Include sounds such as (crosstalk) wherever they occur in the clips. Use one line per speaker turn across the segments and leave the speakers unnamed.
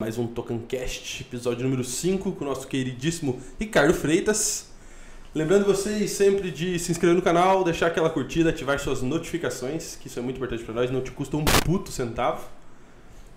mais um Tocancast, episódio número 5, com o nosso queridíssimo Ricardo Freitas. Lembrando vocês sempre de se inscrever no canal, deixar aquela curtida, ativar suas notificações, que isso é muito importante para nós, não te custa um puto centavo.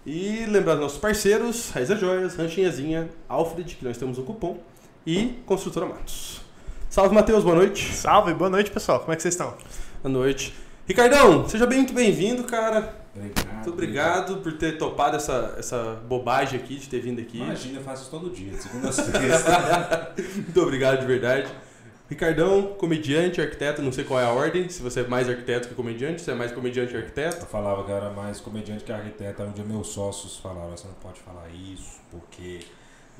E lembrar dos nossos parceiros, Raiza Joias, Ranchinhazinha, Alfred, que nós temos um cupom, e Construtora Matos. Salve, Matheus, boa noite.
Salve, boa noite, pessoal. Como é que vocês estão?
Boa noite. Ricardão, seja muito bem-vindo, cara.
Obrigado.
Muito obrigado por ter topado essa, essa bobagem aqui, de ter vindo aqui.
Imagina, eu faço isso todo dia, de segunda
(laughs)
a sexta.
Muito obrigado de verdade. Ricardão, comediante, arquiteto, não sei qual é a ordem, se você é mais arquiteto que comediante, se você é mais comediante que arquiteto.
eu falava que eu era mais comediante que arquiteto, aí um dia meus sócios falaram, você não pode falar isso, porque...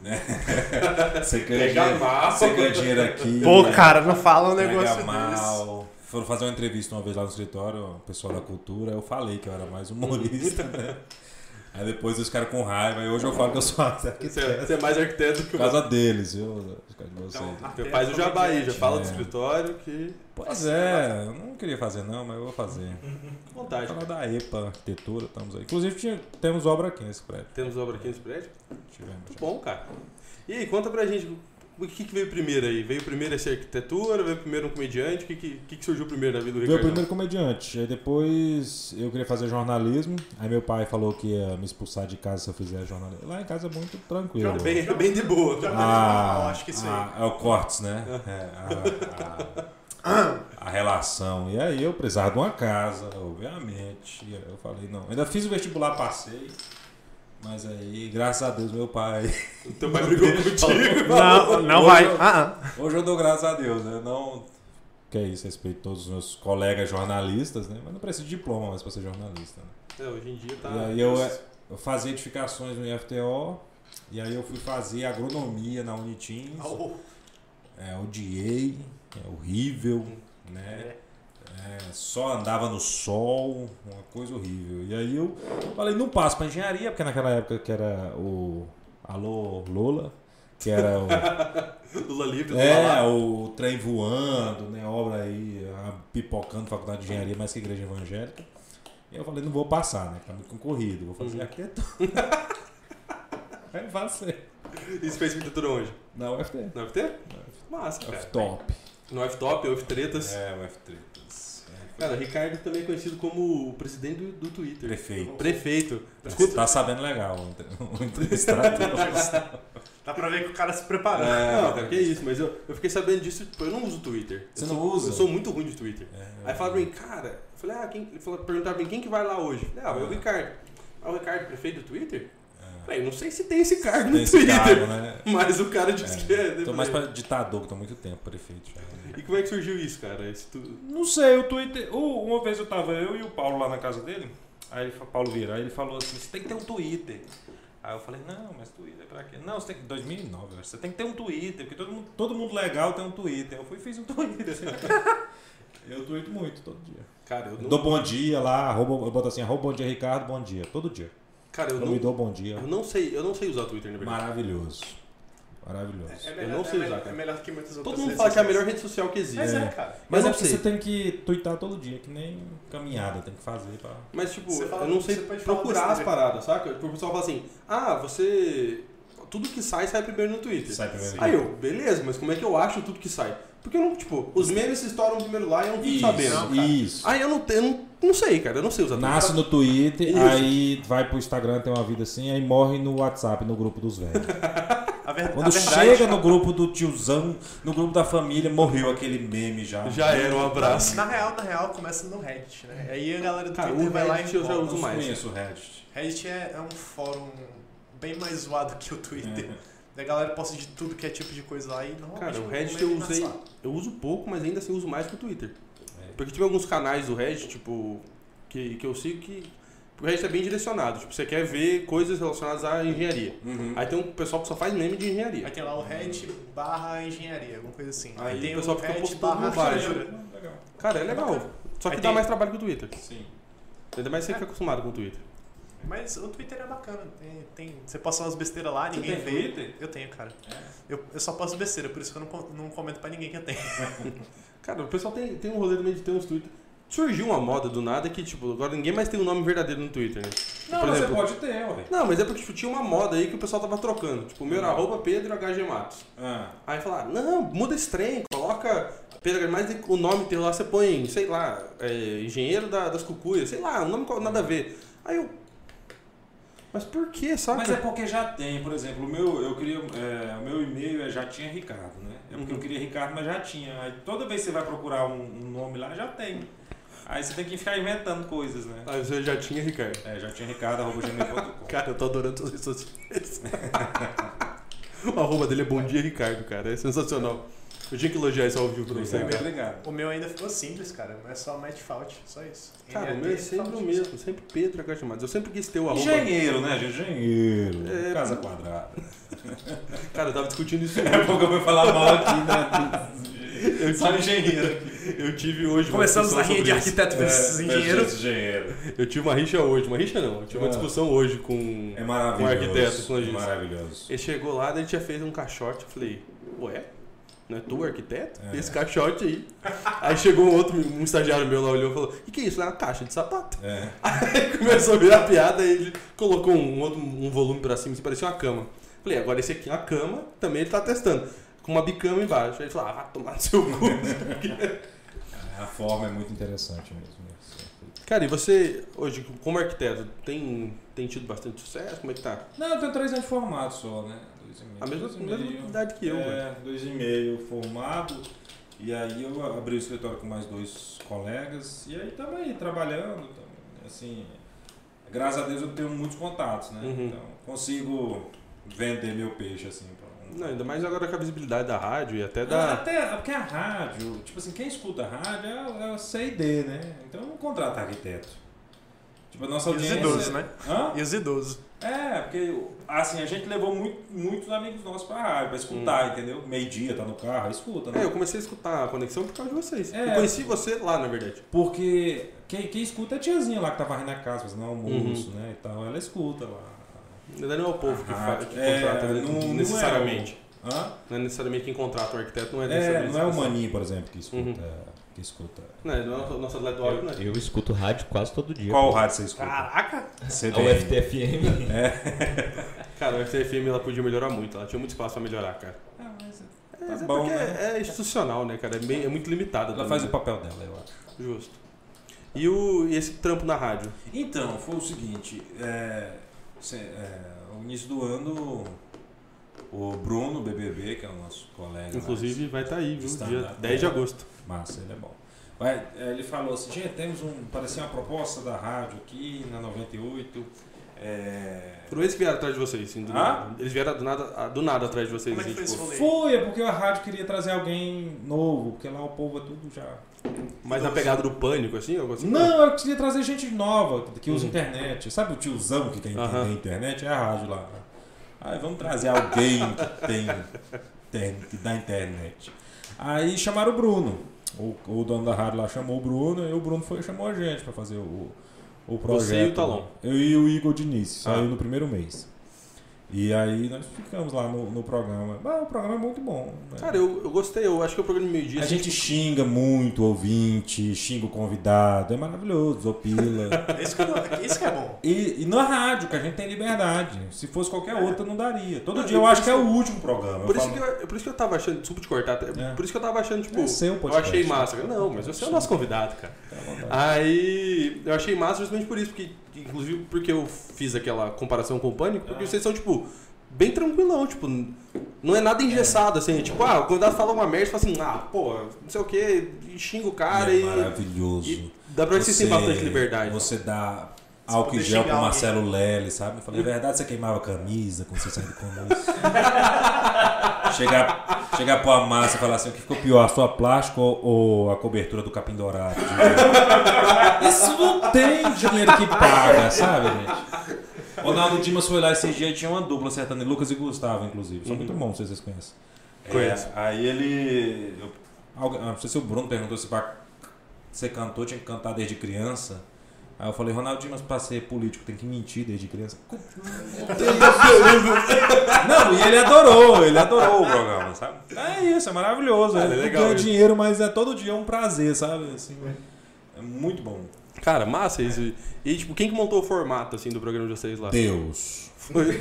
Né? (laughs) Você ganha
Pega
dinheiro-
mal.
É, Você ganha dinheiro aqui.
Pô,
né?
cara, não fala um
Pega
negócio desse.
mal. Foram fazer uma entrevista uma vez lá no escritório, o pessoal da cultura, eu falei que eu era mais humorista, né? Aí depois os caras com raiva, e hoje eu falo que eu sou arquiteto.
Você é, você é mais arquiteto que
Por
o
causa deles, viu? Por causa de
Então,
Então,
vocês.
Você faz o jabá aí, já fala do
É.
escritório que.
Pois é, eu não queria fazer não, mas eu vou fazer.
Fica à vontade.
Falar da EPA, arquitetura, estamos aí. Inclusive tinha- temos obra aqui nesse prédio.
Temos obra aqui nesse prédio? Tá
Tivemos. já.
Bom, cara. E aí, conta pra gente, o que, que veio primeiro aí? Veio primeiro essa arquitetura, veio primeiro um comediante? O que, que, que que surgiu primeiro na vida do
Eu fui o
Ricardão?
primeiro comediante, aí depois eu queria fazer jornalismo, aí meu pai falou que ia me expulsar de casa se eu fizer jornalismo. Lá em casa é muito tranquilo.
É Bem, é bem de boa, cara.
Ah, acho que isso aí.
a- é o cortes, né? É, a, a- a relação. E aí eu precisava de uma casa, obviamente. E aí eu falei, não. Ainda fiz o vestibular, passei. Mas aí, graças a Deus, meu pai. (laughs)
Teu pai brigou Então contigo.
Não, não
Hoje
vai.
eu-
Ah, ah.
Hoje eu dou graças a Deus, né? Não. Que é isso, respeito todos os meus colegas jornalistas, né? Mas não preciso de diploma mais pra ser jornalista, né?
É, hoje em dia tá.
E aí eu, eh,
(laughs)
eu fazia edificações no IFTO. E aí eu fui fazer agronomia na Unitins.
Oh,
É, odiei, é horrível, né? É, só andava no sol, uma coisa horrível. E aí eu falei, não passo pra engenharia, porque naquela época que era o Alô Lola, que era o,
Lula livre, Lula
é,
lá.
o trem voando, né? Obra aí, a- pipocando faculdade de engenharia, mais que igreja evangélica. E eu falei, não vou passar, né? Tá muito concorrido, vou
Uhum.
fazer arquitetura. (laughs) aí passei.
Isso fez arquitetura onde?
Na UFT.
No FT? Massa, cara.
Top.
No F-Top, F-Tretas.
É, UFT.
Cara, o Ricardo também é conhecido como o presidente do, do Twitter.
Prefeito.
Prefeito.
Você tá sabendo legal o entre- (laughs) o entrevistado.
Dá pra ver que o cara se
(laughs)
preparou.
não, cara, que isso, mas eu, eu fiquei sabendo disso, tipo, eu não uso Twitter.
Você
eu
não
sou,
usa?
Eu sou muito ruim de Twitter.
É,
Aí falaram pra mim, cara, eu falei, ah, quem. Ele falou, perguntaram pra mim, quem que vai lá hoje? Eu falei, ah, vai o
Ah.
Ricardo. Ah, o Ricardo, prefeito do Twitter? Eu Falei, não sei se tem esse cargo (laughs) no
é. tem esse
Twitter.
cargo, né?
Mas o cara disse que é. né?
É, tô mais
Falei,
pra ditador, que tô muito tempo prefeito já.
E como é que surgiu isso, cara? Isso tu...
Não sei, o Twitter. o- uma vez eu tava eu e o Paulo lá na casa dele. Aí ele, fa- Paulo Vieira, aí ele falou assim: você tem que ter um Twitter. Aí eu falei: não, mas Twitter é pra quê? Não, você tem que. 2009, eu acho, você tem que ter um Twitter, porque todo mundo, todo mundo legal tem um Twitter. Eu fui e fiz um (laughs) Twitter. eu tweeto muito todo dia.
Cara, eu
Eu
não.
dou bom dia lá, arroba, eu boto assim: arroba bom dia, Ricardo, bom dia. Todo dia.
Cara, eu
Eu me
não.
dou bom dia.
Eu não sei, eu não sei usar Twitter, na verdade.
Maravilhoso. Maravilhoso.
É
Eu não
melhor,
sei
é,
usar,
melhor,
cara.
é melhor que muitas outras
Todo mundo
redes
fala que é a melhor
sociais.
rede social que existe.
Mas
É.
é, cara.
Mas eu
Mas é
não
porque você
sei.
tem que twittar todo dia, que nem caminhada, tem que fazer pra.
Mas, tipo,
Você fala-
eu não
você
sei
pode falar
procurar as
besteira.
paradas, saca? Tipo, o pessoal fala assim, ah, você... Tudo que sai, sai primeiro no Twitter.
Sai primeiro.
Aí eu, beleza, mas como é que eu acho tudo que sai? Porque eu não, tipo, os memes se estouram primeiro lá e eu não fico
Isso,
sabendo.
não, cara.
isso.
Aí eu não, te- eu não, não sei, cara, eu não sei usar tudo.
Nasce no Twitter,
Isso.
aí vai pro Instagram, tem uma vida assim, aí morre no WhatsApp, no grupo dos velhos.
A, ver, a
Quando
verdade,
chega no grupo do tiozão, no grupo da família, morreu aquele meme já.
Já era, um abraço.
é na real, na real, começa no Reddit, né? Aí a galera do
Cara,
Twitter
o
vai lá e
Reddit eu já
volta.
uso mais.
conheço o Reddit.
Reddit é, é um fórum bem mais zoado que o Twitter. A galera posta de tudo que é tipo de coisa lá e normalmente...
É. Cara, o
um
Reddit eu
meme nasce
usei.
lá.
Eu uso pouco, mas ainda assim uso mais que o Twitter.
É.
Porque tive alguns canais do Reddit, tipo, que, que eu sigo que. O Reddit é bem direcionado. Tipo, você quer ver coisas relacionadas à engenharia.
Uhum.
Aí tem um pessoal que só faz meme de engenharia.
Aí tem lá o Reddit barra engenharia, alguma coisa assim.
Aí
tem
o pessoal fica
Reddit
postando
barra
bobagem.
arquitetura.
Legal.
Cara, é legal. Só que
Aí
dá
tem-
mais trabalho que o Twitter.
Sim.
Ainda mais você
É.
fica acostumado com o Twitter.
Mas o Twitter é bacana. Tem, tem- você posta umas besteiras lá,
Você
ninguém
tem
vê.
Twitter?
Eu tenho, cara. Eu, eu só posto besteira, por isso que eu não, co- não comento pra ninguém que eu tenho.
Cara, o pessoal tem, tem um rolê também de ter uns Twitter. Surgiu uma moda do nada que, tipo, agora ninguém mais tem um nome verdadeiro no Twitter, né?
Não,
Por
mas
exemplo-
você pode ter, ué.
Não, mas é porque tipo, tinha uma moda aí que o pessoal tava trocando. Tipo, o meu
Uhum.
era arroba Pedro HG Matos.
Ah,
Aí falaram, não, muda esse trem, coloca Pedro mas o nome teu lá você põe, sei lá, é, engenheiro da- das cucuias, sei lá, um nome com nada a ver. Aí eu. Mas por que, saca?
mas é porque já tem, por exemplo, o meu, eu queria, é, o meu e-mail é já tinha Ricardo, né? É porque eu queria Ricardo, mas já tinha. Aí toda vez que você vai procurar um, um nome lá, já tem. Aí você tem que ficar inventando coisas, né?
Ah, você já tinha, Ricardo.
É, já tinha Ricardo, arroba gmail.com.
Cara, eu tô adorando todas as redes sociais. (laughs) o arroba dele é Bom Dia Ricardo, cara. É sensacional. Eu tinha que elogiar isso ao vivo pra você.
Obrigado,
cara.
obrigado.
O meu ainda ficou simples, cara. É só match fault, só isso.
Cara, o
NRT
meu é sempre o
fault.
mesmo, sempre Pedro HG Matos. Eu sempre quis ter o arroba.
Engenheiro, né, gente? Engenheiro.
É.
Casa quadrada. (laughs)
Cara, eu tava discutindo isso.
É porque eu vou falar mal aqui, né?
Eu
Só
tive,
engenheiro.
eu tive hoje. uma
Começamos
discussão
a rir
sobre
de
isso.
arquiteto
É,
versus engenheiro.
engenheiro.
Eu tive uma rixa hoje, uma rixa não, eu tive uma
Ah.
discussão hoje com,
É
com um
maravilhoso.
arquiteto, com a
é
gente.
maravilhoso.
Ele chegou lá, daí ele tinha feito um caixote, eu falei, ué, não é tu arquiteto?
É.
Fez Esse caixote aí. aí chegou um outro, um estagiário meu lá, olhou e falou, o que, que é isso? É uma caixa de sapato.
É.
Aí começou a virar piada, aí ele colocou um outro um volume pra cima, que parecia uma cama. Falei, agora esse aqui é uma cama, também ele tá testando. Com uma bicama embaixo. Aí ele falou, ah, vai tomar no seu cu.
A forma é muito interessante mesmo. né?
(laughs) Cara, e você, hoje, como arquiteto, tem, tem tido bastante sucesso? Como é que tá?
Não, eu tenho três anos formado só, né? Dois e meio.
A mesma,
dois e
mesma
meio.
idade que eu, velho.
É, dois e meio formado. E aí eu abri o escritório com mais dois colegas. E aí estamos aí trabalhando. tamo, assim, graças a Deus eu tenho muitos contatos, né?
Uhum.
Então consigo vender meu peixe assim. pra um-
Não, ainda mais agora com a visibilidade da rádio e até
Ah,
da.
Até porque a rádio, tipo assim, quem escuta a rádio é, é o C&D, né? Então não contrata arquiteto. Tipo, a nossa
E os
audiência...
idosos, né?
Hã?
E os idosos.
É, porque assim, a gente levou muito, muitos amigos nossos pra rádio, pra escutar, entendeu? Meio-dia, tá no carro, escuta, né?
Hum. É, eu comecei a escutar a conexão por causa de vocês.
É.
Eu conheci você lá, na verdade.
Porque quem, quem escuta é a tiazinha lá que tá varrendo a casa, fazendo almoço, né? Então ela escuta lá.
Na verdade, não é o povo que,
A
fa-
rádio.
que
É,
contrata né,
não- não é
necessariamente. Não é,
Hã?
necessariamente quem contrata o arquiteto, não é
É,
necessariamente.
não é o
essa pessoa.
Maninho, por exemplo, que escuta. é, Que escuta.
Não, não é o nosso atleta do áudio, não é.
Eu escuto rádio quase todo dia.
né? Qual
pô.
rádio você escuta?
Caraca!
A
CBN.
UFTFM.
É.
Cara, o FCFM ela podia melhorar muito, ela tinha muito espaço pra melhorar, cara.
Ah, mas
É,
Tá
mas é
bom,
porque
né?
é institucional, né, cara? É, bem- é muito limitada.
Ela
também,
faz o
né?
papel dela, eu acho.
Justo. E, o, e esse trampo na rádio?
Então, foi o seguinte, é, se- é, no início do ano, o Bruno BBB, que é o nosso colega, lá,
Inclusive, vai estar aí, viu?
Está
Dia
na-
10 de agosto.
massa, ele é bom. Vai, é, ele falou assim, gente, temos um, parecia uma proposta da rádio aqui na 98, é,
Foram eles que vieram atrás de vocês, sim, do
Ah?
nada. Eles vieram do nada, ah, do nada atrás de vocês.
Como é que
assim,
foi esse
tipo,
rolê?
foi, é porque a rádio queria trazer alguém novo, porque lá o povo é tudo já...
mas na pegada do pânico, assim, algo assim?
um Não, eu queria trazer gente nova, que usa
Uhum.
internet. Sabe o tiozão que tem, que
Aham.
tem internet? É a rádio lá. Aí vamos trazer alguém que tem, tem que dá internet. Aí chamaram o Bruno. O, o dono da rádio lá chamou o Bruno e o Bruno foi, chamou a gente pra fazer o, o projeto. né?
Você e o Talon.
Eu e o Igor Diniz, saiu
Ah.
no primeiro mês. E aí nós ficamos lá no, no programa. Ah, o programa é muito bom. né?
Cara, eu, eu gostei, eu acho que é o programa assim, meio dia.
a gente xinga muito o ouvinte, xinga o convidado, é maravilhoso, Zopila.
Isso que, eu- isso que é bom.
e, e na rádio, que a gente tem liberdade. Se fosse qualquer outra, não daria. Todo dia eu acho que é o último programa.
Por isso, que eu, por isso que eu tava achando, desculpa te cortar, até-
É.
por isso que eu tava achando, tipo,
É seu
eu
podcast.
achei massa. Não, mas você é o nosso convidado, cara.
que...
Aí eu achei massa justamente por isso, porque, inclusive porque eu fiz aquela comparação com o Pânico, porque vocês são, tipo, bem tranquilão, tipo, não é nada engessado, assim, é tipo, ah, o convidado fala uma merda, você fala assim, ah, pô, não sei o quê, e xinga o cara
é
e.
maravilhoso.
e dá pra ver que vocês têm bastante liberdade.
Você dá álcool em
poder
gel
xingar
pro
alguém.
Marcelo Lely, sabe? Eu falei, é verdade, você queimava a camisa quando você saiu
(laughs)
do começo. chegar, chegar pro Amassa e falar assim, o que ficou pior, a sua plástica ou, ou a cobertura do capim dourado? Isso não tem dinheiro que paga, sabe, gente? Ronaldo Dimas foi lá esse dia e tinha uma dupla acertando, Lucas e Gustavo, inclusive. São muito bons, não sei se vocês conhecem.
Conheço.
Uhum. É, aí ele. eu- alguém- ah, não sei se o Bruno perguntou se pra ser cantor tinha que cantar desde criança. Aí eu falei, Ronaldinho, mas pra ser político tem que mentir desde criança. (laughs) Não, e ele adorou, ele adorou o programa, sabe? É isso, é maravilhoso.
Ah,
ele
é legal
ganha
isso.
dinheiro, mas é todo dia um prazer, sabe? Assim, é muito bom.
Cara, massa isso. E, tipo, quem que montou o formato, assim, do programa de vocês lá?
Deus. É,
Foi-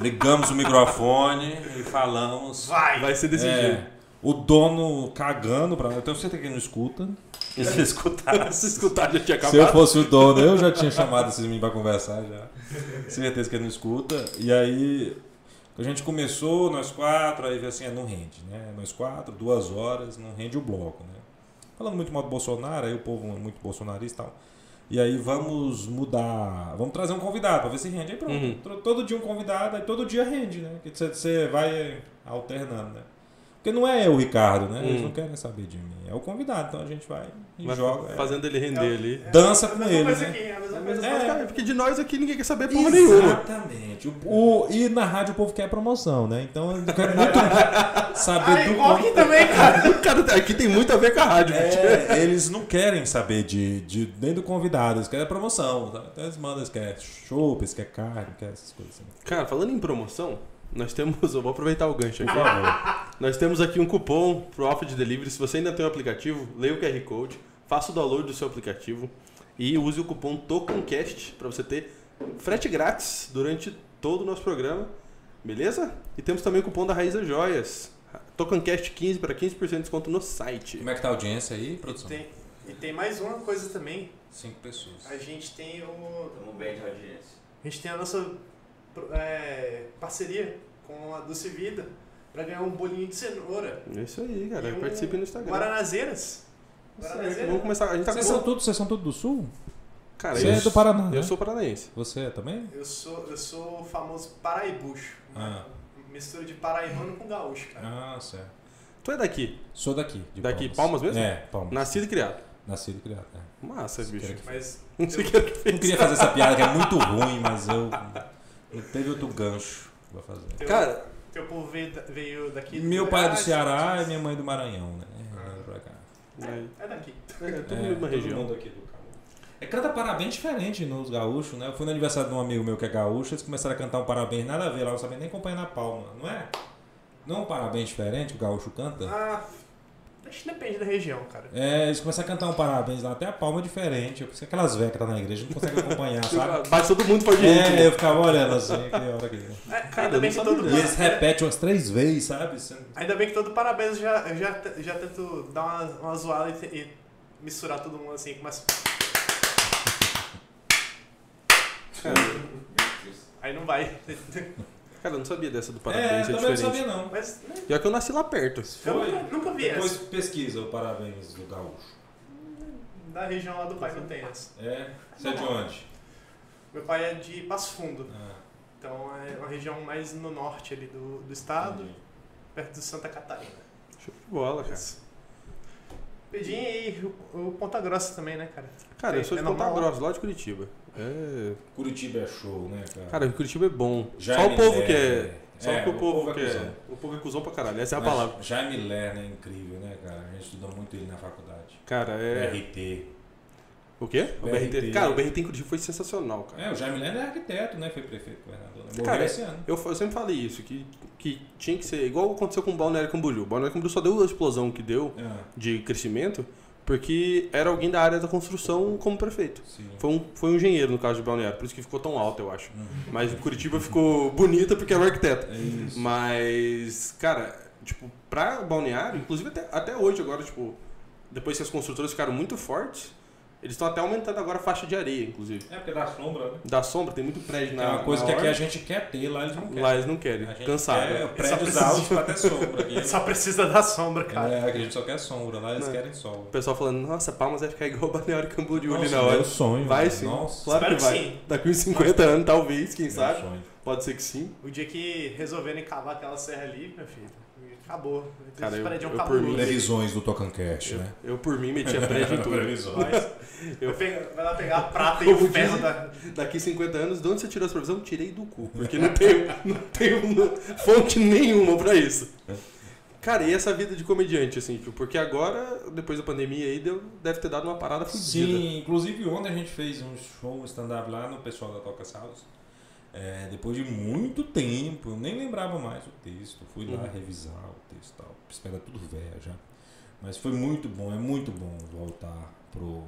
Ligamos o microfone e falamos.
Vai!
Vai ser desse jeito.
É, o dono cagando pra. Eu tenho certeza que ele não escuta. E se ele (laughs) escutasse.
Se escutar, já tinha
Se eu
acabado.
fosse o dono, eu já tinha chamado esses meninos pra conversar já. Certeza que ele não escuta. E aí, a gente começou, nós quatro, aí veio assim, é, não rende, né? Nós quatro, duas horas, não rende o bloco, né? Falando muito mal do Bolsonaro, aí o povo é muito bolsonarista e tal. E aí vamos mudar, vamos trazer um convidado pra ver se rende. Aí pronto,
Uhum.
tro- todo dia um convidado, aí todo dia rende, né? Que você- você vai alternando, né? Porque não é eu, Ricardo, né? Eles
Hum.
não querem saber de mim. É o convidado, então a gente vai e
Vai
joga. é.
fazendo ele render ali.
É.
Dança com
Mas
eles,
coisa
né?
aqui, é a mesma coisa.
Mas, cara, porque de nós aqui ninguém quer saber porra nenhuma.
Exatamente. O, o- e na rádio o povo quer promoção, né? Então eu quero muito saber
Ah,
do
igual aqui também, cara.
(laughs) Cara, aqui tem muito a ver com a rádio. porque-
É, eles não querem saber de, de nem do convidado, eles querem promoção. sabe? Então eles mandam, eles querem chopp, eles querem carne, querem essas coisas assim.
Cara, falando em promoção, nós temos. Eu vou aproveitar o gancho
Por
aqui.
favor.
Nós temos aqui um cupom pro Off de Delivery. Se você ainda tem o aplicativo, leia o QR Code, faça o download do seu aplicativo e use o cupom TOCONCAST para você ter frete grátis durante todo o nosso programa, beleza? E temos também o cupom da Raiza Joias, TOCONCAST15 para 15% de desconto no site.
Como é que tá a audiência aí, produção?
Tem- e tem mais uma coisa também.
Cinco pessoas.
A gente tem o.
Tamo bem de audiência.
A gente tem a nossa é, parceria com a Doce Vida pra ganhar um bolinho de cenoura.
É isso aí, cara.
E um
Participe no Instagram.
Guaranazeiras.
Isso aí,
Guaranazeiras.
Vamos começar. A gente tá
Vocês são
com...
todos, vocês são todos do sul?
Cara,
Você
eu,
é do Paraná. né?
eu sou paranaense.
Você é também?
Eu sou, eu sou o famoso paraibucho.
Ah.
Mistura de paraibano com gaúcho, cara.
Ah, certo.
Tu é daqui,
Sou daqui. de
Daqui, Palmas mesmo?
É, Palmas.
nascido e criado.
Nascido e criado. é.
Massa, bicho.
Siqueira.
Mas
Não sei o que era que
Eu
fez.
queria fazer essa piada que é muito ruim, mas eu. Não teve outro gancho pra fazer.
teu,
Cara,
teu povo veio, da- veio daqui.
Meu pai é do
Goiás,
Ceará e
São
minha mãe é do Maranhão, né?
Ah.
É, pra cá.
Paulo. É daqui.
é tudo
É,
na mesma
todo
região.
mundo aqui do Cabo. É, canta parabéns diferente nos gaúchos, né? Eu fui no aniversário de um amigo meu que é gaúcho, eles começaram a cantar um parabéns, nada a ver lá, não sabia nem acompanhar na palma, não é? Não é um parabéns diferente que o gaúcho canta?
Ah, acho que depende da região, cara.
É, eles começaram a cantar um parabéns lá, até a palma é diferente. Eu pensei que aquelas velhas que tá na igreja não
(laughs)
conseguem acompanhar, sabe?
Bate todo mundo pra direito.
É, eu ficava olhando assim, que hora que.
É,
Cara, eu
ainda, bem
não
que
sabia
todo, é
dessa.
E eles repetem umas três vezes, sabe? é um- Você-
ainda bem que todo parabéns eu já, eu já, te- já tento dar uma, uma zoada e, te- e misturar todo mundo assim. Mas aí não vai.
Cara, eu não sabia dessa do
É,
parabéns, é,
também não
diferente.
sabia não.
Mas né,
Pior que eu nasci lá perto.
eu
Foi?
nunca, nunca vi
Depois
essa.
pesquisa o parabéns do gaúcho.
Da região lá do pai não tem essa.
É? Você é de onde?
Meu pai é de Passo Fundo.
Ah,
Então é uma região mais no norte ali do, do estado,
Ah, entendi.
perto de Santa Catarina.
Show de bola, cara.
Pedim e o, o Ponta Grossa também, né, cara?
Cara, eu sou de
É
Ponta
normal?
Grossa, lá de Curitiba. É...
Curitiba é show, né, cara?
Cara, Curitiba é bom.
Jaime
Só o povo
Lerner.
que é... Só
É,
que o povo que
cuzão.
é... O povo é cuzão pra caralho, essa é a
Mas
palavra.
Jaime Lerner é incrível, né, cara? A gente estudou muito ele na faculdade.
Cara, é...
RT.
O quê? O BRT.
BRT.
Cara, o BRT em Curitiba foi sensacional, cara.
É, o Jaime Lerner é arquiteto, né? Foi prefeito, governador. Né? Morreu
Cara, é
esse ano.
Eu, fa- eu sempre falei isso, que, que tinha que ser igual aconteceu com o Balneário Camboriú. O Balneário Camboriú só deu a explosão que deu
Ah,
de crescimento porque era alguém da área da construção como prefeito.
sim.
Foi um, foi um engenheiro, no caso de Balneário, por isso que ficou tão alto, eu acho. Mas Curitiba ficou bonita porque era um arquiteto.
Ah, É isso.
Mas, cara, tipo, pra balneário, inclusive até, até hoje agora, tipo, depois que as construtoras ficaram muito fortes, eles estão até aumentando agora a faixa de areia, inclusive.
É porque dá sombra, né?
Da sombra, tem muito prédio na.
é uma coisa
na
que aqui a
orla,
gente quer ter, lá eles não querem.
Lá eles não querem,
a gente
cansaram.
quer
Só
prédios
precisa-
altos pra ter sombra.
(laughs)
aqui.
Só precisa da sombra, cara.
É, aqui a gente só quer sombra, lá eles
Não.
querem sol.
O pessoal falando, nossa, Palmas vai ficar igual o Balneário Camboriú ali
Nossa,
na
meu
hora.
sonho.
Vai
velho.
sim.
Nossa,
Claro que
espero
vai.
que sim. É.
Daqui uns 50 anos, talvez, quem
Meu
sabe.
sonho.
Pode ser que sim.
O dia que resolverem cavar aquela serra ali, meu filho, acabou.
Cara,
Esse
eu-
prédio é um
eu por
cabuloso.
mim-
Previsões do Tocancast,
Eu,
né?
eu, por mim, metia prédio
(laughs)
em tudo.
(laughs) Vai,
Eu-
eu pego- vai lá pegar a prata e o
Como
ferro
diz-
da.
Daqui 50 anos, de onde você tirou essa previsão? Tirei do cu, porque não tenho, (laughs) não tenho n- fonte nenhuma pra isso. Cara, e essa vida de comediante, assim, tipo, porque agora, depois da pandemia aí, deu, deve ter dado uma parada fodida.
Sim, inclusive ontem a gente fez um show um stand-up lá no pessoal da Toca Salos. É, depois de muito tempo, eu nem lembrava mais o texto. Fui lá
Uhum.
revisar o texto e tal. Espera tudo velho já. Mas foi muito bom, é muito bom voltar pro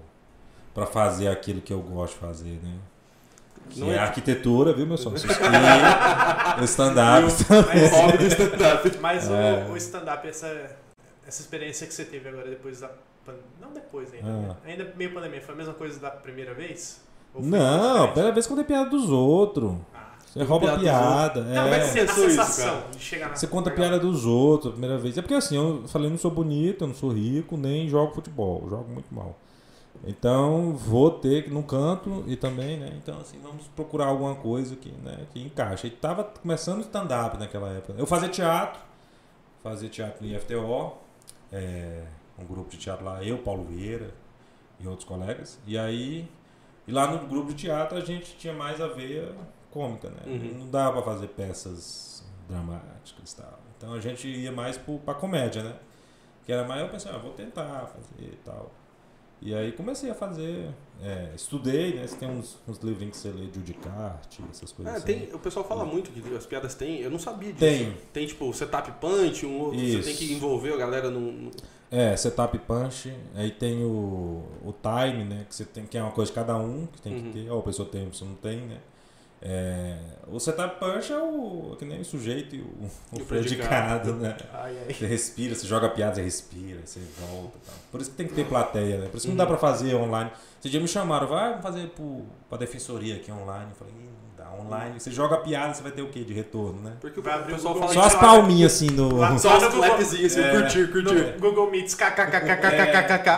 para fazer aquilo que eu gosto de fazer, né? Que
Não
é,
é-
arquitetura, viu, meu
(laughs)
só? Vocês que- stand-up.
O
Mas,
Um
(laughs)
hobby do
(laughs)
stand-up.
mas o-
É.
o, stand-up, essa, essa experiência que você teve agora depois da. pan- Não depois ainda.
Ah.
né? Ainda meio pandemia, foi a mesma coisa da primeira vez? Ou foi
Não,
diferente?
primeira vez que eu dei piada dos outros.
Ah.
Você rouba
Piada dos
piada.
Não,
é.
mas
você
assim, a
pensou isso,
sensação de chegar na.
Você conta a piada dos outros a primeira vez. É porque assim, eu falei, eu não sou bonito, eu não sou rico, nem jogo futebol, eu jogo muito mal. Então, vou ter que não canto e também, né? Então, assim, vamos procurar alguma coisa que, né, que encaixa. E tava começando stand-up naquela época. Eu fazia teatro, fazia teatro no IFTO, é, um grupo de teatro lá, eu, Paulo Vieira e outros colegas. E aí, e lá no grupo de teatro a gente tinha mais a veia cômica, né?
Uhum.
Não dava pra fazer peças dramáticas e tal. Então a gente ia mais pro, pra comédia, né? Que era mais, eu pensei, ah, vou tentar fazer e tal. E aí comecei a fazer, é, estudei, né? Você tem uns, uns livrinhos que você lê de Udicart, essas coisas
Ah,
assim.
tem, o pessoal fala muito que as piadas têm, eu não sabia disso.
Tem.
Tem, tipo, o setup punch, um outro,
Isso.
você tem que envolver a galera num...
É, setup punch, aí tem o, o time, né? Que, você tem, que é uma coisa de cada um, que tem
Uhum.
que ter, ou a pessoa tem, ou a pessoa não tem, né? É, o setup punch é o. é que nem o sujeito e o,
E
o
o
predicado, né?
Ai, ai.
Você respira, você joga a piada, você respira, você volta e tal. Por isso que tem que ter
Uhum.
plateia, né? Por isso que não dá pra fazer online. Esse dia me chamaram, vai vamos fazer pro, pra defensoria aqui online. Eu falei, "Ih, não dá, online. Você joga a piada, você vai ter o quê de retorno, né?
Porque o
Vai abrir o
pessoal
Google
fala...
Só as
que-
palminhas assim no.
Lá-
Só as
Olha o Google.
clapzinhas, assim,
É.
curtir, curtir.
No Google Meets, kkkkkkkkk.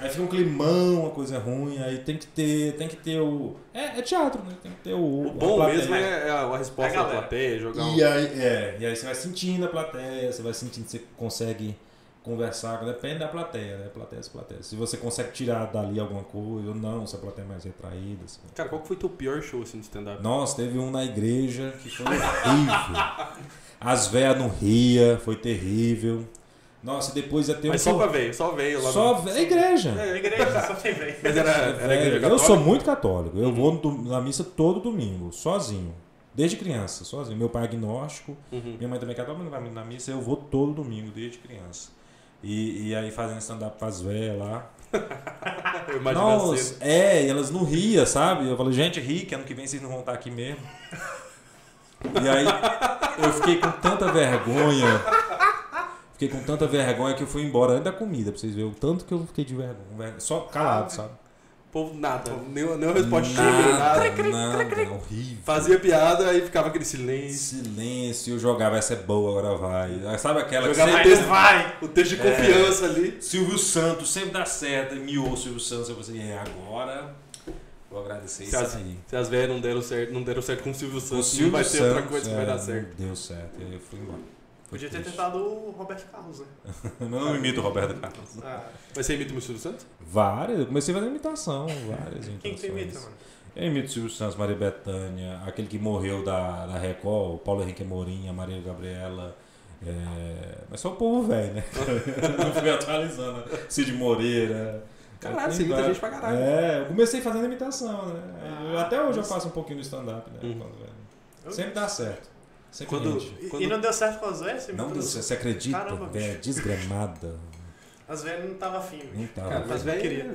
Aí fica um climão, uma coisa ruim, aí tem que ter, tem que ter o. É, é teatro, né? Tem que ter o.
O
a
bom
plateia.
mesmo é é a a resposta
A
da
galera.
plateia, jogar um...
E aí, é, e aí você vai sentindo a plateia, você vai sentindo, você consegue conversar, depende da plateia, né? Plateia, plateia. Se você consegue tirar dali alguma coisa ou não, se a plateia é mais retraída. assim.
Cara, qual que foi teu pior show, assim, de stand-up?
Nossa, teve um na igreja que foi horrível. As velhas não ria, foi terrível. Nossa, depois ia ter
Mas
um.
só pra veio, só veio lá
só ve- é igreja.
Na igreja, só tem velho.
Mas era, era
Velho,
É igreja
É, eu
católica?
sou muito católico. Eu vou no dom- na missa todo domingo, sozinho. Desde criança, sozinho. Meu pai é agnóstico,
Uhum.
minha mãe também é católica, mas não vai na missa eu vou todo domingo, desde criança. E, e aí fazendo stand-up com as velhas lá.
Eu imaginava
Nossa,
cedo.
é, e elas não riam, sabe? Eu falei, gente, ri, que ano que vem vocês não vão estar aqui mesmo. e aí eu fiquei com tanta vergonha. Fiquei com tanta vergonha que eu fui embora antes da comida, pra vocês verem o tanto que eu fiquei de vergonha. Só calado, sabe?
O povo nada, nenhuma, nenhuma resposta
Ah,
chega, nada.
nada, tá, horrível.
Fazia piada, aí ficava aquele silêncio.
Silêncio, eu jogava, essa é boa, agora vai. Sabe aquela que
Jogava
sempre-
aí.
Mas vai!
O texto de
É.
confiança ali.
Silvio Santos sempre dá certo, miou o Silvio Santos, eu falei, é agora, vou agradecer
Se
isso
as,
aí.
se as velhas não deram certo, não deram certo com o Silvio
O
Santos,
Silvio
vai ter
Santos,
outra coisa que vai
é,
dar certo.
Não deu certo, eu fui embora. Foi
Podia ter
triste.
tentado o Roberto Carlos, né?
(laughs) Eu não imito o Roberto Carlos.
Ah,
Mas você imita o Silvio Santos?
Várias, eu comecei a fazer imitação, várias imitações.
quem que tem imita, mano?
Eu imito o Silvio É, Santos, Maria Bethânia, aquele que morreu da, da Record, o Paulo Henrique Amorim, a Maria Gabriela. (laughs) é, Mas só o povo velho, né? Não fui atualizando. né? Cid Moreira,
Caralho, você imita
Claro.
gente pra caralho. Ah,
É, eu comecei fazendo imitação, né? Eu- até hoje eu faço um pouquinho do stand-up, né?
Hum.
quando é-
Eu-
Sempre dá certo.
É,
Sempre
Quando-
rende.
E,
Quando-
e não deu certo com as velhas? Você
Não
me-
deu certo, você acredita?
Caramba,
Véia desgramada.
As velhas não estavam afim.
(laughs)
Não
bicho.
Cara,
tava.
Ah, mas
velho.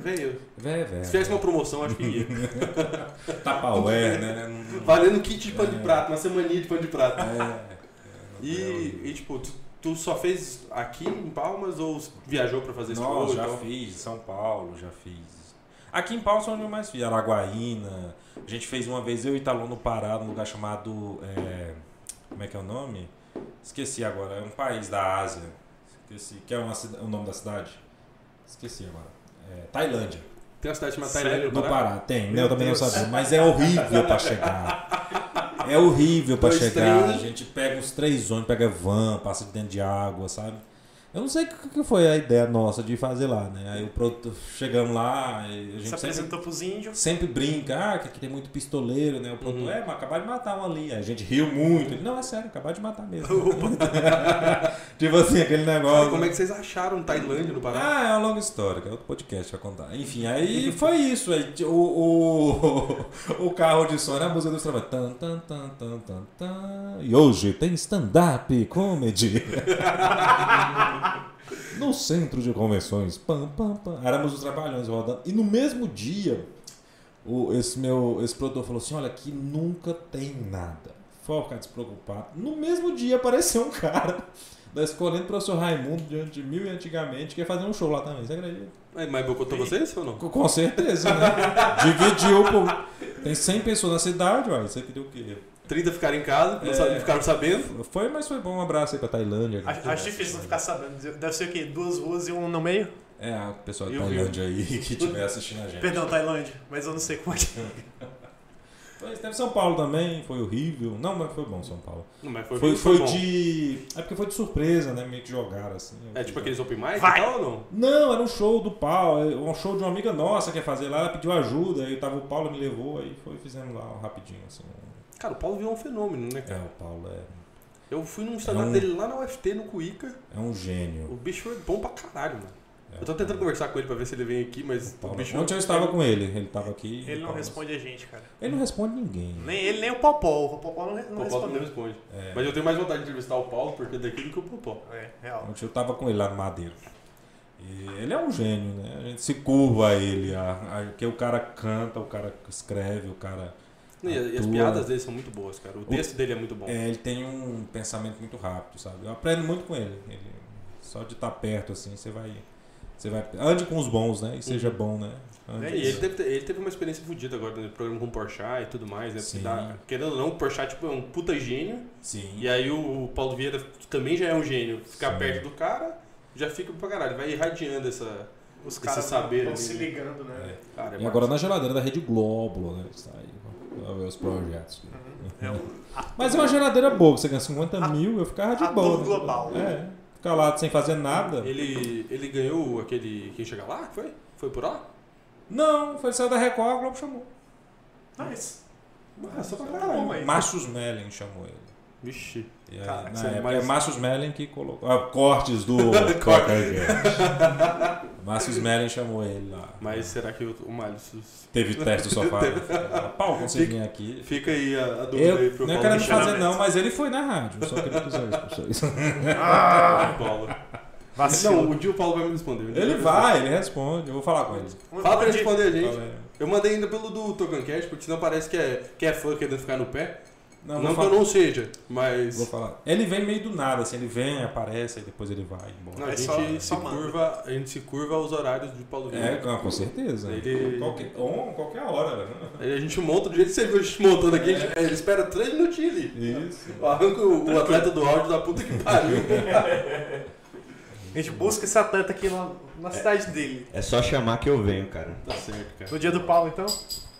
velho, velho.
Véia,
Se tivesse
véia.
uma promoção, acho que
(laughs)
ia. (laughs)
Tapaué, né? Não-
Valendo kit de pano de
É.
prato, uma semaninha de pano de prato.
É.
E, e, tipo, tu, tu só fez aqui em Palmas ou viajou pra fazer
Não,
show?
já
então?
fiz, São Paulo, já fiz. Aqui em Palmas é onde eu mais fiz, Araguaína. A gente fez uma vez, eu e Italon no Pará, num lugar chamado. é, como é que é o nome? Esqueci agora, é um país da Ásia. Esqueci. Que é uma cida- o nome da cidade? Esqueci agora. É, Tailândia.
Tem uma cidade chamada
Tá
Tailândia
no Pará, tem, né? Eu também não
Deus.
Sabe, Mas é horrível pra chegar. É horrível pra
Dois,
chegar.
três.
A gente pega uns três ônibus, pega van, passa de dentro de água, sabe? Eu não sei o que que foi a ideia nossa de fazer lá, né? Aí o produto, chegamos lá, e a
Se
gente sempre,
apresentou pros índios.
sempre brinca, ah, que aqui tem muito pistoleiro, né? O produto,
Uhum.
é, mas acabaram de matar um ali. Aí a gente riu muito. Ele, não, é sério, acabaram de matar mesmo. (laughs) tipo assim, aquele negócio.
Cara, como é que vocês acharam Tailândia no Pará?
Ah, é uma longa história, que é outro podcast pra contar. Enfim, aí foi isso. Aí, t- o, o, (laughs) o carro de som era a música dos trabalhos. Tan, tan, tan, tan, tan, tan. E hoje tem stand-up comedy. no centro de convenções. Pam, pam, pam. Éramos os trabalhões rodando. E no mesmo dia, o, esse meu esse produtor falou assim: olha, aqui nunca tem nada. Foca despreocupado. No mesmo dia apareceu um cara da escolinha do professor Raimundo diante de mil e antigamente, quer fazer um show lá também, você acredita?
Mas- Mas bocotou vocês ou não?
Com, com certeza, né? Dividiu por. Tem 100 pessoas na cidade, uai. Você queria o quê?
30 ficaram em casa, não
É.
sabe- ficaram sabendo.
Foi, mas foi bom. Um abraço aí pra Tailândia.
Acho, acho difícil não ficar sabendo. Deve ser o quê? Duas ruas e um no meio?
É, a pessoa da
Eu vi.
Tailândia aí que estiver assistindo
É.
a gente.
Perdão, Tailândia. Mas eu não sei como é que.
Mas teve São Paulo também, foi horrível. Não, mas foi bom São Paulo.
Não, mas
Foi,
foi, foi,
foi
bom.
de. É porque foi de surpresa, né? Meio que jogaram assim.
É tipo aqueles open mic
Vai.
e tal ou não?
Não, era um show do Paulo, é um show de uma amiga nossa que ia fazer lá, ela pediu ajuda, aí tava o Paulo me levou, aí foi fizemos lá um rapidinho, assim.
Cara, o Paulo virou um fenômeno, né,
É,
cara?
o Paulo é,
Eu fui num stand-up
É um-
dele lá na UFT, no Cuíca.
é um
O
gênio.
bicho foi bom pra caralho, mano.
É,
Eu tô tentando conversar com ele pra ver se ele vem aqui, mas
o
o
Paulo- é
bicho...
Ontem eu estava com ele, ele tava aqui.
Ele não
Paulo-
responde a gente, cara.
Ele não responde ninguém. né?
Nem ele, nem o Popó. O Popó não, re- não
O Popó não
respondeu.
responde.
É,
Mas eu tenho mais vontade de entrevistar o Paulo, porque daqui do que o Popó.
É, real.
Ontem eu tava com ele lá no Madeiro. E ele é um gênio, né? A gente se curva a ele, a, a, porque o cara canta, o cara escreve, o cara.
E, e as
Atua.
piadas dele são muito boas, cara. O texto dele é muito bom.
É, ele tem um pensamento muito rápido, sabe? Eu aprendo muito com ele. Ele- só de estar perto, assim, você vai. Você vai. Ande com os bons, né? E seja bom, né? Ande-
É
Uhum. E ele
isso.
deve ter- ele teve uma experiência fodida agora no programa com o Porchat e tudo mais, né? Porque
Sim.
dá- querendo ou não, o Porchat tipo, é um puta gênio.
Sim.
E aí o, o Paulo Vieira também já é um gênio. Ficar
Sim.
perto do cara, já fica pra caralho. Vai irradiando essa...
Os
Esse
caras
saber
estão
ali,
se
né?
ligando, né?
Cara, é
E agora na geladeira da Rede Globo, né? Está aí. ó, Os projetos.
É um-
Mas é uma geladeira boa, que você ganha 50
A-
mil, eu ficava de
ator
boa. né?
global.
É. Ficar lá sem fazer nada.
Ele, ele ganhou aquele... Quem chega lá? Foi? Foi por lá?
Não, foi saiu da Record, a Globo chamou.
Nice.
Ah, só pra
Tá bom,
caralho.
aí.
Márcio Mellen chamou ele.
Vixe.
E aí,
Caraca,
na
você é
época,
mais-
é Márcio Smelling que colocou. Ah,
(laughs)
cortes do Márcio Smelling chamou ele lá.
Mas será que o, o Malhus...
Teve teste do
(laughs)
sofá. né? Paulo, quando você vir aqui.
Fica aí a, a dúvida aí
Eu
pro
não
Paulo.
quero
deixar.
fazer, não, mas ele foi na rádio. Só queria dizer isso pra
(laughs)
vocês.
Ah, Paulo. Não,
Ah, Vacilo.
o dia o Paulo vai me responder. Um dia
Ele
eu-
vai, ele responde. Eu vou falar com ele.
Fala pra ele
Onde-
responder a gente.
Fala "É, aí.
Eu mandei ainda pelo do Tokancast, porque senão parece que é, que é fã querendo ficar no pé.
Não,
Não,
vou,
que
falar,
eu não seja, mas
vou falar. Ele vem meio do nada, assim. Ele vem, aparece, aí depois ele vai embora.
a,
É
gente
só- é
se
só manda.
curva, a gente se curva aos horários de Paulo
É,
Vieira.
com- com certeza.
Ele-
Qualquer, on, qualquer hora. né?
Aí a gente monta do jeito que você viu a gente montando aqui, a gente- ele espera três minutinhos ali.
Isso.
Eu Arranco o o atleta do áudio da puta que
(laughs)
pariu.
A gente busca esse atleta aqui na, na cidade dele.
É só chamar que eu venho, cara.
tá certo, cara.
No dia do Paulo, então?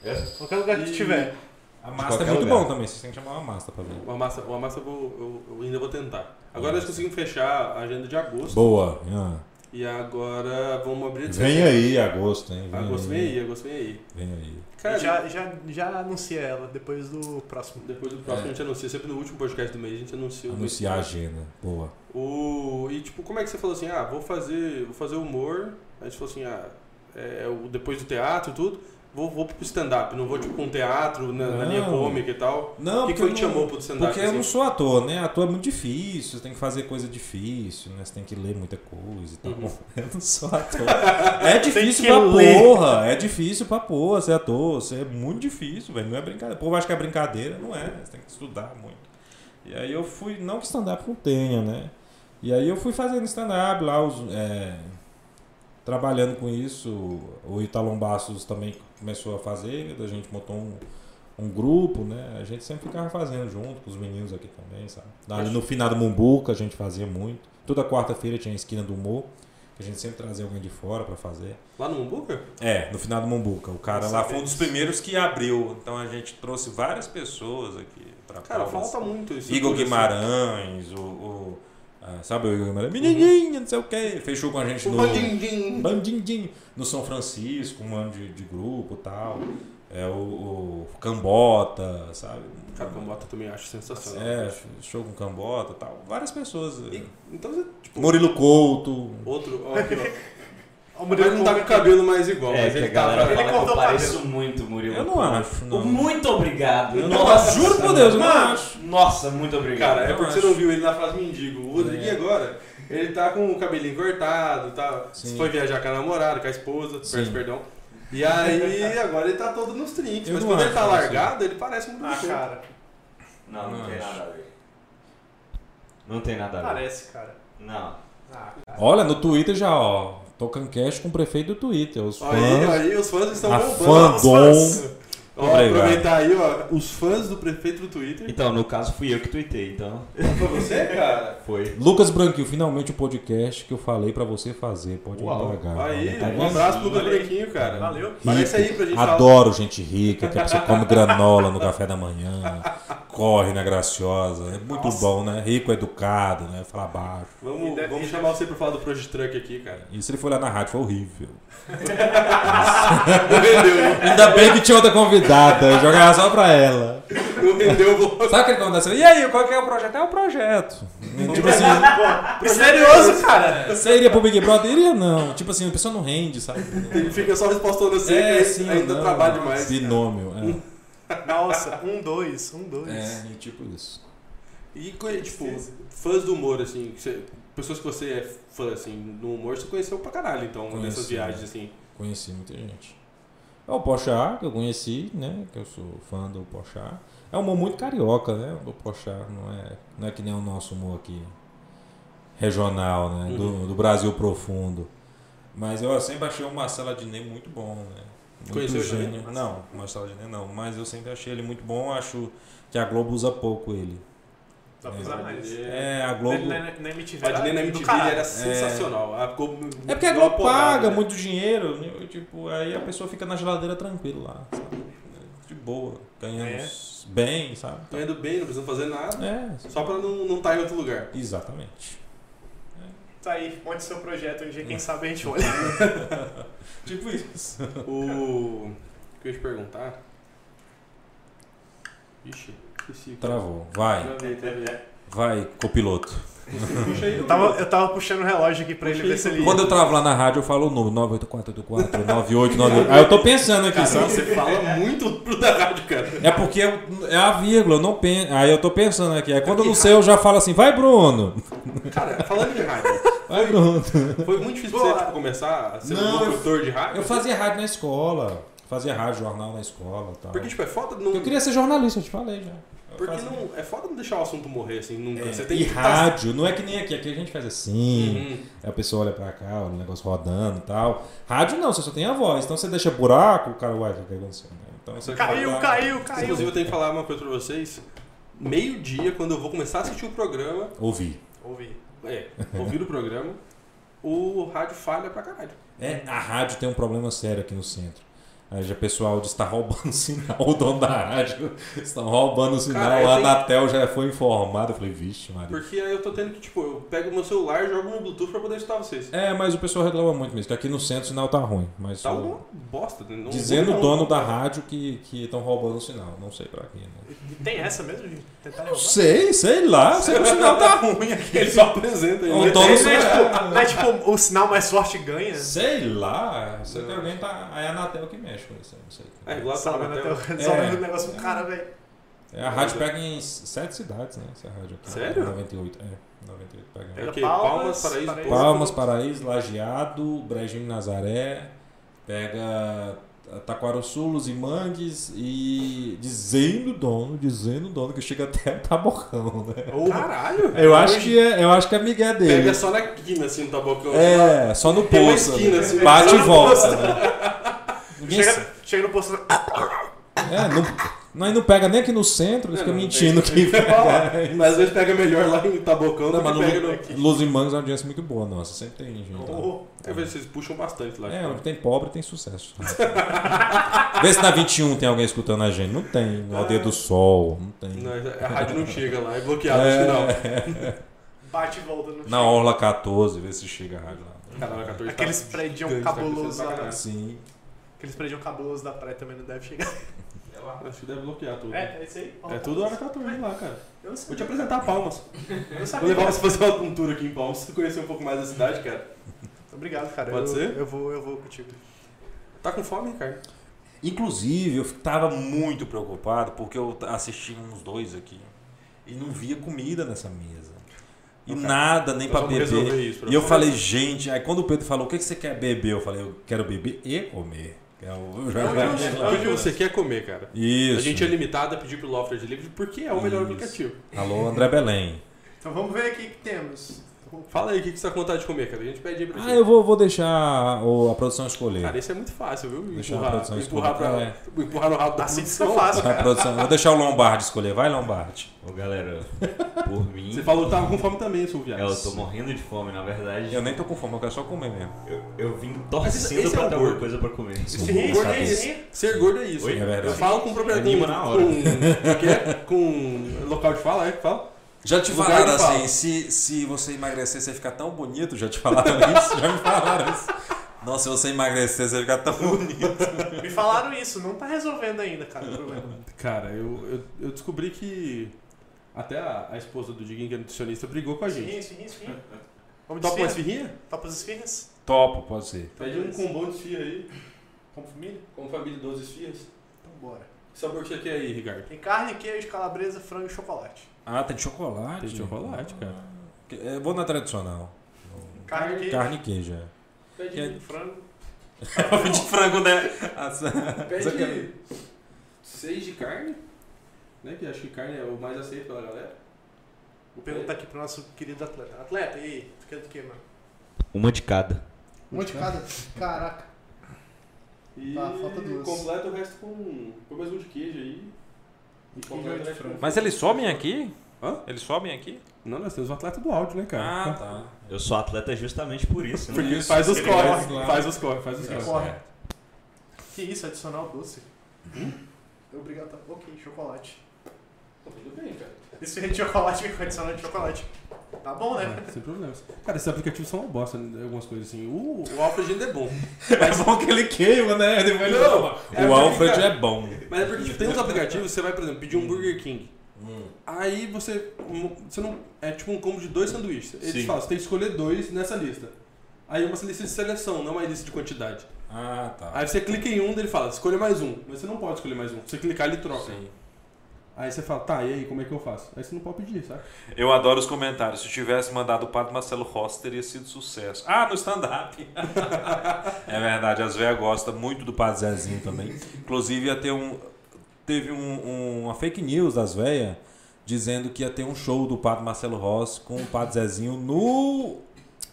É.
Qualquer lugar que
E-
tiver.
A masta é
qualquer
muito
lugar.
bom também. Vocês têm que chamar uma masta pra ver.
Uma massa, uma massa eu, vou- eu- eu ainda vou tentar. Agora nós conseguimos fechar a agenda de agosto.
Boa. ah.
E agora vamos abrir a de
Vem
setembro.
aí, agosto, hein? Vem
Agosto vem aí, agosto vem aí.
Vem aí.
Cara,
Já, já, já anuncia ela depois do próximo.
depois do próximo
É.
a gente anuncia. Sempre no último podcast do mês a gente anuncia. o mês
Anunciar a agenda. Boa.
O, e tipo, como é que você falou assim, ah, vou fazer, vou fazer humor. Aí você falou assim, ah, é, o- depois do teatro e tudo, vou, vou pro stand-up. Não vou, tipo, com teatro, na, na linha
Não.
cômica e tal.
Não,
O que,
porque
que eu
eu
te
não-
chamou pro stand-up?
Porque eu
assim?
não sou ator, né? Ator é muito difícil, você tem que fazer coisa difícil, né? Você tem que ler muita coisa e tal. (laughs) Eu não sou ator. É difícil
que
pra
ler.
porra, é difícil pra porra ser ator. Você é muito difícil, velho. Não é brincadeira. O povo acha que é brincadeira, não é. Você tem que estudar muito. E aí eu fui, não que stand-up não tenha, né? E aí eu fui fazendo stand-up lá, os, é, trabalhando com isso. O Italon Bastos também começou a fazer, a gente montou um, um grupo, né? A gente sempre ficava fazendo junto com os meninos aqui também, sabe? Ali no final do Mumbuca a gente fazia muito. Toda quarta-feira tinha a esquina do humor, que a gente sempre trazia alguém de fora pra fazer.
Lá no Mumbuca?
É, no final do Mumbuca. O cara lá
Ela
foi
foi um dos primeiros que abriu. Então a gente trouxe várias pessoas aqui pra
Cara,
Palmas.
falta muito isso.
Igor
tudo, assim.
Guimarães, o. o- ah, sabe o Igor Guimarães? Menininha, não sei o quê. Fechou com a gente
O
no.
Bandindim.
Bandindim. No São Francisco, um ano de, de grupo e tal. É o, o Cambota, sabe?
Cara, Cambota também acho sensacional.
É, show com Cambota e tal. Várias pessoas. tipo,
E- então você.
Murilo Couto.
Outro.
(laughs)
Ó, aqui, ó.
O
Mas
Murilo
ele não tá com o cabelo mais igual,
É,
mas
que a
ele tá
galera
pra-
Ele
fala que
cortou
eu
o cabelo.
pareço muito, Murilo.
Eu não é. acho, não.
Muito obrigado. Eu
Nossa, é. juro por Deus, eu não é. acho.
Nossa, muito obrigado.
Cara, é
Eu
porque
acho.
você não viu ele na frase mendigo. O Rodriguinho
É.
agora, ele tá com o cabelinho cortado, tá?
Sim.
Foi viajar com a namorada, com a esposa,
Sim.
peço perdão. E
(laughs)
aí, agora ele tá todo nos trinques.
Eu
Mas
não
quando ele
acho
tá
que eu
largado, ele parece muito
Ah, cara.
Não, não,
Não
tem
acho.
nada a ver.
Não tem
Tá
nada a ver.
Parece, cara.
é.
Não.
Ah, cara.
Olha, no Twitter já, ó. Tocancast com o prefeito do Twitter. Os fãs.
Aí, aí os fãs estão
a
bombando.
fandom.
Ó,
Obrigado.
aproveitar aí, ó. Os fãs do prefeito do
(laughs)
Twitter.
Então, no caso fui eu que tuitei, então
Foi você, cara?
foi.
Lucas Branquinho, finalmente o podcast que eu falei pra você fazer. Pode
Uau.
me pagar.
Aí,
Tá
um
vendo?
abraço pro Bruno Branquinho, cara.
Valeu.
Parece
Rico.
aí pra gente falar.
Adoro gente rica, que a pessoa come granola no café da manhã, corre na graciosa. É muito bom, né? Rico, educado, né? Fala baixo.
Vamos,
E deve-
vamos chamar você pra falar do Project Truck aqui,
(laughs)
cara.
E se ele for lá na rádio, foi horrível.
Não rendeu, hein?
Ainda bem que tinha outra convidada, eu jogava só pra ela.
Não rendeu o bloco.
Sabe aquele convidado assim, e aí, qual que é o projeto? É o projeto. tipo assim,
(laughs) Misterioso, cara.
você iria pro Big Brother? Iria não. Tipo assim, a pessoa não rende, sabe?
Ele fica só respostando assim, que
É, sim,
ainda
não.
trabalha demais.
Binômio,
Nossa, um, dois, um, dois.
é. É, e tipo isso.
E, co- tipo, fãs do humor, assim, que você- pessoas que você é fã, assim, do humor, você conheceu pra caralho, então,
Conheci,
nessas viagens, assim.
Conheci muita gente. É o Pochá, que eu conheci, né? Que eu sou fã do Pochá. É um humor muito carioca, né? O Pochá não é, não é que nem o nosso humor aqui regional, né?
Uhum.
Do, do Brasil profundo. Mas eu sempre achei o Marcelo Adnet muito bom, né? Muito
Conheceu ele
gênio. Não, o Marcelo Adnet não. Mas eu sempre achei ele muito bom. Acho que a Globo usa pouco ele.
Dá pra usar mais.
É, a
Na,
Globo...
na, na MTV.
A Adnet na
do
MTV
caralho.
era sensacional. Ah, A Globo-
É porque a
deu uma
Globo
podada,
paga
né?
muito dinheiro, né? Eu, tipo, aí a pessoa fica na geladeira tranquilo lá, sabe? De boa, ganhando
É.
bem, sabe? Então,
Tá indo bem, não precisa fazer nada.
É,
Só pra não não tá em outro lugar.
exatamente.
Tá aí, monte seu projeto. Um dia,
É.
quem sabe, a gente olha.
Tipo isso.
O... O que eu ia te perguntar? Ixi, esqueci.
Travou. Vai,
Travei, travei.
vai, copiloto.
Puxa aí.
Eu tava, eu tava puxando o relógio aqui pra ele ver se ele
Quando eu travo lá na rádio, eu falo o número 984849898. Aí eu tô pensando aqui,
Cara,
sabe?
você fala muito pro da rádio, cara.
É porque eu- é a vírgula, eu não penso. Aí eu tô pensando aqui. Aí quando eu não sei, eu já falo assim, vai Bruno!
Cara, falando de rádio,
Vai Bruno!
foi muito difícil
Boa.
você tipo, começar a ser
Não,
um
eu-
locutor de rádio?
Eu fazia rádio na escola. Fazia rádio, jornal na escola e tal.
Porque, tipo, é foda não...
Eu queria ser jornalista, eu te falei já. Eu
Porque
fazia.
não, é foda não deixar o assunto morrer, assim, nunca.
É,
você tem
e
que tá-
rádio, não é que nem aqui, aqui a gente faz assim,
Uhum.
aí a pessoa olha pra cá, olha o negócio rodando e tal. Rádio não, você só tem a voz, então você deixa buraco, o cara, uai, o que que aconteceu? né? Então, você
Caiu,
fala,
caiu, caiu.
Inclusive, eu tenho que falar uma coisa pra vocês. Meio-dia, quando eu vou começar a assistir o programa,
Ouvi.
Ouvi.
é,
(laughs)
ouvir o programa, o rádio falha pra caralho.
É, a rádio tem um problema sério aqui no centro. Aí já o pessoal disse, tá roubando (laughs) o sinal, o dono da rádio. Estão roubando o sinal,
Cara, é eu
a
tenho-
Anatel já foi informada. Eu falei, vixe, Maria.
Porque aí eu tô tendo que, tipo, eu pego meu celular e jogo no Bluetooth pra poder escutar vocês.
É, mas o pessoal reclama muito mesmo, que aqui no centro o sinal tá ruim. Mas
Tá
o-
uma bosta. Não não-
Dizendo
tá
o dono da rádio que estão roubando o sinal. Não sei pra quem, né?
Tem essa mesmo, gente? Tentar
Não
roubar?
sei, sei lá. Sei que o sinal tá ruim aqui.
(laughs) Ele só apresenta.
O
ele-
dono
Mas, é, tipo, mas, tipo, o sinal mais forte ganha.
Sei lá. Sei que alguém tá. Aí a Anatel que mexe com isso. eu Não sei.
É, igual a
Sabe,
Anatel.
né? Tem-
É.
Resolve o negócio pro cara, velho.
É, a rádio pega em s- sete cidades, né? Essa rádio aqui.
Sério?
98. É, 98 pega.
É o quê? Palmas, Paraíso,
Paraíso.
Palmas, Paraíso, Lajeado, Brejinho Nazaré. Pega Taquaruçu, Luzimangues e. Dizendo o dono, dizendo o dono que chega até (laughs) Tabocão, né?
Caralho, velho.
Eu acho que é, eu acho que é migué dele.
Pega só na quina, assim, no tabocão.
É, só no
Tem uma
poço.
esquina,
né?
assim,
Bate
só
e
no
volta,
poço.
né? Ninguém sabe.
Chega, chega no posto. Ah,
É, não, nós não pega nem aqui no centro, eles
É,
ficam
não,
mentindo
(laughs)
que pega.
Mas às vezes pega melhor lá em Tabocão do
Não,
que
mas
pega no
Lu-
aqui.
Luz e Mangos é uma audiência muito boa, nossa. Sempre tem
"Ah,
gente. lá.
oh,
Às vezes vocês puxam bastante lá. tipo,
É, onde tem pobre tem sucesso. (laughs) Vê se na 21 tem alguém escutando a gente. Não tem. No Aldeia do Sol, não tem.
Não,
é
a rádio não chega lá, é bloqueado no final.
bate e volta no
(laughs) Na Orla 14, vê se chega a rádio lá.
Caralho, 14 tá
Aqueles prédios
gigante, tá
cabulosos
crescendo pra
lá.
Sim.
Aqueles prédios cabulosos da praia também não devem chegar.
caralho. Acho que deve bloquear tudo.
É, é isso aí.
É tudo hora 14 lá, cara.
Eu não sei.
Vou te apresentar Palmas.
Eu não
Vou
sabia.
levar você pra fazer uma um tour aqui em Palmas, pra você conhecer um pouco mais da cidade, cara.
Obrigado, cara.
Pode
eu,
ser?
Eu vou, eu vou contigo.
Tá com fome, Ricardo?
Inclusive, eu tava muito preocupado porque eu assisti uns dois aqui e não via comida nessa mesa. E nada, nem
Nós
pra
vamos
beber.
resolver isso pra
E eu
você.
falei, gente, aí quando o Pedro falou, o que, que você quer beber? Eu falei, eu quero beber e comer. Eu já-
O que que você quer comer, cara?
é (laughs) Isso.
A gente é limitado a pedir pro Lofter de livre porque é o melhor
Isso.
aplicativo.
Alô, André Belém.
Então vamos ver aqui o que temos.
Fala aí o que que você tá com vontade de comer, cara. A gente pede aí pra
Ah,
você.
eu vou, vou deixar o- a produção escolher.
Cara, isso é muito fácil, viu?
Deixa a
empurrar,
produção
empurrar, pra,
escolher.
empurrar no rabo da
Assim fica
produção.
fácil,
Vai,
cara.
produção. Vou deixar o Lombardi escolher. Vai, Lombardi.
Ô galera, por mim.
Você falou que tava com fome também, seu viado.
É, eu tô morrendo de fome, na verdade.
Eu nem tô com fome, eu quero só comer mesmo.
Eu, eu vim
Mas esse-
torcendo
esse é o
pra ter
gordo.
alguma coisa pra comer.
Ser gordo é isso. Ser gordo é isso.
Oi?
É
Eu
verdade.
falo com propriedade.
Anima
Com,
na hora.
o quê? com local de fala, é que fala?
Já te
Lugar
falaram
de fala.
assim, se, se você emagrecer, você fica tão bonito? Já te falaram (laughs) isso? Já me falaram isso. Nossa, se você emagrecer, você fica tão (laughs) bonito.
Me falaram isso, não tá resolvendo ainda, cara, o problema.
Cara, eu, eu, eu descobri que até a, a esposa do Diguinho, que é nutricionista, brigou com a gente.
Esfirrinha, esfirrinha, esfirrinha. Vamos de
Topa uma
esfirra?
esfirrinha?
Topa as esfirras?
Topo, pode ser.
Pede um combão de esfirra aí.
Como família?
Como família, 12 esfirras.
Então bora.
Que sabor que você quer aí, Ricardo?
Tem carne, queijo, calabresa, frango e chocolate.
Ah, tem de chocolate.
Tem de chocolate, cara.
Que- Eu vou na tradicional.
Carne, queijo,
Carne e queijo. é.
Pede,
frango.
de frango, né? Essa-
pede seis de carne, né? Que acho que carne é o mais aceito pela galera. É.
Vou perguntar aqui pro nosso querido atleta. Atleta, e aí? Tu quer do que, mano?
Uma de cada.
Um
Uhum.
de cada? Caraca.
E
Tá, falta duas.
completa o resto com, com mais um de queijo aí. E completa o resto com-
Mas eles sobem aqui?
Hã?
Eles sobem aqui?
Não, nós temos o atleta do áudio, né, cara?
Ah, tá.
Eu sou atleta justamente por isso.
Porque
Né?
ele é faz os
Ele
corres,
faz lá.
faz os corres, faz os corres.
é.
Corre. Que isso, adicional doce?
Hum?
Obrigado. Ok, chocolate.
Tá Tudo bem, cara.
Esfirra é de chocolate com adicional de chocolate. Tá bom,
Uhum.
né?
Ah, sem problemas. Cara, esses aplicativos são uma bosta, né, algumas coisas assim. O, o Alfred ainda é bom.
É bom que ele queima, né? Depois ele
Não,
fala,
é
o Alfred
porque, cara,
é bom.
Mas é porque tipo, tem uns aplicativos, você vai, por exemplo, pedir um Burger King.
Hum.
Aí você. você não, é tipo um combo de dois sanduíches. Eles
Sim.
falam, você tem que escolher dois nessa lista. Aí é uma lista de seleção, não é uma lista de quantidade.
Ah, tá.
Aí você clica em um, daí ele fala, escolha mais um. Mas você não pode escolher mais um. Se você clicar, ele troca.
Sim.
Aí você fala, tá, e aí, como é que eu faço? Aí você não pode pedir, sabe?
Eu adoro os comentários. Se tivesse mandado o Padre Marcelo Rossi, teria sido sucesso. Ah, no
(laughs)
stand-up. é verdade, as velhas gostam muito do Padre Zezinho também.
Inclusive ia ter um. Teve um- um- uma fake news das velhas dizendo que ia ter um show do padre Marcelo Rossi com o padre Zezinho no.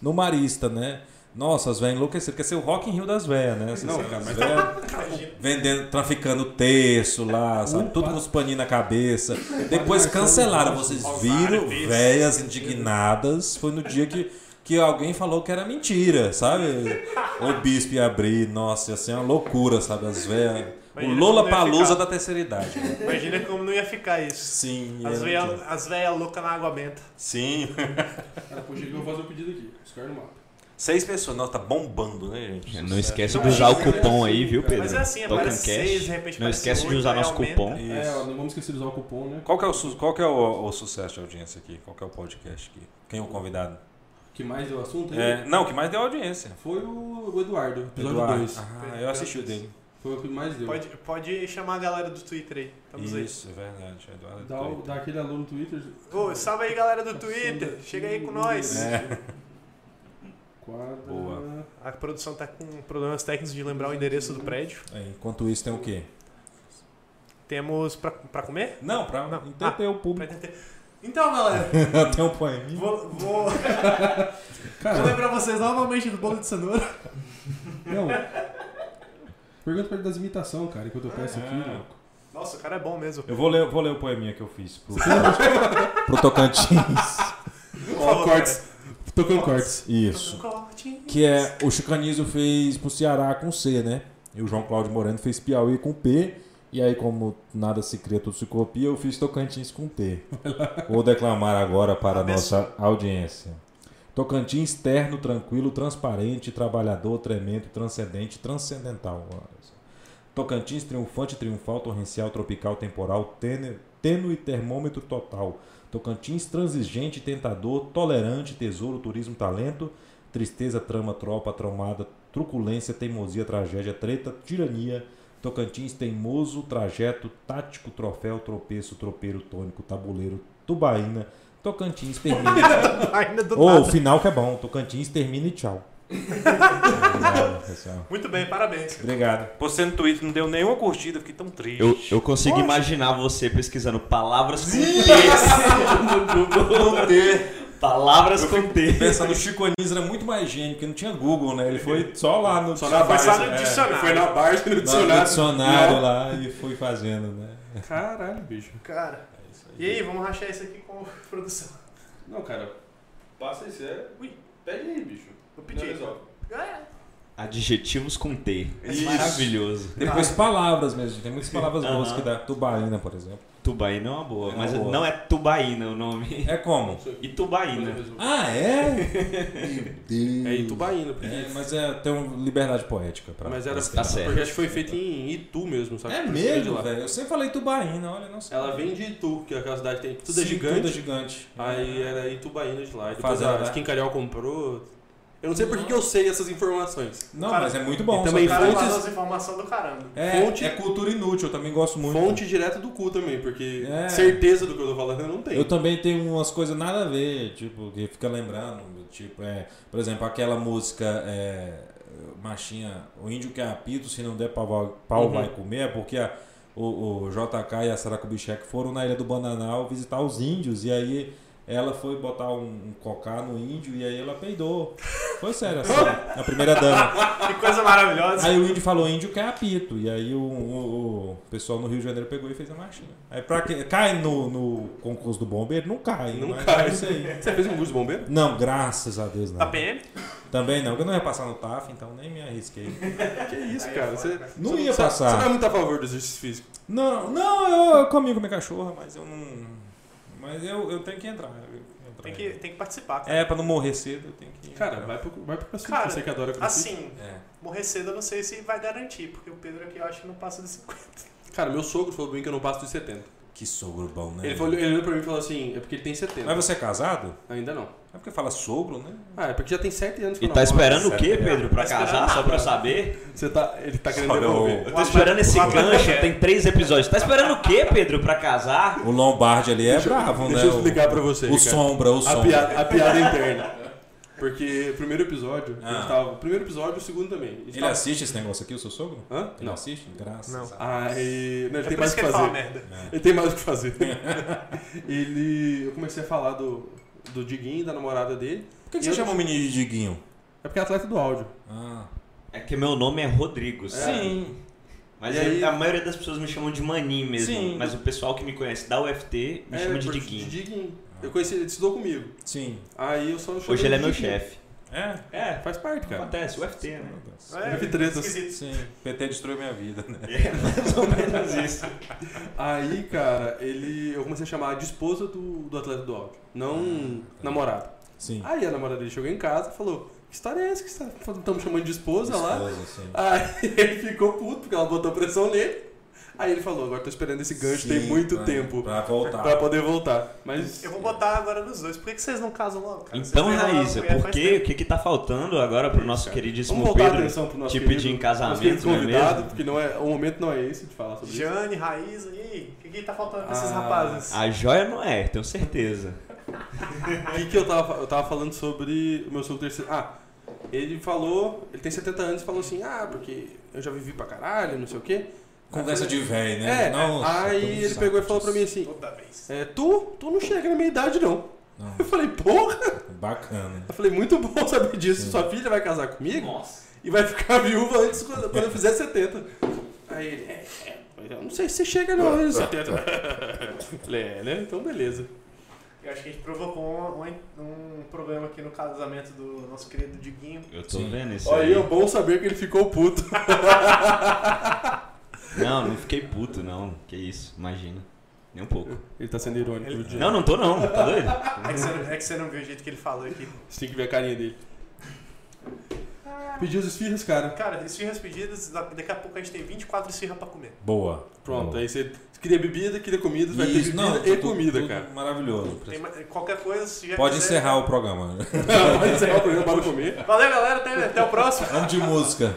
no Marista, né? Nossa, as velhas enlouqueceram, porque ia ser o Rock in Rio das velhas, né? Essas-
Não,
essas
cara, mas- tá
velhas
Tá
vendendo, traficando terço lá, sabe? Tudo com os paninhos na cabeça. Depois cancelaram, vocês viram velhas indignadas. Foi no dia que que alguém falou que era mentira, sabe? o bispo ia abrir, nossa, ia ser uma loucura, sabe? As velhas. O
Imagina
Lola
como ia
Palusa
ficar.
da terceira idade. né?
tá-
Imagina como não ia ficar isso.
Sim,
As
é
era
velhas
mentira.
as véia loucas na água benta.
Sim.
(laughs) Cara, poxa, eu vou fazer um pedido aqui. Scar no mapa.
Seis pessoas, nossa, tá bombando, né, gente?
Não esquece
Não,
de usar
mas
o
é
cupom
assim,
aí, viu,
cara.
Pedro?
Mas é assim,
Token
aparece
Cash.
seis, de repente
Não
aparece
esquece de
oito,
usar
aí
nosso
aumenta.
cupom.
É, ó, não vamos esquecer de usar o cupom, né?
Qual que é, o, su- qual que é o, o sucesso de audiência aqui? Qual que é o podcast aqui? Quem é o convidado?
que mais deu assunto aí?
É, não, o que mais deu audiência.
Foi o Eduardo, episódio
Eduardo.
2.
Ah, eu assisti o dele.
Foi o que mais deu.
Pode, pode chamar a galera do Twitter aí. Estamos
Isso, é verdade. Eduardo.
Dá, o- dá aquele aluno no Twitter.
aí. Ô, salve aí, galera do
Tá
Twitter.
sendo
Chega aí com
aqui.
nós.
É. Quadra.
Boa.
A produção tá com problemas técnicos de lembrar o endereço do prédio.
Enquanto isso, tem o quê?
Temos pra, pra comer?
Não, pra
Não.
entreter o
Pra
público.
entender. Então,
(laughs)
galera,
(laughs) Até um poeminha.
vou, vou, vou
Cara,
lembrar vocês novamente do bolo de cenoura.
não. Pergunta pra ele das imitações, cara, enquanto eu peço aqui,
Ah.
louco.
Nossa, o cara é bom mesmo.
Eu vou ler, vou ler o poeminha que eu fiz pro, pro Tocantins.
Por
Ó,
favor,
cortes. Tô com cortes.
Isso.
Corte.
Que é o Chicanísio fez pro Ceará com C, né? E o João Cláudio Moreno fez Piauí com P. E aí, como nada se cria, tudo se copia, eu fiz Tocantins com T. Vou declamar agora para a nossa audiência. Tocantins terno, tranquilo, transparente, trabalhador, tremendo, transcendente, transcendental. Olha só. Tocantins triunfante, triunfal, torrencial, tropical, temporal, tênue, tênue termômetro total. Tocantins transigente, tentador, tolerante, tesouro, turismo, talento, tristeza, trama, tropa, tromada, truculência, teimosia, tragédia, treta, tirania. Tocantins teimoso, trajeto, tático, troféu, tropeço, tropeiro, tônico, tabuleiro, tubaína. Tocantins termina.
(laughs)
(laughs)
Ainda do
Ou o
nada.
final que é bom. Tocantins termina
(laughs)
e tchau. Obrigado, pessoal.
Muito bem, parabéns.
Obrigado.
Postei no Twitter, não deu nenhuma curtida, fiquei tão triste.
Eu, eu consigo imaginar você pesquisando palavras com T.
Não ter.
palavras com T.
Pensando, o Chico Anísio era muito mais gênio, porque não tinha Google, né? Ele foi só lá no
Só na
Foi só
base.
no
é.
dicionário.
Foi na base no
no
dicionário.
dicionário lá e foi fazendo, né?
Caralho, bicho.
Cara, e aí, vamos rachar isso aqui com (laughs) a produção.
Não, cara, passa isso é. Ui, pede aí, bicho.
Eu
Não
pedi.
resolve.
É.
Adjetivos com T.
Isso.
Maravilhoso.
Ah,
Depois
é.
palavras mesmo, tem muitas palavras boas
Aham.
que dá. Tubaína, por exemplo.
Tubaína é uma boa,
É uma
mas
boa.
não é Tubaína o nome.
É como?
Itubaína.
Ah, é? Meu Deus.
É Itubaína, porque.
É, mas é, tem uma liberdade poética. Pra,
Mas era
pra-
Tá certo.
porque acho que foi feito em Itu mesmo, sabe?
É
Por isso que veio de
mesmo,
lá.
velho? Eu sempre falei Tubaína, olha, não sei.
Ela vem de Itu, que é aquela cidade que tem tudo é
Sim,
gigante.
Tudo é gigante.
Aí é- era Itubaína de lá. E depois
Fazenda,
a
né?
Skin Calhau comprou. Eu não sei por que que eu sei essas informações.
Não,
Cara,
mas é muito bom.
e
só
também
O
que-
cara
Fontes-
vazou as informações do caramba.
é,
fonte-
é cultura inútil, eu também gosto muito.
Fonte direto do cu também, porque
É.
certeza do que eu tô falando eu não
Eu
tenho.
também tenho umas coisas nada a ver, tipo, que fica lembrando, tipo, é, por exemplo, aquela música é, Machinha, o índio que apito, se não der pau, vai- pau
Uhum.
vai comer, é porque a- o, o JK e a Sarah Kubitschek foram na Ilha do Bananal visitar os índios, e aí ela foi botar um, um cocá no índio, e aí ela peidou. Foi sério, assim, a primeira dama.
Que coisa maravilhosa.
Aí o índio falou, índio quer apito. E aí o, o- o pessoal no Rio de Janeiro pegou e fez a marchinha. Aí pra que cai no, no concurso do bombeiro? Não cai.
Não
mas
cai.
É isso aí.
Você fez um curso de bombeiro?
Não, graças a Deus não.
Da Tá PM?
Também não, porque eu não ia passar no TAF, então nem me
(laughs)
arrisquei.
Que isso,
é
é cara. Você,
Não
você
ia
você-
passar.
Você não é muito a favor do exercício físico.
Não, não, eu, eu comi com minha cachorra, mas eu não. Mas eu, eu tenho que entrar. eu- eu entrar.
Tem que, tem que participar. cara.
É, pra não morrer cedo, eu tenho que.
Cara, vai pro, vai pro CrossFit,
Cara,
você que adora CrossFit.
Assim,
É.
morrer cedo eu não sei se vai garantir, porque o Pedro aqui eu acho que não passa de 50.
assim, Cara, meu sogro falou pra mim que eu não passo dos 70.
Que sogro bom, né?
Ele, falou, ele olhou pra mim e falou assim, é porque ele tem 70.
Mas você é casado?
Ainda não.
É porque fala sogro, né?
Ah, é porque já tem 7 anos que
E
eu não
tá
moro.
esperando o quê,
Sério?
Pedro, pra
Tá esperando
casar? Só
nada.
pra eu saber?
Você tá, ele tá querendo
Só
devolver.
não.
Eu tô esperando esse
Uma-
gancho, tem três episódios. Tá esperando o quê, Pedro, pra casar?
O Lombardi ali é bravo, né?
Deixa eu
O-
explicar pra você,
O
Ricardo.
sombra, o
A
sombra.
piada, a piada interna. Porque o primeiro episódio,
Ah.
eu tava, o primeiro episódio e o segundo também. Eles
Ele
é assim.
tavam-
assiste esse negócio aqui, o seu sogro?
Hã?
Ele
Não.
assiste? Graças.
Não.
Aí. Não, ele
É
tem
por
mais
isso
o
que
que
ele fala
fazer.
merda.
Ele tem mais o que fazer. (laughs) ele. Eu comecei a falar do, do Diguinho, da namorada dele.
Por que, que
Eu
você chama o menino de Diguinho?
É porque é atleta do áudio.
Ah.
É que meu nome é Rodrigo.
Sim.
Mas
E aí-
a maioria das pessoas me chamam de Maninho mesmo.
Sim.
Mas o pessoal que me conhece da UFT me
é,
chama de
por-
Diguinho. Ah.
De Diguinho. Eu conheci ele, estudou comigo.
É. Sim.
Aí eu só
Hoje ele é meu chefe.
É?
É,
Faz parte, cara.
acontece, UFT, né?
É,
Teve tretas.
esquisito.
Sim.
PT destruiu minha vida, né?
(laughs) É, mais ou menos isso.
Aí, cara, ele. Eu comecei a chamar de esposa do, do atleta do áudio,
Ah,
não
tá.
namorada.
Sim.
Aí a namorada dele chegou em casa e falou: Que história é essa? Que história? Estamos chamando de esposa lá.
Esposa, sim.
Aí (laughs) ele ficou puto porque ela botou pressão nele. Aí ele falou: Agora tô esperando esse gancho, tem
Sim,
muito
pra-
tempo
Pra voltar.
pra poder voltar. Mas.
Eu vou botar agora nos dois. Por que, que vocês não casam logo, cara? Vocês
Então,
têm uma
Raíssa,
mulher faz
por que, o
tempo.
que que tá faltando agora pro nosso
Vamos
queridíssimo
voltar a
Pedro
atenção pro nosso
tipo
te
querido-
pedir em
nosso
casamento,
querido
não é
convidado,
mesmo?
porque não é, o momento não é esse de falar sobre isso.
Jane, Raíssa, e aí? O que, que tá faltando pra esses
Ah,
rapazes?
A joia não é, tenho certeza.
O que, que eu tava, eu tava falando sobre o meu sogro terceiro. Ah, ele falou, ele tem 70 anos e falou assim: ah, porque eu já vivi pra caralho, não sei o quê.
Conversa de velho, né?
É, aí ele pegou e falou pra mim assim:
Toda vez.
é, tu, tu não chega na minha idade, não.
Não.
Eu falei, porra!
mim. Bacana.
Eu falei, muito bom saber disso. Sua filha vai casar comigo e vai ficar (laughs) viúva antes quando, quando eu fizer 70. Aí ele, é, é, mas eu não sei se você chega não, né, 70. Eu (laughs) falei, é, né? Então beleza.
Eu acho que a gente provocou um, um- um problema aqui no casamento do nosso querido Diguinho.
Eu tô
Sim.
vendo isso
Olha,
aí.
é bom saber que ele ficou puto.
Não, não fiquei puto, não. Que isso, imagina. Nem um pouco.
Ele tá sendo irônico.
Ele-
viu, Diego?
Não, não tô não, tá doido?
Ah.
É que, você não, é que você não viu o jeito que ele falou aqui.
Você tem que ver a carinha dele. Pediu os esfirras, cara.
Cara, esfirras pedidas, da- daqui a pouco a gente tem 24 esfirras pra comer.
Boa.
Pronto,
Boa.
aí você queria bebida, queria comida, vai ter
Isso,
bebida
não,
e
tudo-
comida,
tudo
cara. (laughs)
Maravilhoso.
Tem ma- qualquer coisa, se já
Pode
quiser-
encerrar o programa.
Vai encerrar é o programa para comer.
Valeu, galera. Até, até o próximo.
Vamos de música.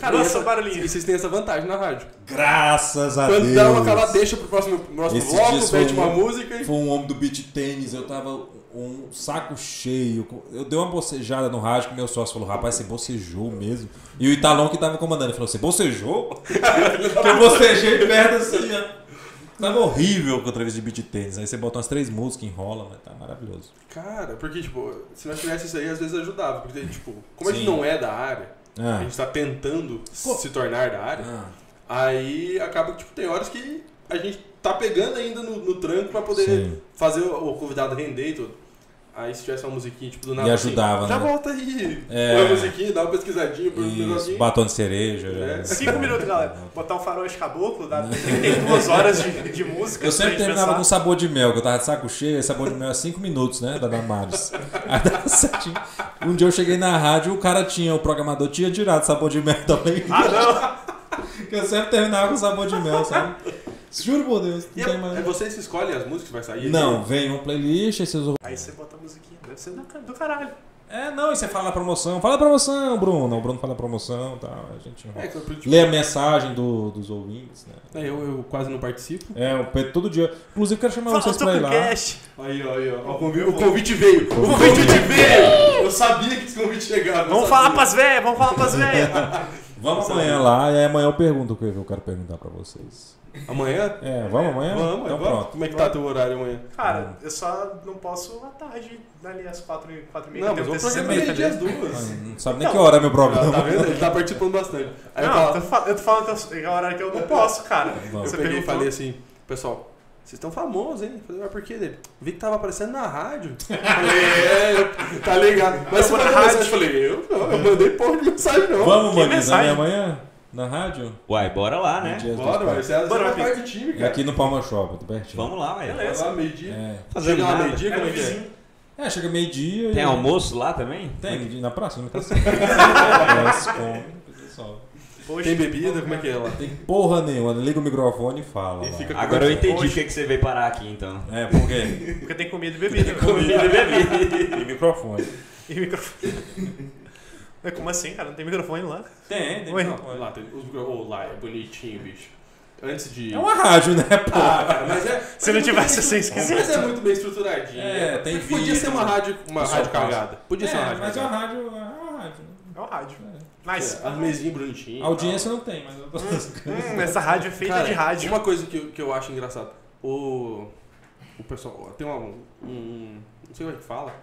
Cara,
E
nossa,
essa-
o barulhinho.
E vocês têm essa vantagem na rádio.
Graças a
Quando
Deus.
dá uma calada, deixa pro próximo, pro próximo
Esse
bloco,
disco
pede
foi
uma
um-
música e.
Foi um homem do beat tênis, eu tava um saco cheio. Eu dei uma bocejada no rádio que meu sócio falou: rapaz, você bocejou mesmo. E o Italão que tava comandando, ele falou: você bocejou? (laughs) eu bocejei perto assim, ó. Tava horrível com a entrevista de beat tênis. Aí você bota umas três músicas, enrola, mas tá maravilhoso.
Cara, porque, tipo, se nós tivesse isso aí, às vezes ajudava. Porque, tipo, como a gente
Sim.
não é da área, a
Ah,
gente tá tentando
Pô.
se tornar da área,
ah,
aí acaba que, tipo, tem horas que a gente tá pegando ainda no, no tranco pra poder
sim.
fazer o, o convidado render e tudo. Aí se tivesse uma musiquinha, tipo, do nada.
E ajudava,
assim, Já
né?
volta aí.
É.
Põe a musiquinha, dá uma pesquisadinha, põe um
Isso,
negocinho. É.
batom de cereja. né?
5 minutos, galera. Botar um faroeste caboclo, dá 32 horas de, de música. pra
Eu sempre
gente
terminava
pensar.
com sabor de mel, que eu tava de saco cheio, e sabor de mel é 5 minutos, né? Da Damares. Aí dava certinho. Um dia eu cheguei na rádio, o cara tinha, o programador tinha tirado sabor de mel (laughs) também.
Ah,
Que eu sempre terminava com sabor de mel, sabe? Juro por Deus,
E
não tem
é, é
mais.
você que escolhe as músicas que vai sair?
Não, vem uma playlist, aí vocês
não! Aí você bota a musiquinha. Deve ser do, ca- do caralho.
É, não, e você fala a promoção. Fala a promoção, Bruno. O Bruno fala a promoção e tal. A gente
É, que eu, tipo,
lê a mensagem do- dos ouvintes, né?
é, eu, eu quase não participo.
É, o Pedro todo dia. Inclusive, quero chamar
Fala
vocês
do
pra ir lá.
cash.
Aí, ó, aí, ó. ó o, convite, o convite veio. O convite veio. Eu sabia que esse convite chegava. eu
Vamos
sabia.
falar pras véias, vamos falar pras véias.
Vamos amanhã lá, e aí amanhã eu pergunto o que eu quero perguntar pra vocês.
Amanhã?
É, vamos amanhã?
Vamos,
então
vamos.
pronto.
Como é que tá teu horário amanhã?
Cara, eu só não posso à tarde, dali às 4 e 4 e meia.
Não,
que
mas
tem um
vamos
o
programar
TCC também,
meio dia
entendeu?
às duas.
Não sabe nem que hora é meu programa.
Tá vendo? Ele tá participando bastante. Aí eu
Não,
falava,
eu, tô fa- eu tô falando que, eu, que é o horário que eu não posso, cara.
(laughs) Vamos.
Eu
Você
peguei e
perguntou?
falei assim, pessoal, vocês estão famosos, hein? Eu Falei, mas por que dele? Vi que tava aparecendo na
(laughs)
rádio. falei, é, eu- tá ligado. Mas você
Eu vou na
mandou mensagem, eu
rádio.
falei, eu não, eu mandei porra de mensagem não.
Vamos,
Que
Maniz,
mensagem?
amanhã? Na rádio?
Uai, bora
Ah,
lá, né?
Dias
Bora,
dos
mas você é
Bora,
uma
Pedro.
parte do time,
pais.
cara.
Aqui no Palma Shopping, do pertinho.
Vamos lá, ué.
Vai lá, meio-dia.
É.
Fazendo
Chega lá
nada.
meio-dia,
É
como é
meu
que é?
vizinho.
É, chega meio-dia.
Tem
e-
almoço lá também?
Tem, na próxima, não tá certo. É, se come, pessoal.
Poxa,
Tem bebida, como é que é lá?
Tem porra nenhuma, liga o microfone e fala.
E
lá.
fica
Agora eu entendi
Hoje.
o que, que você veio parar aqui, então.
É, por quê?
Porque tem comida e bebida.
Comida e bebida.
Tem microfone.
(laughs) E microfone. (laughs) Mas Como assim, cara? Não tem microfone lá?
Tem,
Oi.
Olha lá, tem os micro- Ô, lá, é bonitinho, bicho. Antes de...
É uma rádio, né,
Ah,
pô?
cara, mas é...
Se não tivesse assim,
Mas
esquisito.
é muito bem estruturadinho.
É,
né?
tem
Podia
vídeo.
ser uma rádio, uma
Pessoal
rádio
passa.
cagada. Podia ser uma
é,
rádio
mas é uma
cagada.
rádio, é uma rádio. né?
É um rádio. Nice.
É, As mesinhas bonitinhas.
A audiência não tem, mas eu tô
Hum, essa rádio é feita
Cara,
de rádio.
Uma coisa que, eu- que eu acho engraçado. O, o pessoal. Tem uma, um, um- Não sei como é que fala.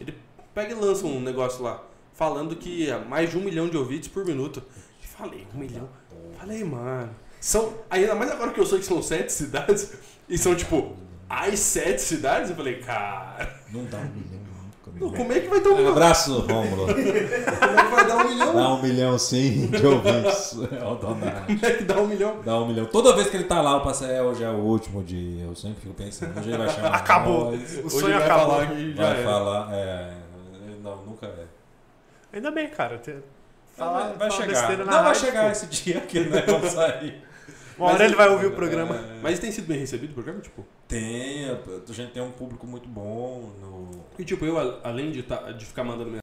Ele pega e lança um negócio lá. Falando que é mais de um milhão de ouvidos por minuto. Eu falei, um milhão. Falei, mano. São. Ainda mais agora que eu sei que são sete cidades. E são tipo. As sete cidades? Eu falei, cara.
Não dá um milhão nunca.
não,
milhão.
Como é que vai ter um milhão?
Abraço, Rômulo.
Como é que vai dar um milhão?
Dá um milhão sim de ouvintes. É o Donato.
Como é que dá um milhão?
Dá um milhão. Toda vez que ele tá lá, eu passo, é, hoje é o último dia. Eu sempre fico pensando, hoje ele vai chamar.
Acabou.
nós,
O
Hoje
sonho
vai
acabou.
falar
né?
que já
vai
era.
falar, é. Não, nunca é.
Ainda bem, cara. Te-
Vai-
Fala, fala
vai chegar.
besteira
Não
na
vai
rádio,
chegar
pô.
esse dia que ele vai sair.
Uma hora
Mas
ele vai ouvir o
É,
programa.
Mas tem sido bem recebido o programa? Tipo,
Tem, a gente tem um público muito bom no.
porque, tipo, eu, a- além de, tá- de ficar mandando mensagem.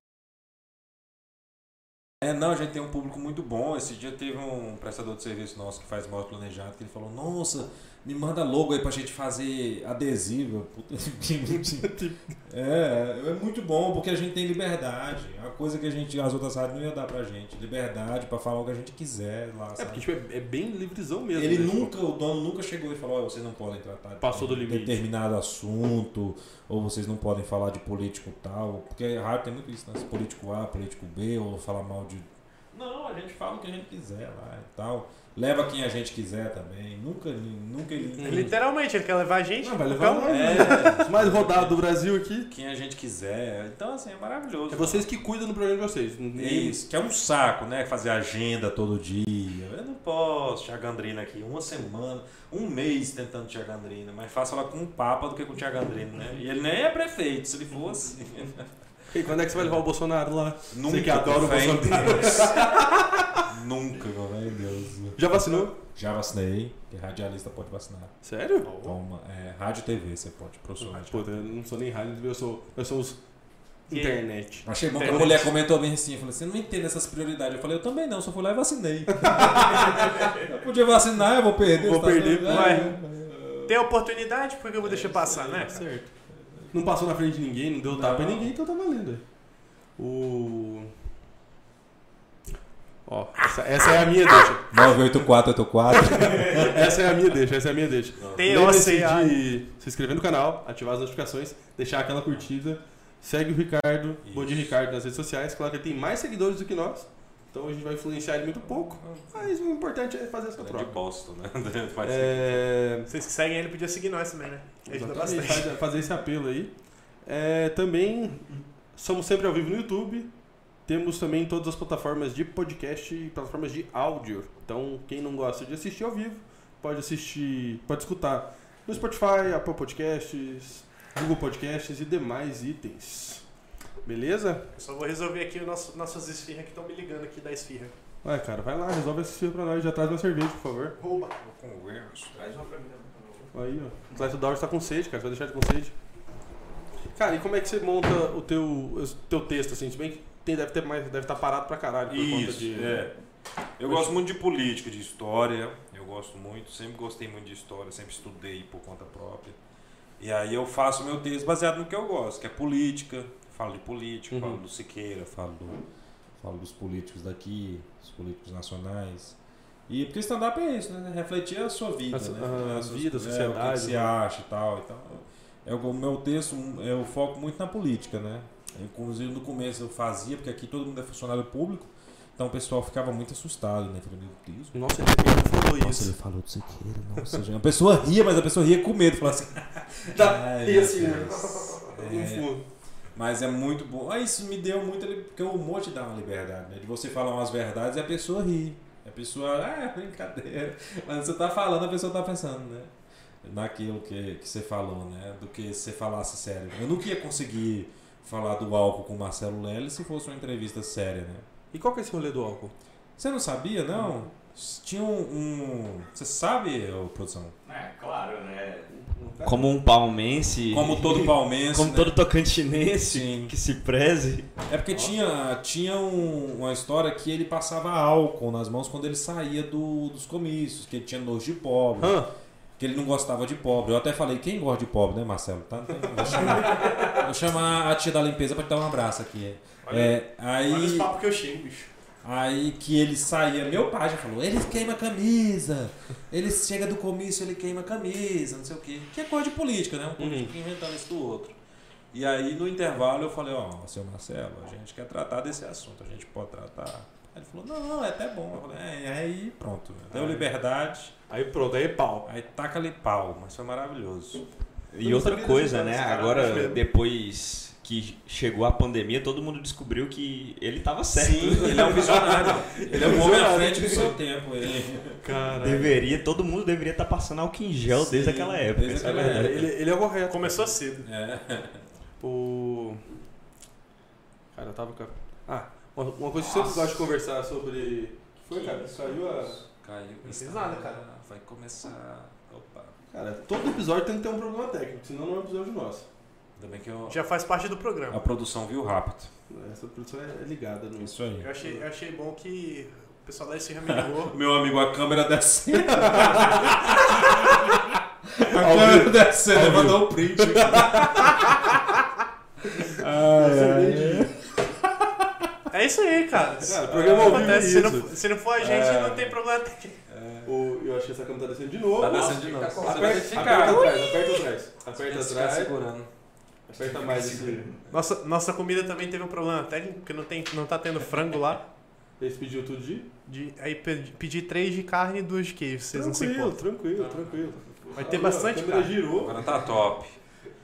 É, não, a gente tem um público muito bom. Esse dia teve um prestador de serviço nosso que faz moto planejado que ele falou: Nossa, me manda logo aí pra gente fazer adesivo. Puta que
(laughs)
pariu. é, é muito bom porque a gente tem liberdade. É uma coisa que a gente, as outras rádios não iam dar pra gente. Liberdade pra falar o que a gente quiser lá.
É,
sabe?
porque, tipo, é, é bem livrezão mesmo.
Ele
né? Tipo,
nunca, o dono nunca chegou e falou, "Ó, vocês não podem tratar de
Passou do limite."
determinado assunto, ou vocês não podem falar de político tal, porque a rádio tem muito isso, né? Político A, político B, ou falar mal de. Não, a gente fala o que a gente quiser lá e tal. Leva quem a gente quiser também. Nunca, nunca ele.
Literalmente, ele quer levar a gente.
Ah, vai levar
Então,
nós, né?
É,
Os mais rodados do Brasil aqui.
quem a gente quiser. Então, assim, é maravilhoso.
É vocês que cuidam do programa de vocês.
É isso, que é um saco, né? Fazer agenda todo dia. Eu não posso, Tiago Andrina aqui, uma semana, um mês tentando Tiago Andrina, mas faço lá com o Papa do que com o Tiago Andrina, né? E ele nem é prefeito, se ele fosse. (laughs)
E quando é que você vai levar o Bolsonaro lá?
Nunca.
que adora o
com fé em
Bolsonaro.
Deus. (laughs) Nunca, meu velho Deus.
Já vacinou?
Já vacinei, que radialista pode vacinar.
Sério?
Toma, é, rádio e TV você pode, professor. rádio.
Pô, eu não sou nem rádio, eu sou, eu sou os
E-
internet.
Achei bom que a
Internet.
mulher comentou bem assim, eu falei, você não entende essas prioridades. Eu falei, eu também não, só fui lá e vacinei.
(laughs)
eu podia vacinar, eu vou perder.
Vou
tá
perder,
doido?
vai.
É,
Tem oportunidade, por que eu vou deixar passar, né?
É Certo. Não passou na frente de ninguém, não deu tapa em
Não.
ninguém, então tá valendo. O. Ó, essa, essa é a minha deixa.
98484.
Essa é a minha deixa, essa é a minha deixa. Lembre-se
T-O-C-A.
de se inscrever no canal, ativar as notificações, deixar aquela curtida. Segue o Ricardo,
Isso.
Bom Dia Ricardo nas redes sociais. Claro que ele tem mais seguidores do que nós, então a gente vai influenciar ele muito pouco. Mas o importante é fazer essa
de
troca.
Boston, né? Faz
É,
Vocês que seguem ele podiam seguir nós também, né? Ajuda
Exatamente,
bastante.
faz- fazer esse apelo aí. É, também somos sempre ao vivo no YouTube. Temos também todas as plataformas de podcast e plataformas de áudio. Então, quem não gosta de assistir ao vivo, pode assistir, pode escutar no Spotify, Apple Podcasts, Google Podcasts e demais itens. Beleza?
Eu só vou resolver aqui o nosso, nossas esfirras que estão me ligando aqui da esfirra.
Vai, cara, vai lá, resolve assistir pra nós. Já traz uma cerveja, por favor.
Rouba.
Aí, ó. Clash of Doors tá com sede, cara. Você vai deixar ele com sede. Cara, e como é que você monta o teu, o teu texto, assim? Se bem que tem, deve estar mais, deve tá parado pra caralho por conta
Isso,
de...
é.
Eu gosto muito de política, de história. Eu gosto muito, sempre gostei muito de história, sempre estudei por conta própria. E aí eu faço meu texto baseado no que eu gosto, que é política. Falo de política,
Uhum.
falo do Siqueira, falo do.
Falo dos políticos daqui, dos políticos nacionais. E porque stand-up é isso, né? Refletir a sua vida,
A su-
né?
a
suas-
vida, a
é, O que
sociedade,
que você
né?
acha e tal. Então, é o o meu texto, um, eu foco muito na política, né? Inclusive no começo eu fazia, porque aqui todo mundo é funcionário público, então o pessoal ficava muito assustado, né? Falei, meu Deus,
Nossa, ele ele falou
nossa,
isso.
ele falou do Siqueira, nossa, gente. A pessoa ria, mas a pessoa ria com medo, falava assim. (laughs) Ai,
e
meu
assim,
Deus.
No
É,
fundo.
mas é muito bom. Ah, isso me deu muito. li- Porque o humor te dá uma liberdade, né? De você falar umas verdades e a pessoa ri. A pessoa, (laughs) ah, é brincadeira. Mas você tá falando, a pessoa tá pensando, né? Naquilo que, que você falou, né? Do que se você falasse sério. Eu nunca ia conseguir falar do álcool com o Marcelo Lely se fosse uma entrevista séria, né?
E qual que é esse rolê do álcool?
Você não sabia, não? Tinha um. um- Você sabe, ô, produção?
É, claro, né?
Como um palmense.
Como todo palmense.
como
né?
todo tocantinense
Sim.
que se preze.
É porque tinha, tinha um- uma história que ele passava álcool nas mãos quando ele saía do- dos comícios, que ele tinha nojo de pobre,
Hã?
que ele não gostava de pobre. Eu até falei, quem gosta de pobre, né, Marcelo? Tá, Não tem- vou, chamar, vou chamar a tia da limpeza pra te dar um abraço aqui. É,
Olha os
aí,
papos que eu chego, bicho.
aí que ele saía, meu pai já falou, ele queima a camisa, ele chega do comício, ele queima a camisa, não sei o quê. Que é coisa de política, né? Um político inventando isso do outro. E aí, no intervalo, eu falei, ó, seu Marcelo, a gente quer tratar desse assunto, a gente pode tratar. Aí ele falou, não, não, é até bom. Eu falei, é, e aí pronto. Deu liberdade,
Aí pronto, aí pau.
aí taca-lhe pau, mas foi maravilhoso.
E outra coisa, né?
cara,
Agora,
mesmo.
depois que chegou a pandemia, todo mundo descobriu que ele tava certo.
Sim,
(laughs)
ele é um visionário. Ele é um homem à frente do seu tempo. Ele...
Deveria, todo mundo deveria estar passando álcool em gel
Sim,
desde aquela época.
desde
sabe?
aquela
Ele, ele é o correto.
Começou cedo.
É.
O. Cara, eu tava com a... Ah, uma, uma coisa que eu sempre gosto de conversar sobre. que foi, cara? Saiu a.
Caiu. Não
fez nada, cara.
Vai começar. Opa.
Cara, todo episódio tem que ter um problema técnico, senão não é um episódio nosso.
Ainda bem que eu...
Já faz parte do
a
programa.
produção viu rápido.
Essa produção é é ligada no.
Isso aí.
Eu achei, eu achei bom que o pessoal da SM ligou.
Meu amigo, a câmera
(laughs)
descendo. a câmera descendo, ele mandou um print.
(laughs)
É isso aí, cara.
Cara, o programa ao vivo é
Acontece, se,
isso.
não, for- se não for a gente,
É.
não tem problema. técnico.
O- eu acho que essa câmera tá descendo de novo.
Tá descendo de novo. Você vai
Aperta,
ficar.
aperta atrás, aperta atrás. Aperta
Você vai ficar
atrás,
segurando.
aperta mais esse.
Nossa, nossa comida também teve um problema técnico, porque não, tem, não tá tendo frango lá.
Esse pediu tudo de.
De, aí pedi, pedi três de carne e duas de queijo, vocês não se
Tranquilo,
importam.
tranquilo, tranquilo.
Vai ter
Aí, ó,
bastante
A câmera
carne.
girou.
Agora tá top.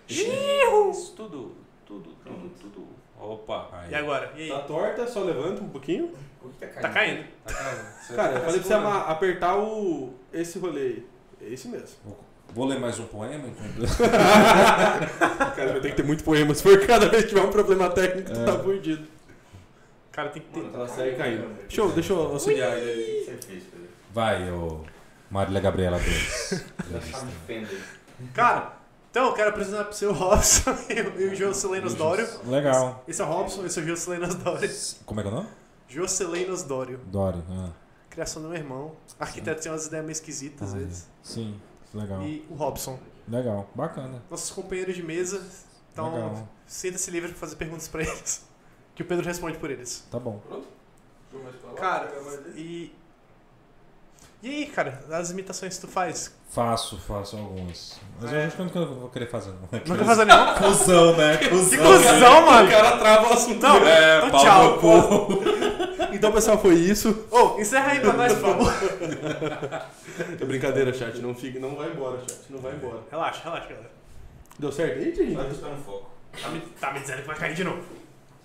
Giro! Isso tudo, tudo, tudo, tudo. Opa. Aí.
E agora? E
Tá
aí?
torta, só levanta um pouquinho.
Tá caindo?
Tá caindo. Você
Cara, eu
tá
falei pra você
segurando.
ama- apertar o. esse rolê aí. É esse mesmo.
Vou ler mais um poema enquanto.
(laughs) Cara, vai ter que ter muito poema. Se for cada vez que tiver um problema técnico,
É.
tu tá fudido.
Cara, tem que ter.
Ela segue caindo. Deixa eu, deixa eu auxiliar ele aí.
é né?
Vai, ô Marília
(laughs)
Gabriela Deus.
é
Cara, então eu quero apresentar pro seu Robson (laughs) e o Jocelinos Dório.
Legal.
Esse é o Robson, esse é o Jocelinos Dório.
Como é que é o nome?
Jocelinos Dório.
Dório. Ah,
Criação do meu irmão. Arquiteto tem umas ideias meio esquisitas às
Ah,
vezes.
sim. Legal.
E o Robson.
Legal. Bacana.
Nossos companheiros de mesa. Então,
Legal.
sinta-se livre pra fazer perguntas pra eles. (laughs) Que o Pedro responde por eles.
Tá bom.
Cara, e. E aí, cara, as imitações que tu faz?
Faço, faço alguns. Mas eu acho que eu nunca É. vou querer fazer. não.
Não quer
(laughs)
fazer nenhuma?
Cusão, (laughs) né?
Que cuzão, mano!
cara trava o assunto.
Não,
É,
então tchau.
Então, pessoal, foi isso.
Ô, encerra aí pra nós, por favor.
É brincadeira, chat. Não, fica, não vai embora, chat. Não vai embora.
(laughs) Relaxa, relaxa, galera.
Deu certo? aí, gente?
Tá me, tá me dizendo que vai cair de novo.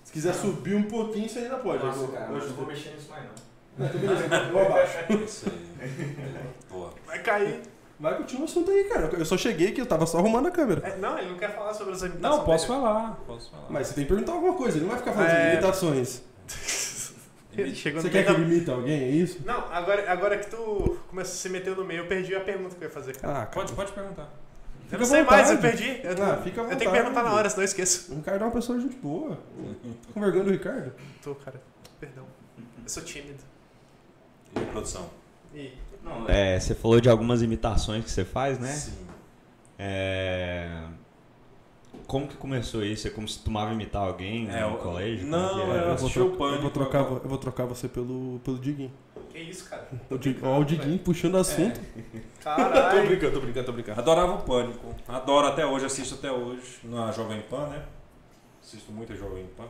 Se
Ah.
quiser subir um pouquinho, você ainda pode. Eu vou- eu ajudo.
mexer nisso mais não. (laughs)
Não, então beleza, (laughs) eu abaixo.
Isso aí. Boa.
Vai cair.
Vai continuar o assunto aí, cara. Eu só cheguei que eu tava só arrumando a câmera.
É, não, ele não quer falar sobre as imitações.
Não, posso falar.
Posso falar?
Mas você tem que perguntar alguma coisa, ele não vai ficar fazendo
É.
imitações.
(laughs) Ele chegou
Você
no
quer
meio
que
da...
ele imita alguém, é isso?
Não, agora, agora que tu começou a se meter no meio, eu perdi a pergunta que eu ia fazer. cara.
Ah,
Pode, pode perguntar.
Eu
à
não sei
vontade.
mais, eu perdi. Eu,
Ah, fica à
eu tenho
vontade.
que perguntar na hora, senão eu esqueço.
O Ricardo é uma pessoa de gente boa. Tô com vergonha do Ricardo.
Tô, cara. Perdão. Eu sou tímido.
E a produção?
E
É, você falou de algumas imitações que você faz, né?
Sim.
É... Como que começou isso? Você costumava imitar alguém
É,
no
eu-
colégio?
não,
Como que era?
eu- Assistiu
trocar-
o Pânico.
É,
né?
vou trocar, vo- eu vou trocar você pelo, pelo Diguinho.
que isso,
(laughs)
cara?
O Dig- Ó, o Diguinho puxando
É.
assunto.
Tá
Tô
Caralho.
brincando, tô brincando, tô brincando.
Adorava o Pânico. Adoro até hoje, assisto até hoje. Na Jovem Pan, né? Assisto muito a Jovem Pan.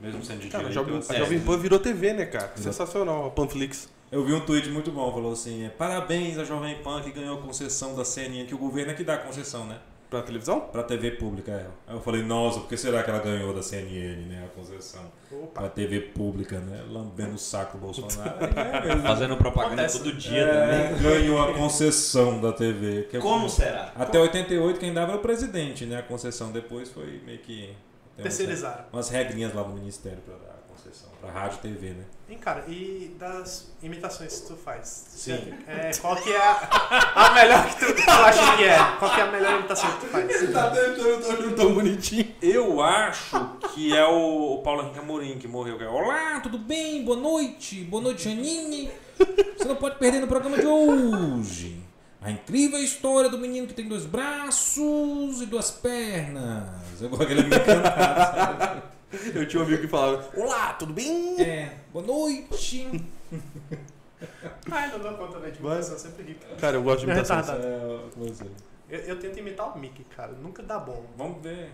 Mesmo sendo de
Cara,
direita,
a
eu
Jovem, a
assisto.
Jovem Pan virou TV, né, cara?
Exato.
Sensacional, a Panflix.
Eu vi um tweet muito bom, falou assim: é, parabéns à Jovem Pan que ganhou a concessão da CNN, que o governo é que dá a concessão, né?
Pra televisão?
Pra TV pública, é. Aí eu falei, nossa, por que será que ela ganhou da CNN, né? A concessão. Pra TV pública, né? Lambendo o saco do Bolsonaro. É,
(laughs)
mesmo.
Fazendo propaganda
Acontece.
todo dia
É,
também.
ganhou a concessão da TV. que é-
Como será?
Até 88 quem dava era o presidente, né? A concessão depois foi meio que. tem umas-
Terceirizaram.
Umas regrinhas lá no ministério pra dar a concessão. Pra rádio e TV, né?
Hein, cara, e das imitações que tu faz?
Sim.
É, qual que é a, a melhor que tu, tu acha que é? Qual que é a melhor imitação que tu faz?
Tá tentando tão bonitinho.
Eu acho que é o, o Paulo Henrique Amorim que morreu. que é, Olá, tudo bem? Boa noite. Boa noite, Janine.
Você não pode perder no programa de hoje. A incrível história do menino que tem dois braços e duas pernas. É Eu gosto daquele mecânico.
Eu tinha um amigo que falava, olá, tudo bem?
É, boa noite.
Ai, não dou conta, velho. De imitação, eu sempre rico.
Cara, eu gosto de
Meu
imitações.
retardado.
É, pois é.
Eu, eu tento imitar o Mickey, cara. Nunca dá bom.
Vamos ver.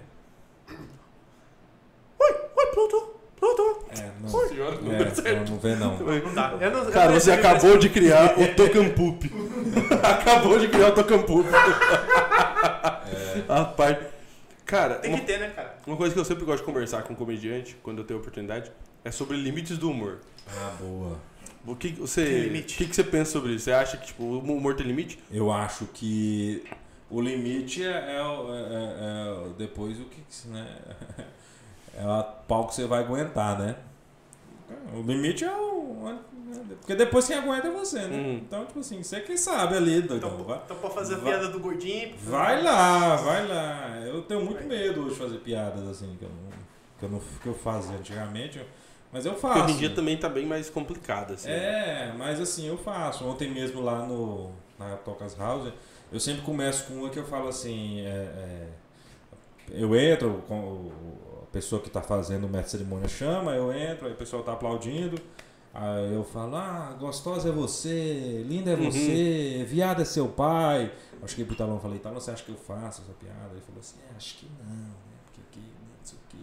Oi, oi, Pluto! Pluto!
É, não. É, não, não vê não.
Não dá. Eu não- eu
Cara,
não
você
recebi
acabou de criar o Tocampup. acabou de criar o Tocampup. A parte. É. Cara,
Tem
uma,
que ter, né, cara?
uma coisa que eu sempre gosto de conversar com um comediante, quando eu tenho oportunidade, é sobre limites do humor.
Ah, boa.
O que
Que
você,
limite?
o que que você pensa sobre isso? Você acha que tipo, o humor tem limite?
Eu acho que o limite é, é o- é- é- é o- depois o que, que se, né? (laughs) É a pau que você vai aguentar, né? O limite é o. é- Porque depois quem aguenta é você, né?
Hum.
Então, tipo assim, você quem sabe ali, doidão.
Então,
vai,
então pode fazer a
vai-
piada do gordinho.
vai lá, vai lá. Eu tenho muito medo hoje de fazer piadas assim que eu não, que eu, não, que eu fazia antigamente, mas eu faço.
Porque hoje em dia também tá bem mais complicado, assim. né?
É, mas assim, eu faço. Ontem mesmo lá no, na Tocas House, eu sempre começo com uma que eu falo assim: é, é, eu entro, com o- a pessoa que está fazendo o mestre de cerimônia chama, eu entro, aí o pessoal tá aplaudindo. Aí eu falo, ah, gostosa é você, linda é
Uhum.
você, viado é seu pai. Acho que pro Talão falei, Talão, você acha que eu faço essa piada? Ele falou assim, é, acho que não, né? Porque aqui, né, não sei o quê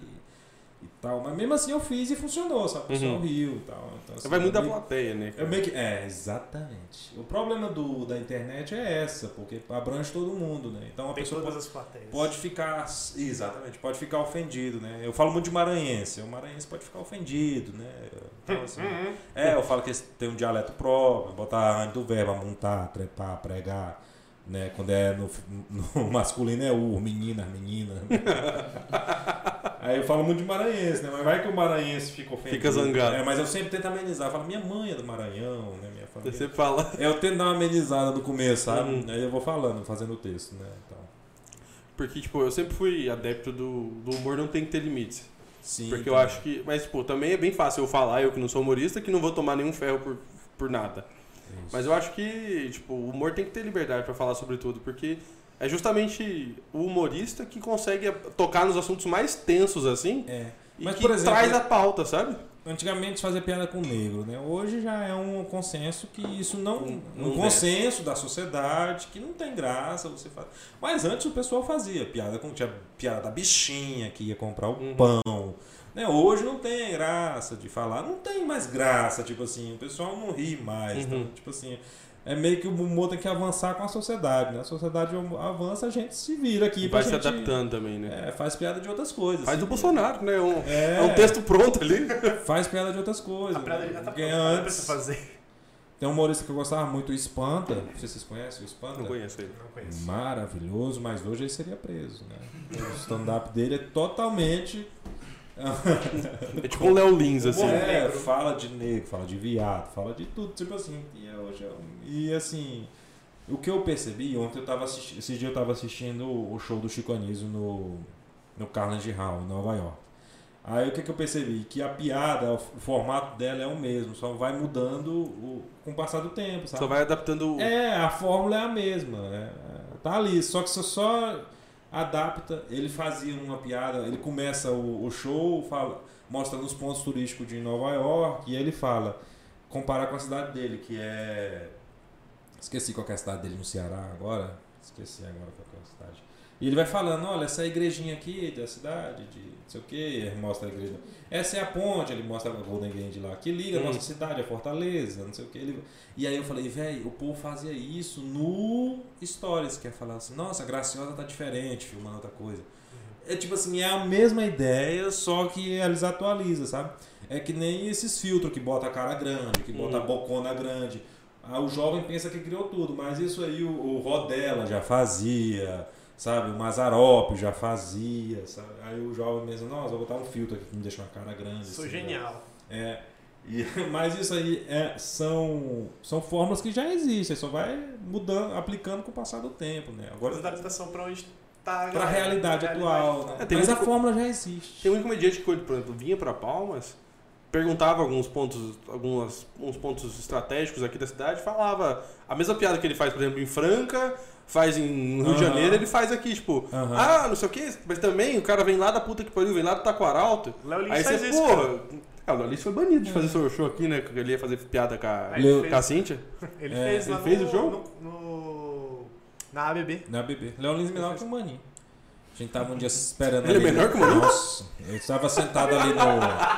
e tal. Mas mesmo assim eu fiz e funcionou, sabe? O pessoal
Uhum.
riu e tal. Então, assim,
Vai muito da
eu meio-
plateia, né?
eu
cara?
meio que- é, exatamente. O problema do, da internet é essa, porque abrange todo mundo, né? Então a
Tem
pessoa
todas
pode,
as plateias.
pode ficar. Exatamente, pode ficar ofendido, né? Eu falo muito de maranhense, o maranhense pode ficar ofendido, né? Então,
Uhum.
assim,
(laughs)
é, eu falo que eles têm um dialeto próprio, botar antes do verbo, montar, trepar, pregar. Né, quando é no, no (laughs) masculino é o menina,
(laughs)
menina. Aí eu falo muito de maranhense, né? Mas vai que o maranhense fica ofendido.
Fica zangado.
né? Mas eu sempre tento amenizar. Eu falo, minha mãe é do Maranhão, né? Minha família.
Você fala.
Eu tento dar uma amenizada no começo, sabe?
Uhum.
Aí eu vou falando, fazendo o texto, né? Então,
Porque, tipo, eu sempre fui adepto do, do humor não tem que ter limites.
sim. então, tá.
porque eu acho que. Mas, pô, também é bem fácil eu falar, eu que não sou humorista, que não vou tomar nenhum ferro por, por nada.
é
Mas eu acho que, tipo, o humor tem que ter liberdade pra falar sobre tudo, porque é justamente o humorista que consegue tocar nos assuntos mais tensos, assim,
É.
e
Mas,
que
por exemplo,
traz a pauta, sabe?
Antigamente se fazia piada com negro, né? Hoje já é um consenso que isso não.
Não- não
um consenso da sociedade que não tem graça você fazer. Mas antes o pessoal fazia piada com. Tinha piada da bichinha que ia comprar o
Uhum.
pão. Né? Hoje não tem graça de falar. Não tem mais graça, tipo assim. O pessoal não ri mais.
Uhum.
então, tipo assim. É meio que o humor tem que avançar com a sociedade, né? A sociedade avança, a gente se vira aqui.
E vai
pra
se
gente,
adaptando também, né?
É, faz piada de outras coisas.
Faz
assim,
do
né?
Bolsonaro, né? Um-
É.
é um texto pronto ali.
Faz piada de outras coisas.
A piada
né?
já tá
Porque
pronta, não
antes-
precisa fazer.
Tem um humorista que eu gostava muito, o Espanta. Não sei se vocês conhecem o Espanta.
Não conheço ele.
Não conheço.
Maravilhoso, mas hoje ele seria preso, né? O stand-up dele é totalmente.
É tipo um Léo Lins, assim.
é, fala de negro, fala de viado, fala de tudo, tipo assim. E, é hoje é um- e assim, o que eu percebi, ontem eu tava assistindo. Esse dia eu tava assistindo o show do Chico Anísio no, no Carnegie Hall, em Nova York. Aí o que, que eu percebi? Que a piada, o formato dela é o mesmo, só vai mudando o- com o passar do tempo, sabe?
Só vai adaptando o-
É, a fórmula é a mesma. é, tá ali, só que você só adapta. Ele fazia uma piada, ele começa o, o show, fala, mostrando os pontos turísticos de Nova York, e aí ele fala, compara com a cidade dele, que é. Esqueci qual que é a cidade dele no Ceará agora. Esqueci agora qual que é a cidade. E ele vai falando, olha, essa igrejinha aqui da cidade, de não sei o que, ele mostra a igreja. Essa é a ponte, ele mostra a Golden Gate lá, que liga a nossa cidade, a Fortaleza, não sei o que. Ele... E aí eu falei, velho, o povo fazia isso no Stories, que é falar assim, nossa, a Graciosa tá diferente, filmando outra coisa. É tipo assim, é a mesma ideia, só que eles atualizam, sabe? É que nem esses filtros que bota a cara grande, que bota a bocona grande. Ah, o jovem pensa que criou tudo, mas isso aí o, o Rodella já fazia, sabe? O Mazarop já fazia, sabe? Aí o jovem pensa, nossa, vou botar um filtro aqui que me deixa uma cara grande.
Sou
assim, né?
genial.
É. E- (laughs) mas isso aí é- são, são fórmulas que já existem, só vai mudando, aplicando com o passar do tempo, né?
Mas
Agora
adaptação tá pra onde tá.
para a realidade atual, né?
É, tem
mas a
muito-
fórmula já existe.
Tem um comediante que, por exemplo, vinha pra Palmas, perguntava alguns pontos, algumas, uns pontos estratégicos aqui da cidade, falava a mesma piada que ele faz, por exemplo, em Franca, faz em Rio de
Aham.
Janeiro, ele faz aqui, tipo,
Aham.
ah, não sei o que, mas também o cara vem lá da puta que pariu, vem lá do Taquaralto.
Léo Lins
Aí
faz
você,
isso,
porra. É, o Leolins foi banido de fazer seu show aqui, né? que Ele ia fazer piada com a,
Aí ele
com a
fez-
Cíntia.
Ele
É,
fez
ele
lá
fez
no,
o jogo?
no- no- na ABB.
Na bebê. Leolins é menor que o Maninho. A gente tava um dia esperando
Ele é
ali-
menor que o Maninho?
Nossa, eu estava sentado ali no.
(laughs)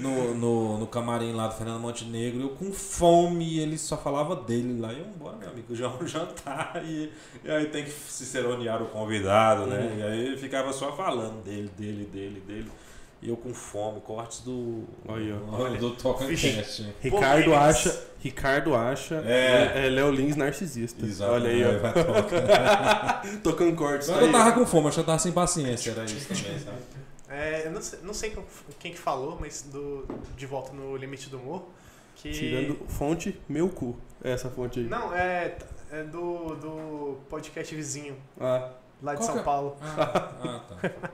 no, no, no camarim lá do Fernando Montenegro, eu com fome, ele só falava dele lá. E eu, bora, meu amigo, já é um jantar. E, e aí tem que ciceronear o convidado, né?
É.
E aí ele ficava só falando dele, dele, dele, dele. E eu com fome, cortes do.
Aí, ó.
do- do Toca
Vixe.
Cast, né?
Ricardo
Polêmicas.
acha, Ricardo acha
É.
é, é Léo Lins narcisista.
Exato.
Olha aí,
É.
vai tocar.
ó. Tocando cortes.
Só
Tá
que eu
aí,
tava com fome, acho que eu tava sem paciência, era isso também, tá? sabe?
É, eu não sei, não sei quem- quem que falou, mas do, de volta no Limite do Humor. Que...
Tirando fonte, meu cu. É Essa fonte aí.
Não, é, é do, do podcast vizinho,
Ah,
lá de
Qual que
São
é?
Paulo.
Ah, ah,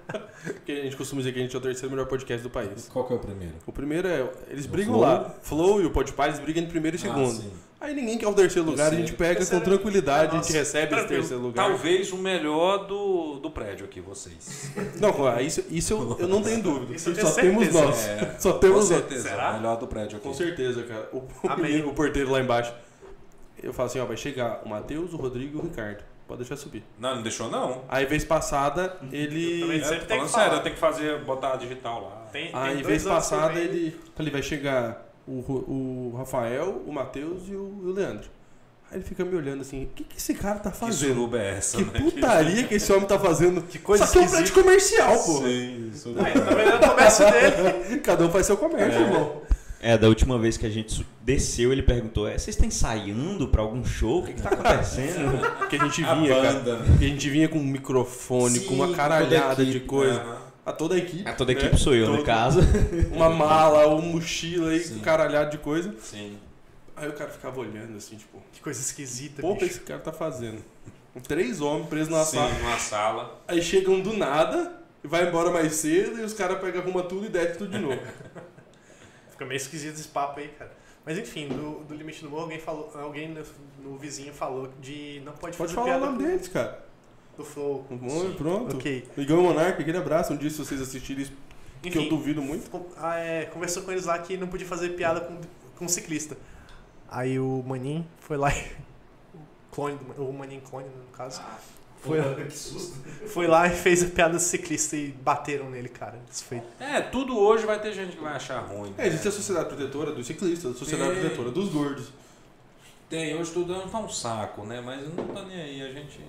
tá.
que a gente costuma dizer que a gente é o terceiro melhor podcast do país.
Qual que é o primeiro?
O primeiro é. Eles
O
brigam
Flow.
lá. Flow e o Podpah, eles brigam entre
é
primeiro e
Ah,
segundo.
sim.
Aí ninguém quer o terceiro lugar, a gente pega com
Terceiro.
tranquilidade, a
Nossa,
gente recebe esse
Tranquilo.
terceiro lugar.
Talvez o melhor do, do prédio aqui, vocês.
Não, ah, isso, isso eu, eu não tenho dúvida.
Isso eu tenho
Só temos
certeza.
nós.
É,
Só
com
temos nós.
certeza.
Será?
Melhor do prédio aqui.
Com certeza, cara. O, o,
Amém.
menino, o porteiro lá embaixo. Eu falo assim, ó, vai chegar o Matheus, o Rodrigo e o Ricardo. Pode deixar subir.
Não, não deixou não.
Aí, vez passada,
Eu
ele...
também-
É,
sempre
tô
tem que
falando sério,
falar.
eu tenho que fazer, botar a digital lá.
Tem, tem
Aí,
dois
Ah, vez
anos que eu
passada,
venho.
ele... Falei, vai chegar o, Ro- o Rafael, o Matheus e o, e o Leandro. Aí ele fica me olhando assim, o que, que esse cara tá
Que
fazendo?
suruba é essa,
Que,
né?
putaria que esse homem tá fazendo.
Que coisa
Isso aqui é um
esquisita.
prédio comercial, pô.
Sim, suruba.
Aí, tá vendo o
(laughs)
comércio dele.
Cada um faz seu comércio, irmão.
É, da última vez que a gente su- desceu, ele perguntou: "É, vocês estão ensaiando pra algum show? O que, que tá acontecendo?
Porque a gente
A
vinha, cara.
banda, né?
Porque a gente vinha com um microfone, com
Sim,
uma
toda
caralhada
a equipe, é.
de coisa.
aham.
A toda a equipe.
Ah, Toda a
né?
equipe sou eu, no
Todo-
caso.
Uma mala, uma mochila e
Sim.
caralhado de coisa.
Sim.
Aí o cara ficava olhando assim, tipo,
Que coisa esquisita,
pô, o que
bicho.
esse cara tá fazendo? Três homens presos na
Sim,
sala.
numa sala.
Aí chegam do nada, e vai embora mais cedo e os caras pegam, arruma tudo e desce tudo de
(laughs)
novo.
Fica meio esquisito esse papo aí, cara. Mas enfim, do, do Limite do Humor, alguém, falou, alguém no, no vizinho falou de não pode,
Pode
fazer
falar o
piada
nome
com-
deles, cara.
do Flow.
Bom, pronto.
Ok.
Miguel e Monarca, aquele abraço. Um dia, se vocês assistirem isso,
Enfim,
que eu duvido muito.
com- ah, é, conversou com eles lá que não podia fazer piada com, com ciclista. Aí o Manin foi lá e. (laughs) O clone, do Ma- o Manin clone, né, no caso. Foi, foi lá e fez a piada do ciclista e bateram nele, cara. Isso foi
É, tudo hoje vai ter gente que vai achar ruim.
É,
né?
existe a Sociedade Protetora dos Ciclistas, a Sociedade
É.
Protetora dos Gordos.
Tem, hoje tudo é um
Tá um saco, né? Mas não tá nem aí, a gente,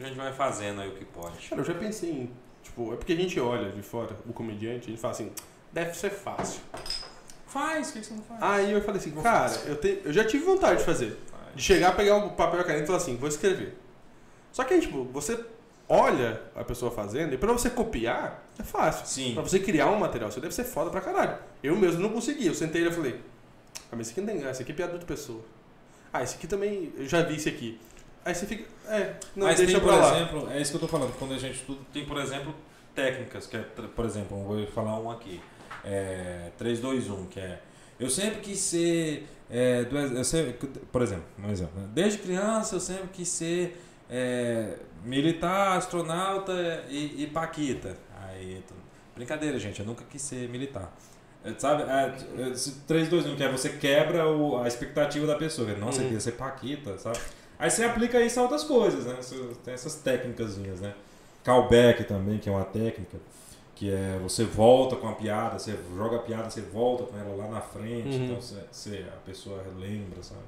a gente vai fazendo aí o que pode.
Cara, eu já pensei em. Tipo, é porque a gente olha de fora o comediante e ele fala assim: deve ser fácil.
Faz, o que que você não faz?
Aí eu falei assim: cara, eu, tenho, eu já tive vontade de fazer. De chegar, pegar um papel e a caneta e falar assim: vou escrever. Só que aí, tipo, você olha a pessoa fazendo e pra você copiar, é fácil.
Sim.
Pra você criar um material, você deve ser foda pra caralho. Eu mesmo não consegui. Eu sentei e eu falei: ah, mas isso aqui não tem graça, isso aqui é piada de outra pessoa. Ah, esse aqui também, eu já vi esse aqui. Aí você fica, é, não,
Mas
deixa
tem, por
pra lá.
exemplo, é isso que eu tô falando, quando a gente tudo tem, por exemplo, técnicas, que é, tr- por exemplo, eu vou falar um aqui. É, 3, 2, 1, que é. Eu sempre quis ser. é, do ex- eu sempre, por exemplo, um exemplo. né? Desde criança eu sempre quis ser é, militar, astronauta e, e Paquita. Aí, tu- brincadeira, gente, eu nunca quis ser militar. É, Sabe, é, é, se 3, 2, 1, que é você quebra o- a expectativa da pessoa. que, Nossa, eu queria ser Paquita, sabe? Aí você aplica isso a outras coisas, né? Você Tem essas técnicas, né? Callback também, que é uma técnica, que é você volta com a piada, você joga a piada, você volta com ela lá na frente,
Uhum.
então você, você- a pessoa lembra, sabe?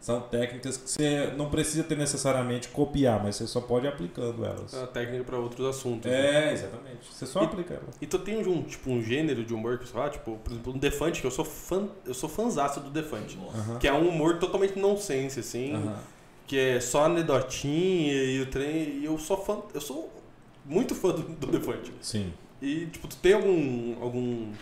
São técnicas que você não precisa ter necessariamente copiar, mas você só pode ir aplicando elas.
É uma técnica pra outros assuntos. né?
É, exatamente. Você só
E-
aplica elas.
E tu tem um, tipo, um gênero de humor que você fala, tipo, por exemplo, um Defante, que eu sou fã, eu sou fãzaço do Defante.
Aham.
Que é um humor totalmente nonsense, assim,
Aham.
que é só anedotinha e o trem. E eu sou fã, eu sou muito fã do, do Defante.
Sim.
E, tipo, tu tem algum, algum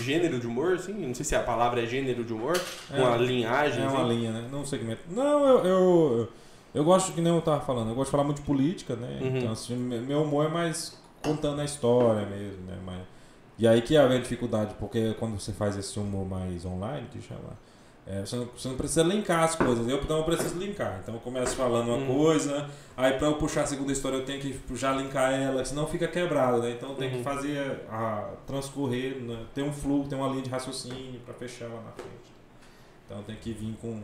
gênero de humor, assim? Não sei se a palavra é gênero de humor,
É.
uma linhagem.
É
assim?
uma linha, né? Não um segmento. Não, eu, eu, eu gosto, que nem eu tava falando, eu gosto de falar muito de política, né?
Uhum.
Então, assim, me- meu humor é mais contando a história mesmo, né? Mas, e aí que é a minha dificuldade, porque quando você faz esse humor mais online, que chama, é, você, não, você não precisa linkar as coisas. Eu, então, eu preciso linkar. Então, eu começo falando uma
Uhum.
coisa, aí pra eu puxar a segunda história, eu tenho que já linkar ela, senão fica quebrado, né? Então, tem
Uhum.
que fazer a, transcorrer, né? tem um fluxo, tem uma linha de raciocínio pra fechar lá na frente. Então, tem que vir com,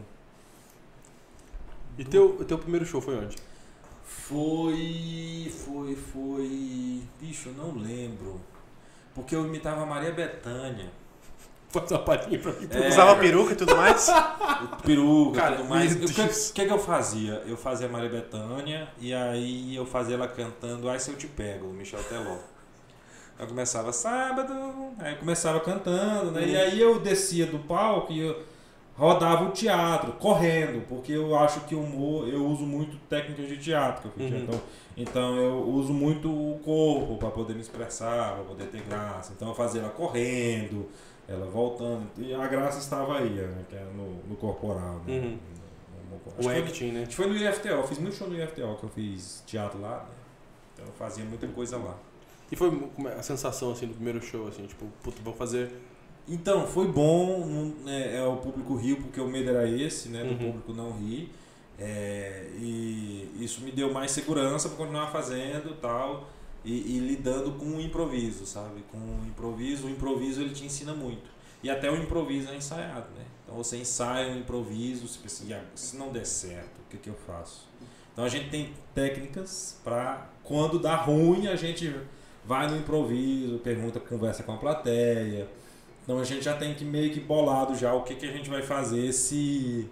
E teu, o teu primeiro show foi onde? (laughs)
Foi. Foi, foi. Bicho, eu não lembro. Porque eu imitava a Maria Bethânia.
Faz uma palhinha pra mim.
É,
Usava peruca e tudo mais. Tá
peruca
Cara,
e tudo mais.
meu
O que,
Deus.
o que que eu fazia? Eu fazia Maria Bethânia e aí eu fazia ela cantando Ai Se Eu Te Pego, do Michel Teló. Eu começava sábado, aí eu começava cantando, né? E aí eu descia do palco e eu rodava o teatro, correndo, porque eu acho que o humor, eu uso muito técnicas de teatro, que eu fiz,
Uhum.
então, então eu uso muito o corpo para poder me expressar, para poder ter graça. Então eu fazia ela correndo, ela voltando. E a graça estava aí, né? Que era no, no corporal, né?
Uhum.
No- no- no- acho
O
que foi-
acting, né?
acho que foi no IFTO, eu fiz muito show no IFTO, que eu fiz teatro lá, né? Então eu fazia muita coisa lá.
E foi como é a sensação, assim, do primeiro show, assim, tipo, puta, vou fazer.
Então, foi bom, não- é, é, o público riu, porque o medo era esse, né? Do
Uhum.
público não rir. É, e isso me deu mais segurança para continuar fazendo tal, e, e lidando com o improviso, sabe? Com o improviso, o improviso ele te ensina muito. E até o improviso é ensaiado, né? Então você ensaia um improviso, você pensa, "E agora, se não der certo, o que, que eu faço? Então a gente tem técnicas para quando dá ruim, a gente vai no improviso, pergunta, conversa com a plateia. Então a gente já tem que meio que bolado já o que, que a gente vai fazer se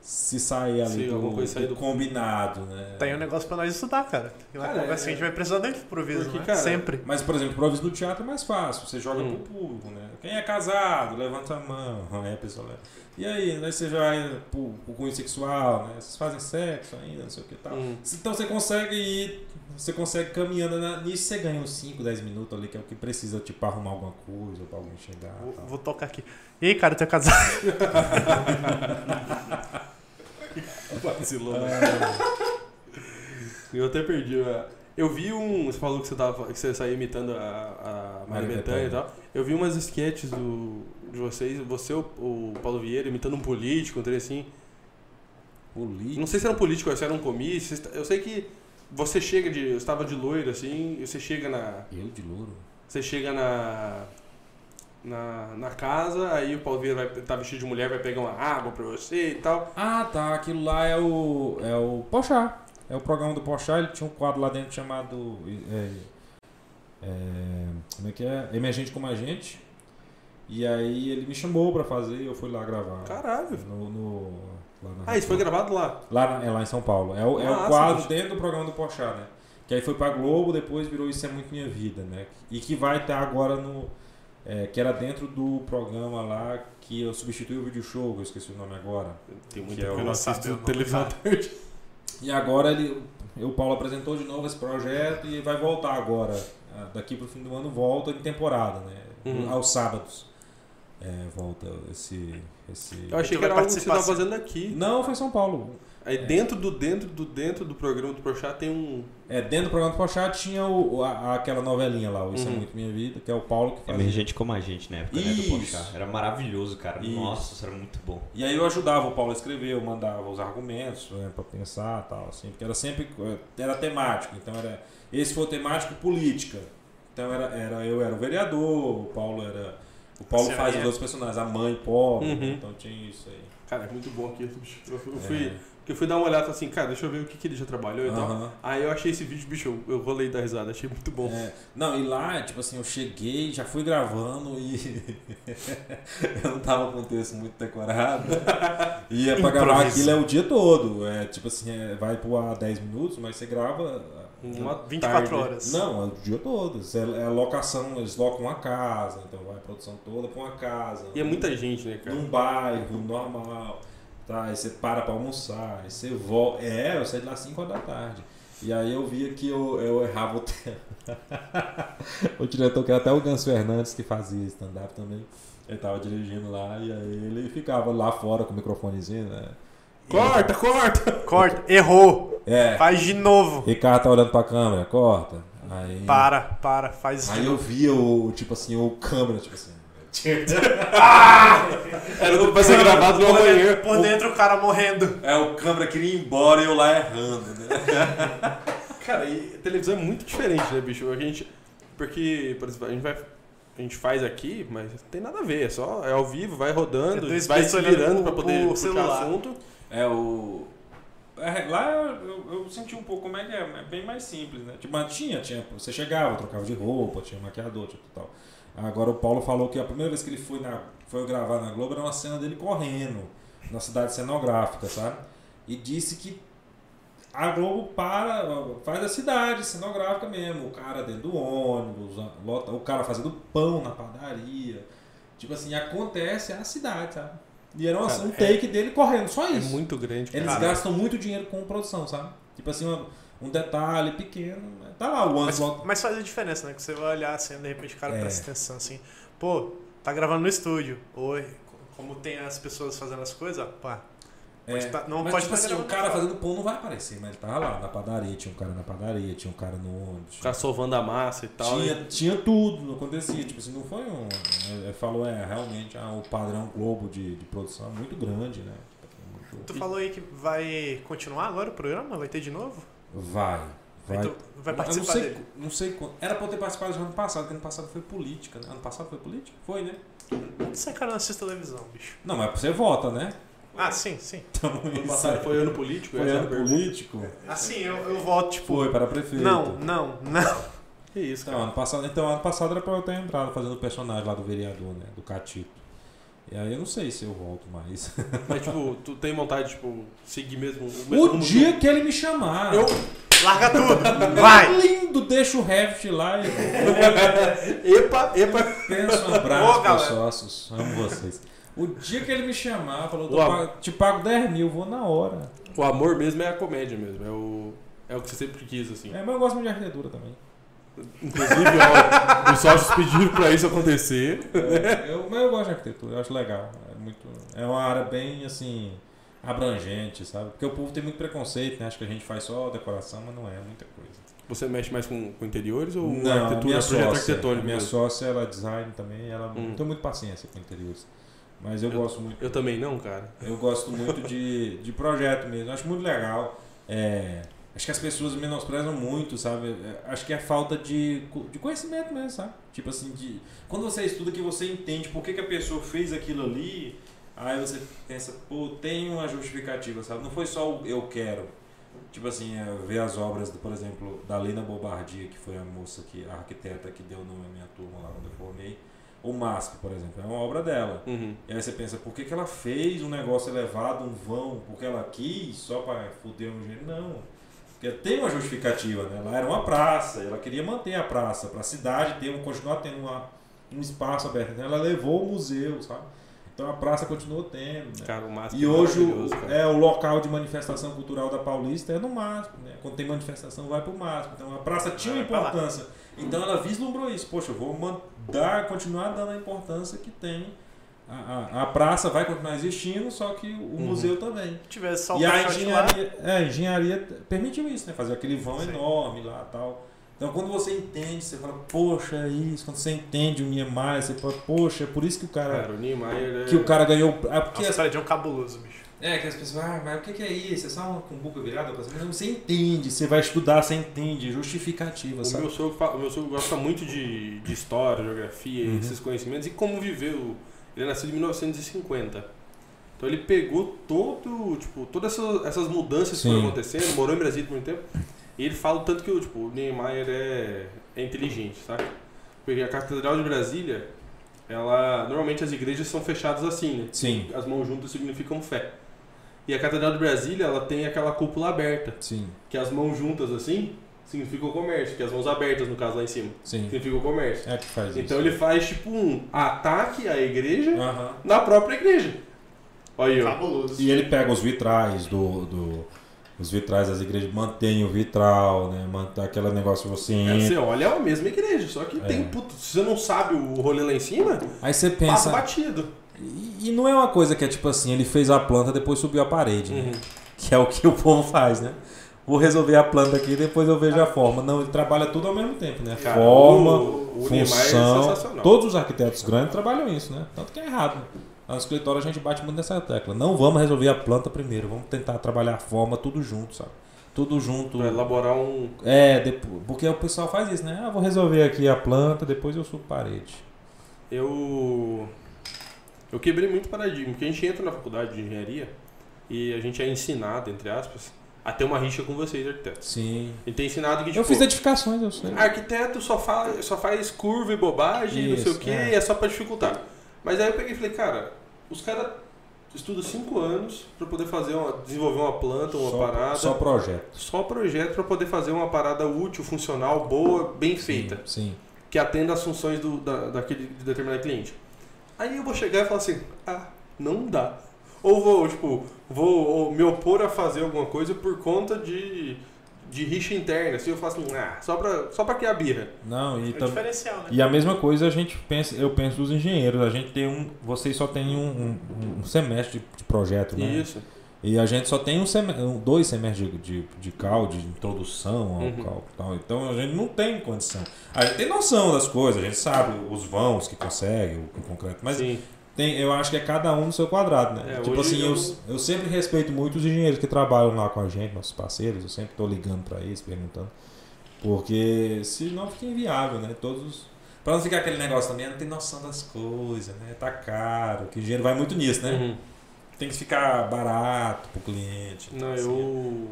se sair ali
Se
do,
alguma coisa sair
do
do-
combinado, né?
Tá aí um negócio pra nós estudar, cara. Tem uma
Cara,
conversa que a gente vai precisar dele improviso,
Porque,
né?
cara,
Sempre.
Mas, por exemplo, improviso no teatro é mais fácil. Você joga
Hum.
pro público, né? Quem é casado, levanta a mão. (laughs) Aí a pessoa leva. E aí, né, você já é pro, pro cunho sexual, né? Vocês fazem sexo ainda, não sei o que e tal. (laughs)
Hum.
Então você consegue ir, você consegue caminhando na- nisso, você ganha uns 5, 10 minutos ali, que é o que precisa, tipo, arrumar alguma coisa, ou pra alguém chegar.
Vou,
tal.
vou tocar aqui. E aí, cara, tu é casado?
Vacilou, né? É. Eu até perdi. né? Eu vi um. Você falou que você, tava, que você saiu imitando a, a Maria
Maria
Bethânia e
Bethânia.
tal. Eu vi umas sketches do, de vocês, você, o, o Paulo Vieira, imitando um político, um trem assim.
Político.
Não sei se era um político ou se era um comício. vocês- Eu sei que você chega de. Eu estava de loiro assim, e você chega na.
Eu de louro?
Você chega na. Na, na casa, aí o Paulo Vieira vai tá vestido de mulher, vai pegar uma água pra você e tal.
Ah, tá. Aquilo lá é o. É o Pochá. É o programa do Pochá. Ele tinha um quadro lá dentro chamado. é, é, como é que é? Emergente como a gente. E aí ele me chamou pra fazer e eu fui lá gravar.
Caralho.
No, no- lá na-
Ah, isso foi gravado lá.
Lá, na- é lá em São Paulo. É o, é
Massa,
o quadro
bicho.
dentro do programa do Pochá, né? Que aí foi pra Globo, depois virou Isso é Muito Minha Vida, né? E que vai estar agora no. é, que era dentro do programa lá que eu substituí o vídeo show, eu esqueci o nome agora.
Tem
Que é o-
não
Sabe
assisto
o nome,
televisão à
cara.
tarde.
E agora ele, o Paulo apresentou de novo esse projeto e vai voltar agora. Ah, Daqui pro fim do ano volta em temporada, né?
Uhum.
Aos sábados. É, volta esse. esse...
Eu achei que
vai
era algo que você
participar,
tava
sim.
fazendo aqui.
Não, foi São Paulo.
Aí dentro do dentro do dentro do programa do Prochat tem um.
É, dentro do programa do Pochá tinha o, o- a- aquela novelinha lá, o Isso
Uhum.
é Muito Minha Vida, que é o Paulo que faz.
Emergente como a gente na época, né? Do
Isso.
Porchat. Era maravilhoso, cara.
Isso.
Nossa, isso era muito bom.
E aí eu ajudava o Paulo a escrever, eu mandava os argumentos né, para pensar e tal, assim, porque era sempre era temático, então era esse foi o temático política. Então era, era eu era o vereador, o Paulo era o Paulo
Sim,
faz
é.
os outros personagens, a mãe pobre,
Uhum.
então tinha isso aí.
Cara, é muito bom aqui. (laughs) bicho. Eu fui, eu
É.
fui- eu fui dar uma olhada e falei assim, cara, deixa eu ver o que, que ele já trabalhou e tal.
Aham.
Aí eu achei esse vídeo, bicho, eu, eu rolei da risada, achei muito bom.
É, não, e lá, tipo assim, eu cheguei, já fui gravando e (laughs) eu não tava com o texto muito decorado.
(laughs)
E é pra gravar
Improviso.
aquilo é o dia todo. É tipo assim, é, vai pro ar 10 minutos, mas você grava.
Uma
24
tarde.
horas.
Tá Não, é o dia todo. Isso É, é locação, eles locam uma casa, então vai a produção toda pra uma casa.
E é muita gente, né, cara?
Num bairro normal, tá? Aí você para pra almoçar, aí você volta. É, eu saí de lá 5 horas da tarde. E aí eu via que eu, eu errava o (laughs) tempo. o diretor, que era até o Ganso Hernandes, que fazia stand-up também, ele tava dirigindo lá e aí ele ficava lá fora com o microfonezinho, né?
Corta, corta!
Corta. Errou.
É,
Faz de novo.
Ricardo tá olhando pra câmera, corta. Aí,
Para, para. Faz isso. de
aí eu via o, tipo assim, o câmera, tipo assim...
Era tudo pra ser gravado no
Por
amanhã.
dentro, por dentro o cara morrendo.
É, o câmera queria ir embora e eu lá errando, né?
Cara, e televisão é muito diferente, né, bicho? A gente. Porque, por exemplo, a gente vai. A gente faz aqui, mas não tem nada a ver. É só. É ao vivo, vai rodando,
É dois
vai
peitos
se
olhando
virando pra
pro-
poder
pro
puxar
celular.
assunto.
É, o...
É, lá eu, eu- eu senti um pouco como é que é, é bem mais simples, né?
Tipo, mas tinha, tinha, você chegava, trocava de roupa, tinha maquiador, tipo, tal. Agora o Paulo falou que a primeira vez que ele foi, na, foi gravar na Globo era uma cena dele correndo na cidade cenográfica, sabe? E disse que a Globo para, faz a cidade cenográfica mesmo. O cara dentro do ônibus, a- lota- o cara fazendo pão na padaria. Tipo assim, acontece a cidade, sabe? E era uma-
Cara,
um
é-
take dele correndo, só
É
isso.
muito grande, cara.
Eles gastam muito dinheiro com produção, sabe? Tipo assim, uma- um detalhe pequeno. mas Tá lá o One
Mas,
Block.
mas faz a diferença, né? Que você vai olhar assim, de repente o cara
É.
presta atenção assim, pô, tá gravando no estúdio. Oi, co- como tem as pessoas fazendo as coisas, ó, pá.
É,
tá- não
mas
pode
tipo
tá
assim, o
gravando
cara
fora.
fazendo pão não vai aparecer, mas ele tava lá na padaria. Tinha um cara na padaria, tinha um cara no ônibus.
O cara sovando a massa e tal.
né?
Tinha, tinha tudo, não acontecia. Tipo assim, não foi um. é, é, falou, é, realmente, ah, o padrão Globo de, de produção é muito grande, né? Tipo, é muito-
Tu falou aí que vai continuar agora o programa? Vai ter de novo?
Vai, vai.
Então, vai
Eu
participar
não sei,
dele.
Não sei quando. Era pra eu ter participado já ano passado, porque ano passado foi política, né? Ano passado foi política? Foi, né?
Esse cara não assiste televisão, bicho.
Não, mas você vota, né? (laughs)
Ah, sim, sim.
Então,
Ano
isso
passado
aí.
foi ano político?
Foi
essa é a
ano
pergunta.
político?
Assim, eu, eu volto, tipo.
Foi para prefeito.
Não, não, não.
Que isso,
Então,
cara.
ano passado, então, ano passado era pra eu ter entrado fazendo o personagem lá do vereador, né? Do Catito. E aí eu não sei se eu volto mais.
Mas, tipo, tu tem vontade de, tipo, seguir mesmo o mesmo
O
rumo
dia
do-
que ele me chamar. É um
Eu-
Larga tudo. Vai!
Lindo, deixa o Revit lá e
(laughs) Epa, epa.
penso um
Ô,
abraço
galera.
pros sócios. Amo vocês. O dia que ele me chamar, falou,
Ô,
"Tô pa- te pago 10 mil, vou na hora.
O amor mesmo é a comédia mesmo. É o, é o que você sempre quis, assim.
É, mas eu gosto muito de arquitetura também.
Inclusive, ó, (laughs) os sócios pediram pra isso acontecer.
É, eu, mas eu gosto de arquitetura, eu acho legal. É, muito, é uma área bem assim abrangente, sabe? Porque o povo tem muito preconceito, né? Acho que a gente faz só decoração, mas não é muita coisa.
Você mexe mais com, com interiores ou
não,
arquitetura?
minha
projeto
sócia,
arquitetônico
minha
mesmo?
sócia, ela é design também, ela
Hum.
não tem muita paciência com interiores. Mas eu, gosto muito,
Eu também não, cara.
eu gosto muito de, de projeto mesmo. Acho muito legal. É, acho que as pessoas menosprezam muito, sabe? É, Acho que é falta de, co- de conhecimento mesmo, sabe? Tipo assim, de quando você estuda que você entende por que, que a pessoa fez aquilo ali, aí você pensa, pô, tem uma justificativa, sabe? Não foi só o eu quero. Tipo assim, é, ver as obras, por exemplo, da Lina Bobardia, que foi a moça que, a arquiteta que deu nome à minha turma lá quando eu formei. O MASP, por exemplo, é uma obra dela.
Uhum.
E aí você pensa, por que, que ela fez um negócio elevado, um vão, porque ela quis, só para foder um gênio? Não. Porque tem uma justificativa, né? Lá era uma praça, e ela queria manter a praça, para a cidade ter um, continuar tendo uma, um espaço aberto. Então ela levou o museu, sabe? Então a praça continuou tendo. Né?
Cara, o máximo
E hoje o,
maravilhoso, cara.
é, o local de manifestação cultural da Paulista é no MASP, né? Quando tem manifestação, vai pro MASP. Então a praça tinha uma
Vai pra lá.
importância. Então ela vislumbrou isso. Poxa, eu vou mandar, continuar dando a importância que tem. A, a, a praça vai continuar existindo, só que o
Uhum.
museu também.
Se tivesse só o
e a
caixote lá.
engenharia, é, a engenharia t- permitiu isso, né? Fazer aquele vão
Sim.
enorme lá e tal. Então quando você entende, você fala, poxa, é isso. Quando você entende o Niemeyer, você fala, poxa, é por isso que o cara...
Cara, o Niemeyer é...
Que o cara ganhou. É porque
Nossa, cara, de um cabuloso, bicho.
é, que as pessoas falam, ah, mas o que que é isso? É só uma cumbuca virada? Mas não, você entende, você vai estudar, você entende, justificativa,
O
sabe?
meu, sogro, fa- o meu sogro gosta muito de, de história, geografia,
Uhum.
esses conhecimentos e como viveu. Ele é nascido em 1950. Então ele pegou todo, tipo, todas essas, essas mudanças que
Sim.
foram acontecendo, morou em Brasília por muito tempo. E ele fala o tanto que o, tipo, o Niemeyer é, é inteligente, sabe? Porque a Catedral de Brasília, ela normalmente as igrejas são fechadas assim, né?
Sim,
As mãos juntas significam fé. E a Catedral de Brasília, ela tem aquela cúpula aberta
sim,
que as mãos juntas assim significa o comércio, que as mãos abertas, no caso lá em cima,
sim.
significa o comércio.
É que faz isso.
Então ele faz tipo um ataque à igreja
Aham.
na própria igreja. Olha aí, ó.
Cabuloso.
E ele pega os vitrais do. do os vitrais das igrejas, mantém o vitral, né? Mantém aquele negócio que você
Cara,
entra.
Você olha, é a mesma igreja, só que
É.
tem puto. Se você não sabe o rolê lá em cima,
Aí você
passa
pensa.
batido.
E, e não é uma coisa que é tipo assim, ele fez a planta, depois subiu a parede, né?
Uhum.
Que é o que o povo faz, né? Vou resolver a planta aqui depois eu vejo a forma. Não, ele trabalha tudo ao mesmo tempo, né?
Cara,
forma,
o- o Niemeyer é
função.
sensacional.
todos os arquitetos grandes trabalham isso, né? Tanto que é errado. né? Lá no escritório a gente bate muito nessa tecla. Não vamos resolver a planta primeiro, vamos tentar trabalhar a forma tudo junto, sabe? Tudo junto.
Pra elaborar um.
É, depois, porque o pessoal faz isso, né? Ah, vou resolver aqui a planta, depois eu subo parede.
Eu. Eu quebrei muito paradigma, porque a gente entra na faculdade de engenharia e a gente é ensinado, entre aspas, a ter uma rixa com vocês, arquitetos.
Sim.
Ele tem ensinado que, tipo,
Eu fiz edificações, eu sei.
arquiteto só faz, só faz curva e bobagem, e não sei o
Isso,
que,
é.
é. só pra dificultar. Mas aí eu peguei e falei, cara, os caras estudam 5 anos pra poder fazer uma, desenvolver uma planta, uma
só,
parada.
só
Só...
projeto.
projeto pra poder fazer uma parada útil, funcional, boa, bem feita.
Sim.
que atenda às funções do, da, daquele de determinado cliente. Aí eu vou chegar e falar assim, ah, não dá. Ou vou, tipo, vou ou me opor a fazer alguma coisa por conta de, de rixa interna. Assim, eu faço assim, ah, só pra, só pra criar birra.
Não, e
É o
também.
diferencial, né?
E a mesma coisa a gente pensa, eu penso dos engenheiros, a gente tem um, vocês só tem um, um- um semestre de projeto, né?
Isso.
E a gente só tem um seme- um- dois semestres de, de, de cal, de introdução ao
Uhum.
cal, tal. Então a gente não tem condição. A gente tem noção das coisas, a gente sabe os vãos que consegue, o, o concreto, mas
Sim.
tem, eu acho que é cada um no seu quadrado, né?
É,
tipo
hoje
assim, eu,
eu-
eu sempre respeito muito os engenheiros que trabalham lá com a gente, nossos parceiros, eu sempre tô ligando pra eles, perguntando. Porque senão fica inviável, né? Todos os... Pra não ficar aquele negócio também, não tem noção das coisas, né? Tá caro, que o dinheiro vai muito nisso, né?
Uhum.
Tem que ficar barato pro cliente.
Não,
assim.
eu.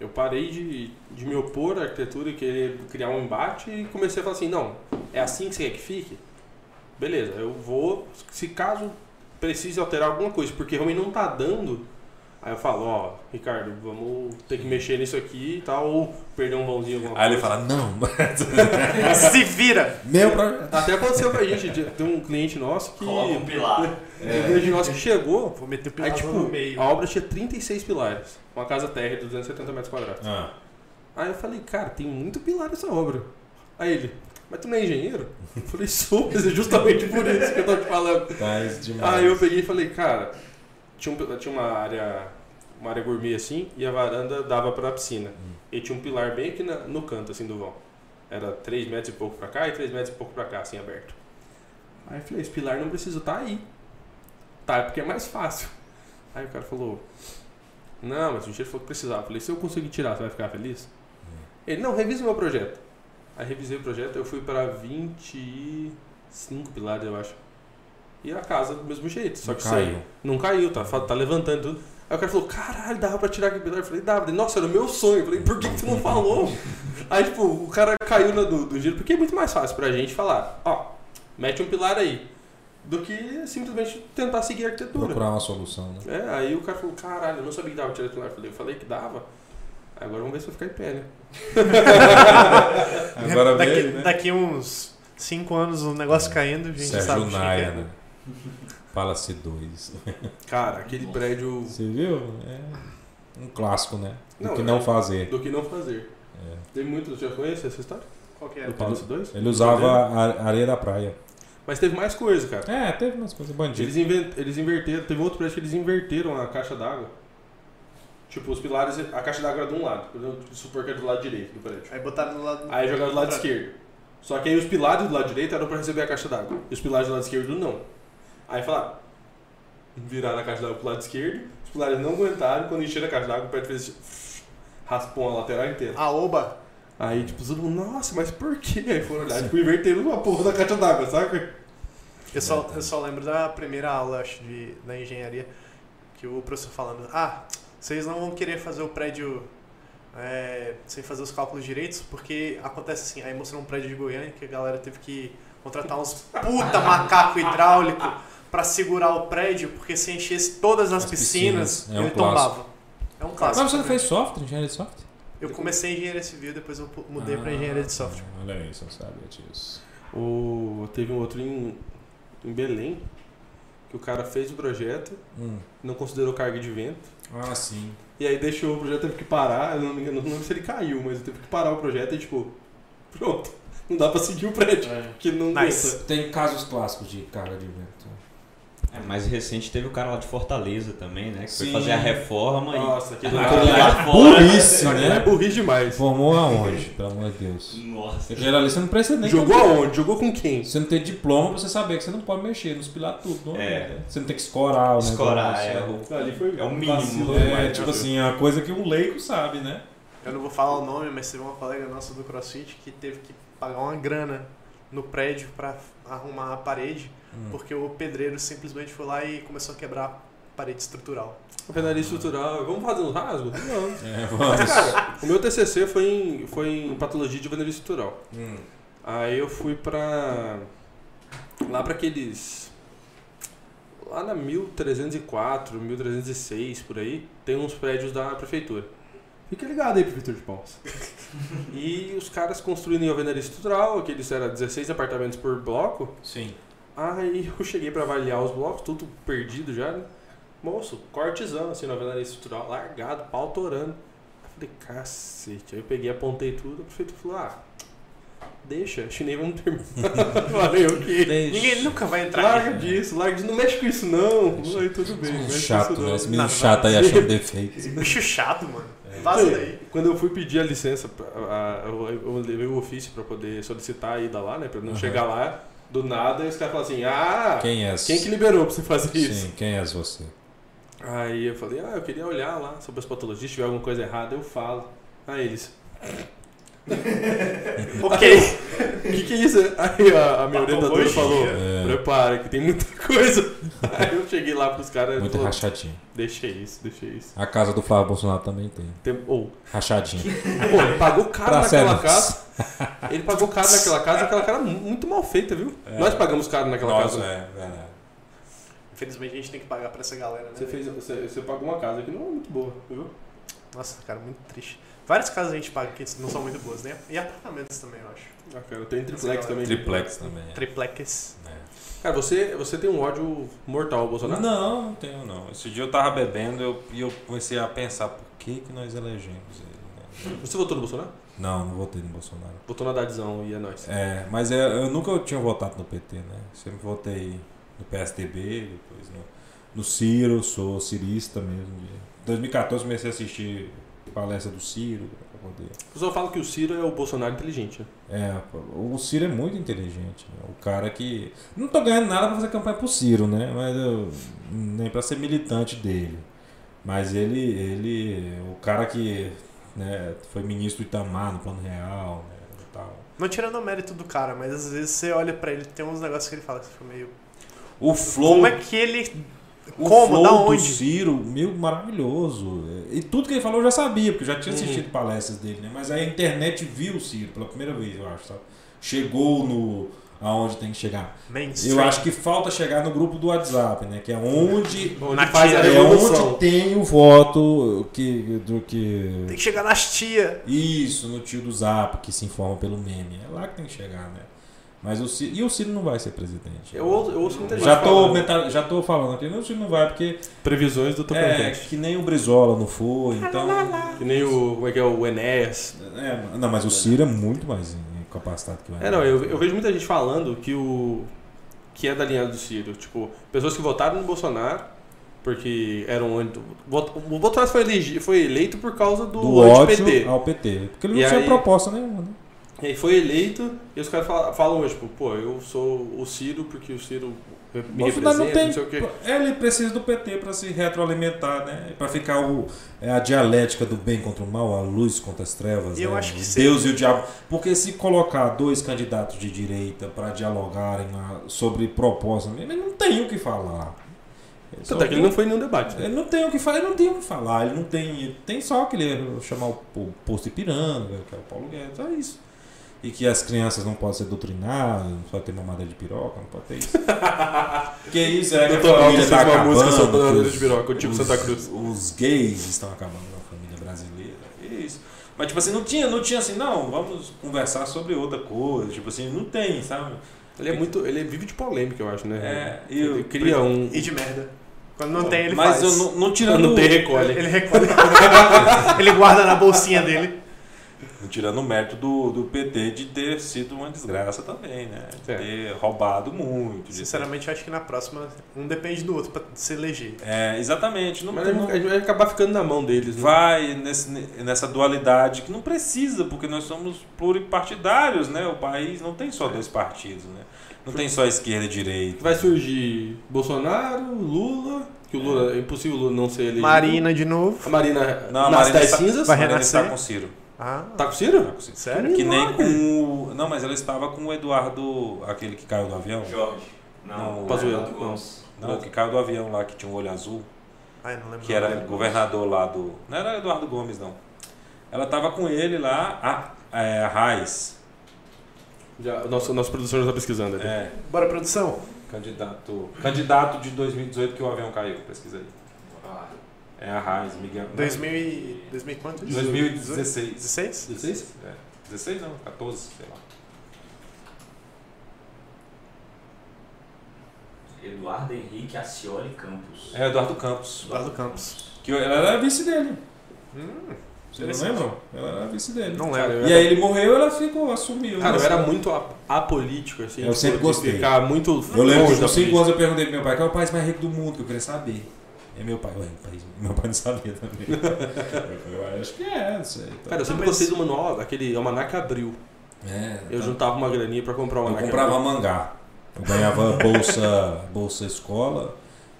Eu parei de, de me opor à arquitetura e querer criar um embate e comecei a falar assim: não, é assim que você quer que fique? Beleza, eu vou. Se caso precise alterar alguma coisa, porque realmente não tá dando, aí eu falo: ó, Ricardo, vamos ter que mexer nisso aqui e tal, ou perder um vãozinho alguma
Aí ele
coisa.
fala, não,
(laughs)
(laughs)
Se vira!
meu projeto.
Até aconteceu pra gente, de- tem um cliente nosso que.
Coloca um pilar.
(laughs) Um cliente nosso que chegou,
Vou meter o
aí
pilar
tipo,
no meio.
a obra tinha 36 pilares, uma casa térrea de 270 metros quadrados.
Ah,
Aí eu falei, cara, tem muito pilar nessa obra. Aí ele, mas tu não é engenheiro? Eu falei, sou, mas é justamente por isso que eu tô te
(laughs)
falando.
faz
Ah,
demais.
Aí eu peguei e falei, cara, tinha, um- tinha uma área uma área gourmet assim, e a varanda dava pra piscina.
Hum,
E tinha um pilar bem aqui na- no canto, assim, do vão. Era 3 metros e pouco pra cá e 3 metros e pouco pra cá, assim, aberto. Aí eu falei, esse pilar não precisa tá aí. Tá, porque é mais fácil. Aí o cara falou, não, mas o engenheiro falou que precisava. Eu falei, se eu conseguir tirar, você vai ficar feliz?
hum.
Ele, não, revisa o meu projeto. Aí revisei o projeto, eu fui pra 25 pilares, eu acho. E a casa do mesmo jeito, só que sem-
é
caiu.
não caiu, tá, fa- tá levantando tudo. Aí o cara falou, caralho, dava pra tirar aquele pilar? Eu falei, dava. Ele, Nossa, era o meu sonho. Eu falei, por que, que tu não
(laughs)
falou? Aí, tipo, o cara caiu na do, do giro, porque é muito mais fácil pra gente falar, ó, mete um pilar aí, do que simplesmente tentar seguir a arquitetura.
Procurar uma solução, né?
É, aí o cara falou, caralho, eu não sabia que dava pra tirar o pilar. Eu falei, eu falei que dava. Agora vamos ver se eu ficar em pé, né?
(laughs) Agora
daqui,
veio, né?
daqui uns 5 anos o negócio caindo, a gente sabe
Sérgio
o que
Naia,
é.
né? Fala-se dois. (laughs)
Cara, aquele prédio
Você viu? É um clássico, né? O
Não,
que
é.
não fazer. É.
do que não fazer. Tem muito, já conhece essa história?
Qual que é?
Do Palácio 2?
Ele usava a areia da praia.
Mas teve mais coisa, cara.
É, teve umas coisas bandidas.
Eles, inven- eles inverteram, teve outro prédio que eles inverteram a caixa d'água. Tipo, os pilares, a caixa d'água era de um lado, por exemplo, supor que era do lado direito do prédio.
Aí botaram do lado.
Aí jogaram do lado esquerdo. Só que aí os pilares do lado direito eram pra receber a caixa d'água. E os pilares do lado esquerdo não. Aí falaram, viraram a caixa d'água pro lado esquerdo, os pilares não aguentaram, quando encheram a caixa d'água, o prédio fez assim, raspou a lateral inteira.
A Ah, oba.
Aí, tipo, todo mundo, nossa, mas por quê? Aí foram olhar, tipo, inverteram a porra da caixa d'água, saca?
Eu só, eu só lembro da primeira aula, acho, de, da engenharia, que o professor falando, ah, vocês não vão querer fazer o prédio é, sem fazer os cálculos direitos, porque acontece assim, aí mostrou um prédio de Goiânia que a galera teve que contratar uns puta macaco hidráulico pra segurar o prédio, porque se enchesse todas as,
As piscinas,
piscinas,
é um
ele
clássico.
tombava. É um
Mas
clássico.
você não
né?
fez software, engenharia de software?
Eu comecei engenharia civil, depois eu pu- mudei pra engenharia de software.
Ah, Olha aí, você não sabia disso.
O, teve um outro em, em Belém, que o cara fez o projeto,
Hum.
não considerou carga de vento,
Ah, sim.
e aí deixou o projeto, teve que parar, eu não, me engano, não lembro se ele caiu, mas teve que parar o projeto e tipo, pronto, não dá pra seguir o prédio, que não
Nice.
aguenta.
Tem casos clássicos de carga de vento.
É, mais recente teve o cara lá de Fortaleza também, né? Que
Sim.
foi fazer a reforma
Nossa, que
e.
ah,
lá
Burrice,
é
né?
burrice demais.
Formou aonde, pelo amor de Deus?
Nossa.
Geralista não precisa nem.
Jogou aonde? Jogou com quem?
Você não tem diploma pra você saber que você não pode mexer nos pilar tudo. Não
É.
Você não tem que escorar o
Escorar, é.
negócio.
o-
Ali foi né?
É o mínimo.
vacilo,
É,
mas-
tipo assim, é uma coisa que um leigo sabe, né?
Eu não vou falar o nome, mas teve uma colega nossa do CrossFit que teve que pagar uma grana no prédio
Hum.
pra arrumar a parede, porque o pedreiro simplesmente foi lá e começou a quebrar a parede estrutural.
Alvenaria estrutural. Vamos fazer um rasgo? Não.
(laughs) É, vamos.
Cara, o meu TCC foi em, foi em patologia de alvenaria estrutural.
Hum,
Aí eu fui pra. Lá pra aqueles. Lá na 1304, 1306, por aí, tem uns prédios da prefeitura. Fica ligado aí, prefeitura de Palmas. (laughs) e os caras construindo em alvenaria estrutural, aqueles era 16 apartamentos por bloco.
Sim.
um
Aí (laughs) eu cheguei pra avaliar os blocos, tudo perdido já, né? Moço, cortezão, assim, na verdade, estrutural, largado, pau torando. Eu falei, cacete. Aí eu peguei, apontei tudo, o prefeito falou, ah, deixa, acho que nem vamos terminar. (laughs) Valeu, que...
Ninguém nunca vai entrar.
Larga disso, larga disso, não mexe com isso não. Aí tudo bem, não mexe com isso
chato,
não. é
né? Esse menino
Nada,
chato aí
nada. (laughs)
achando defeito.
Esse bicho é chato, mano.
É.
Vaza daí.
Quando eu fui pedir a licença, pra- a- a- eu, eu levei o ofício pra poder solicitar a ida lá, né? Pra não
Aham.
chegar lá do nada e os caras falam assim, ah, quem,
Quem és?
que liberou pra você fazer isso?
Sim, quem és você?
Aí eu falei, ah, eu queria olhar lá sobre as patologias, se tiver alguma coisa errada, eu falo. Aí eles,
Ok.
o que, que é isso? Aí a, a minha orientadora
Patologia.
falou,
É.
prepara que tem muita (laughs) coisa. Aí eu cheguei lá pros caras e
Muito
falou,
rachadinho.
deixa isso, deixa isso.
A casa do Flávio Bolsonaro também tem.
Tem- ou,
Rachadinho.
pô,
(laughs)
ele pagou caro
Pra
Tá naquela
sério.
casa. Ele pagou caro naquela casa, aquela cara mu- muito mal feita, viu?
É.
Nós pagamos caro naquela casa.
é, verdade.
Infelizmente a gente tem que pagar pra essa galera, né?
Você, fez, você, você pagou uma casa que não é muito boa, viu?
Nossa, cara, muito triste. Várias casas a gente paga que não são muito boas, né? E apartamentos também, eu acho.
Ah, cara, tem triplex também.
Triplex também. é.
Triplex.
É.
Cara, você, você tem um ódio mortal ao Bolsonaro?
Não, não tenho não. Esse dia eu tava bebendo eu- e eu, comecei a pensar por que, que nós elegemos ele. né?
Você votou no Bolsonaro?
Não, não votei no Bolsonaro.
Botou na Dadzão e é nóis.
É, mas eu, eu nunca tinha votado no PT, né? Sempre votei no PSDB, depois no, no Ciro, sou cirista mesmo. de- Em 2014 comecei a assistir palestra do Ciro. pra poder-
O pessoal fala que o Ciro é o Bolsonaro inteligente. né?
É, o Ciro é muito inteligente. né? O cara que. Não tô ganhando nada pra fazer campanha pro Ciro, né? Mas eu- nem pra ser militante dele. Mas ele. ele o cara que né, foi ministro do Itamar no Plano Real, né? e Tal.
Não tirando o mérito do cara, mas às vezes você olha pra ele, tem uns negócios que ele fala que você fica meio.
O Flow
Como é que ele.
O
Como?
flow
Da
do
onde?
Ciro, meu, maravilhoso. E tudo que ele falou eu já sabia, porque eu já
Uhum.
tinha assistido palestras dele, né? Mas aí a internet viu o Ciro pela primeira vez, eu acho, sabe? Chegou no... aonde tem que chegar.
Mainstream.
Eu acho que falta chegar no grupo do WhatsApp, né? Que é onde...
Onde
Na
faz a
tira.
É onde
revolução.
tem o voto que, do que...
Tem que chegar nas tia.
Isso, no tio do Zap, que se informa pelo meme. É lá que tem que chegar, né? Mas o Ciro... E o Ciro não vai ser presidente.
Eu, ouço- eu ouço É muita gente né?
já, tô,
falando.
meta- já tô falando aqui, não, o Ciro não vai, porque...
Previsões do
É,
Tocantins.
que nem o Brizola não foi, então.
Que nem o... Como é que é? O Enéas.
É, não, mas o Ciro é muito mais incapacitado que o
É, não. Eu, eu vejo muita gente falando que o... Que é da linha do Ciro. Tipo, pessoas que votaram no Bolsonaro... Porque eram... anti- vot- O Bolsonaro foi, elegi- foi eleito por causa do,
Do
anti-PT.
ódio Ah. ao PT. Porque ele não
E
tinha
aí-
proposta nenhuma, né?
E aí foi eleito, e os caras fala- falam hoje, tipo, pô, eu sou o Ciro porque o Ciro me
Mas
representa,
afinal,
não,
não tem-
sei o quê.
Ele precisa do PT pra se retroalimentar, né? Pra ficar o, é a dialética do bem contra o mal, a luz contra as trevas,
Eu
né?
acho que
O
sim.
Deus e o diabo. Porque se colocar dois candidatos de direita pra dialogarem lá sobre proposta, ele não tem o que falar. Só
Tanto é que ele não foi em nenhum debate. né?
Ele não tem o que falar, ele não tem o que falar, ele não tem. ele Tem só que ele ia chamar o po- posto Ipiranga, que é o Paulo Guedes, só isso. E que as crianças não podem ser doutrinadas, não pode ter mamada de piroca, não pode ter
(laughs)
isso. que isso, é que a
Doutor Alves
família
fez
tá
uma música
acabando,
sobre
que
mamada
os-
de piroca, o tipo
os-
Santa Cruz.
Os gays estão acabando com a família brasileira, que isso. Mas tipo assim, não tinha, não tinha assim, não, vamos conversar sobre outra coisa, tipo assim, não tem, sabe?
Ele é muito. Ele vive de polêmica, eu acho, né?
É, e eu-
ele cria um.
E de merda. Quando não tem, ele
Mas
faz.
eu não, não tirando
Não tem recolhe.
Ele recolhe. ele guarda na bolsinha dele.
Tirando o mérito do, do PT de ter sido uma desgraça também, né? De
É.
ter roubado muito. de ter-
Sinceramente, eu acho que na próxima, um depende do outro pra se eleger.
É, exatamente. Não,
Mas
não-
a gente vai acabar ficando na mão deles, né?
vai nesse- nessa dualidade que não precisa, porque nós somos pluripartidários, né? O país não tem só dois partidos, né? Não tem só esquerda e direita.
Vai surgir Bolsonaro, Lula, que o Lula. É, impossível o Lula não ser elegido.
Marina de novo.
A Marina
Não, a
nas
Marina
das
está-
cinzas.
vai-
Marina
renascer?
está com o Ciro.
Ah,
Tá com o Ciro?
Está com o Ciro.
sério?
Que nem com o. Não, mas ela estava com o Eduardo. aquele que caiu do avião.
Jorge. Não,
Não,
o
Pazuello,
Renato
não.
Gomes.
Não, o que caiu do avião lá, que tinha um olho azul.
Ai, não lembro.
que era governador lá do. Não era Eduardo Gomes, não. Ela tava com ele lá, a, é, a Raiz,
Já, o nosso, nosso produtor já tá pesquisando ali.
é,
Bora, produção.
candidato, candidato de 2018 que o avião caiu, pesquisa aí.
Ah,
É a Raiz, Miguel. não,
2000 e... 2000 e quanto?
2016.
16?
16?
É, 16 não, 14, sei lá.
Eduardo Henrique Acioli Campos.
É Eduardo Campos.
Eduardo Campos.
Que ela era vice dele.
Hum,
Vocês não
interessante.
lembram? Ela era vice dele.
Não
Cara,
lembro.
eu
E
era-
aí ele morreu, ela ficou,
É.
assumiu.
Cara, eu
Assim.
era muito ap- apolítico, assim.
Eu
tipo,
sempre
de
gostei.
Ficar muito
Eu lembro que
longe
com
da
5
política.
anos eu perguntei pro meu pai qual é o país mais rico do mundo, que eu queria saber. É meu pai, ué, país, meu pai não sabia (laughs) também. eu falei, "Ué, acho que é, não sei. então."
Cara, eu sempre
Não, mas-
gostei do manual, aquele Almanac Abril.
É,
Eu
tá.
juntava uma graninha pra comprar o
Eu
Almanac
comprava
Abril.
mangá. Eu ganhava bolsa, bolsa escola,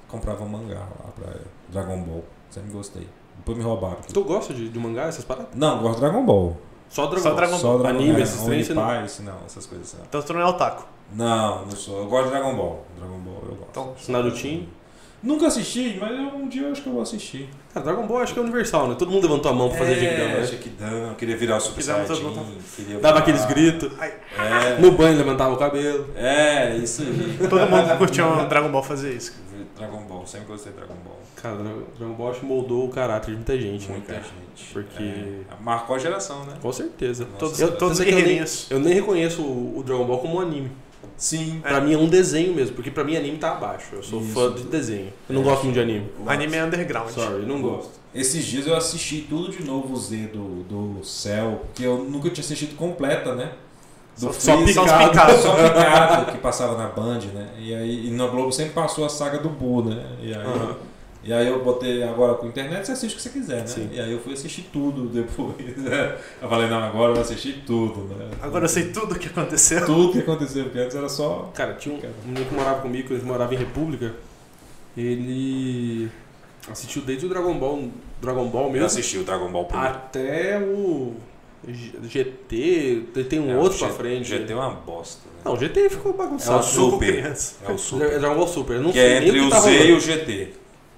comprava mangá lá pra Dragon Ball. Sempre gostei. Depois me roubaram.
Tu gosta de, de mangá, essas paradas?
Não, gosto de Dragon Ball.
Só Dragon
Só
Ball.
Dragon
Só
Ball.
Dragon
Anime,
é,
esses três, você não-
Unipice, não, essas coisas. Não.
Então tu não é otaku.
não, não sou. Eu gosto de Dragon Ball. Dragon Ball eu gosto.
Então,
Narutinho.
Nunca assisti, mas eu- um dia eu acho que eu vou assistir.
Cara, Dragon Ball acho que é universal, né? Todo mundo levantou a mão pra
É.
fazer Jiggama, né?
Jiquidão, queria virar o Super
É. Fizemos as
Saiyajin.
lutas.
queria
Dava
virar-
aqueles gritos.
É,
No banho levantava o cabelo.
é, isso aí.
todo mundo que curtia um Dragon Ball fazer isso.
Dragon Ball, sempre gostei de Dragon Ball.
Cara, Dra- Dragon Ball acho que moldou o caráter de muita gente, né,
Muita
cara?
gente.
Porque-
É, marcou a geração, né?
Com certeza.
Nossa,
Todos,
eu-
todos
tanto que eu nem-
guerreirinhos.
Eu nem reconheço o o Dragon Ball como um anime.
Sim.
Pra mim é um desenho mesmo, porque pra mim anime tá abaixo. Eu sou
Isso. É.
fã de desenho. Eu não gosto muito de anime.
Anime é underground.
Sorry, eu não gosto.
Esses dias eu assisti tudo de novo o Z do, do Cell, que eu nunca tinha assistido completa, né?
Só-
Do
só
Freeza,
picado.
(laughs) Só picado, que passava na Band, né? E aí e na Globo sempre passou a saga do Boo, né? E aí,
Aham.
e aí eu botei agora com a internet, você assiste o que você quiser, né?
Sim.
E aí eu fui assistir tudo depois. né? Eu falei, não, agora eu vou assistir tudo, né?
Agora eu sei tudo o que aconteceu.
tudo que aconteceu, porque antes era só.
Cara, tinha um, um menino que morava comigo, ele morava em República. Ele assistiu desde o Dragon Ball, Dragon Ball
Eu
mesmo,
assisti o Dragon
Ah,
Ball primeiro.
até o G- GT, tem- tem um
É,
outro
o
pra
G-
frente.
GT é uma bosta. Né?
Não, o GT ficou
é
bagunçado.
o Super.
criança.
É o Super.
É Dragon Ball Super, eu não
que
sei
é
nem
entre
o
o
que tá
Z e
rolando.
o GT.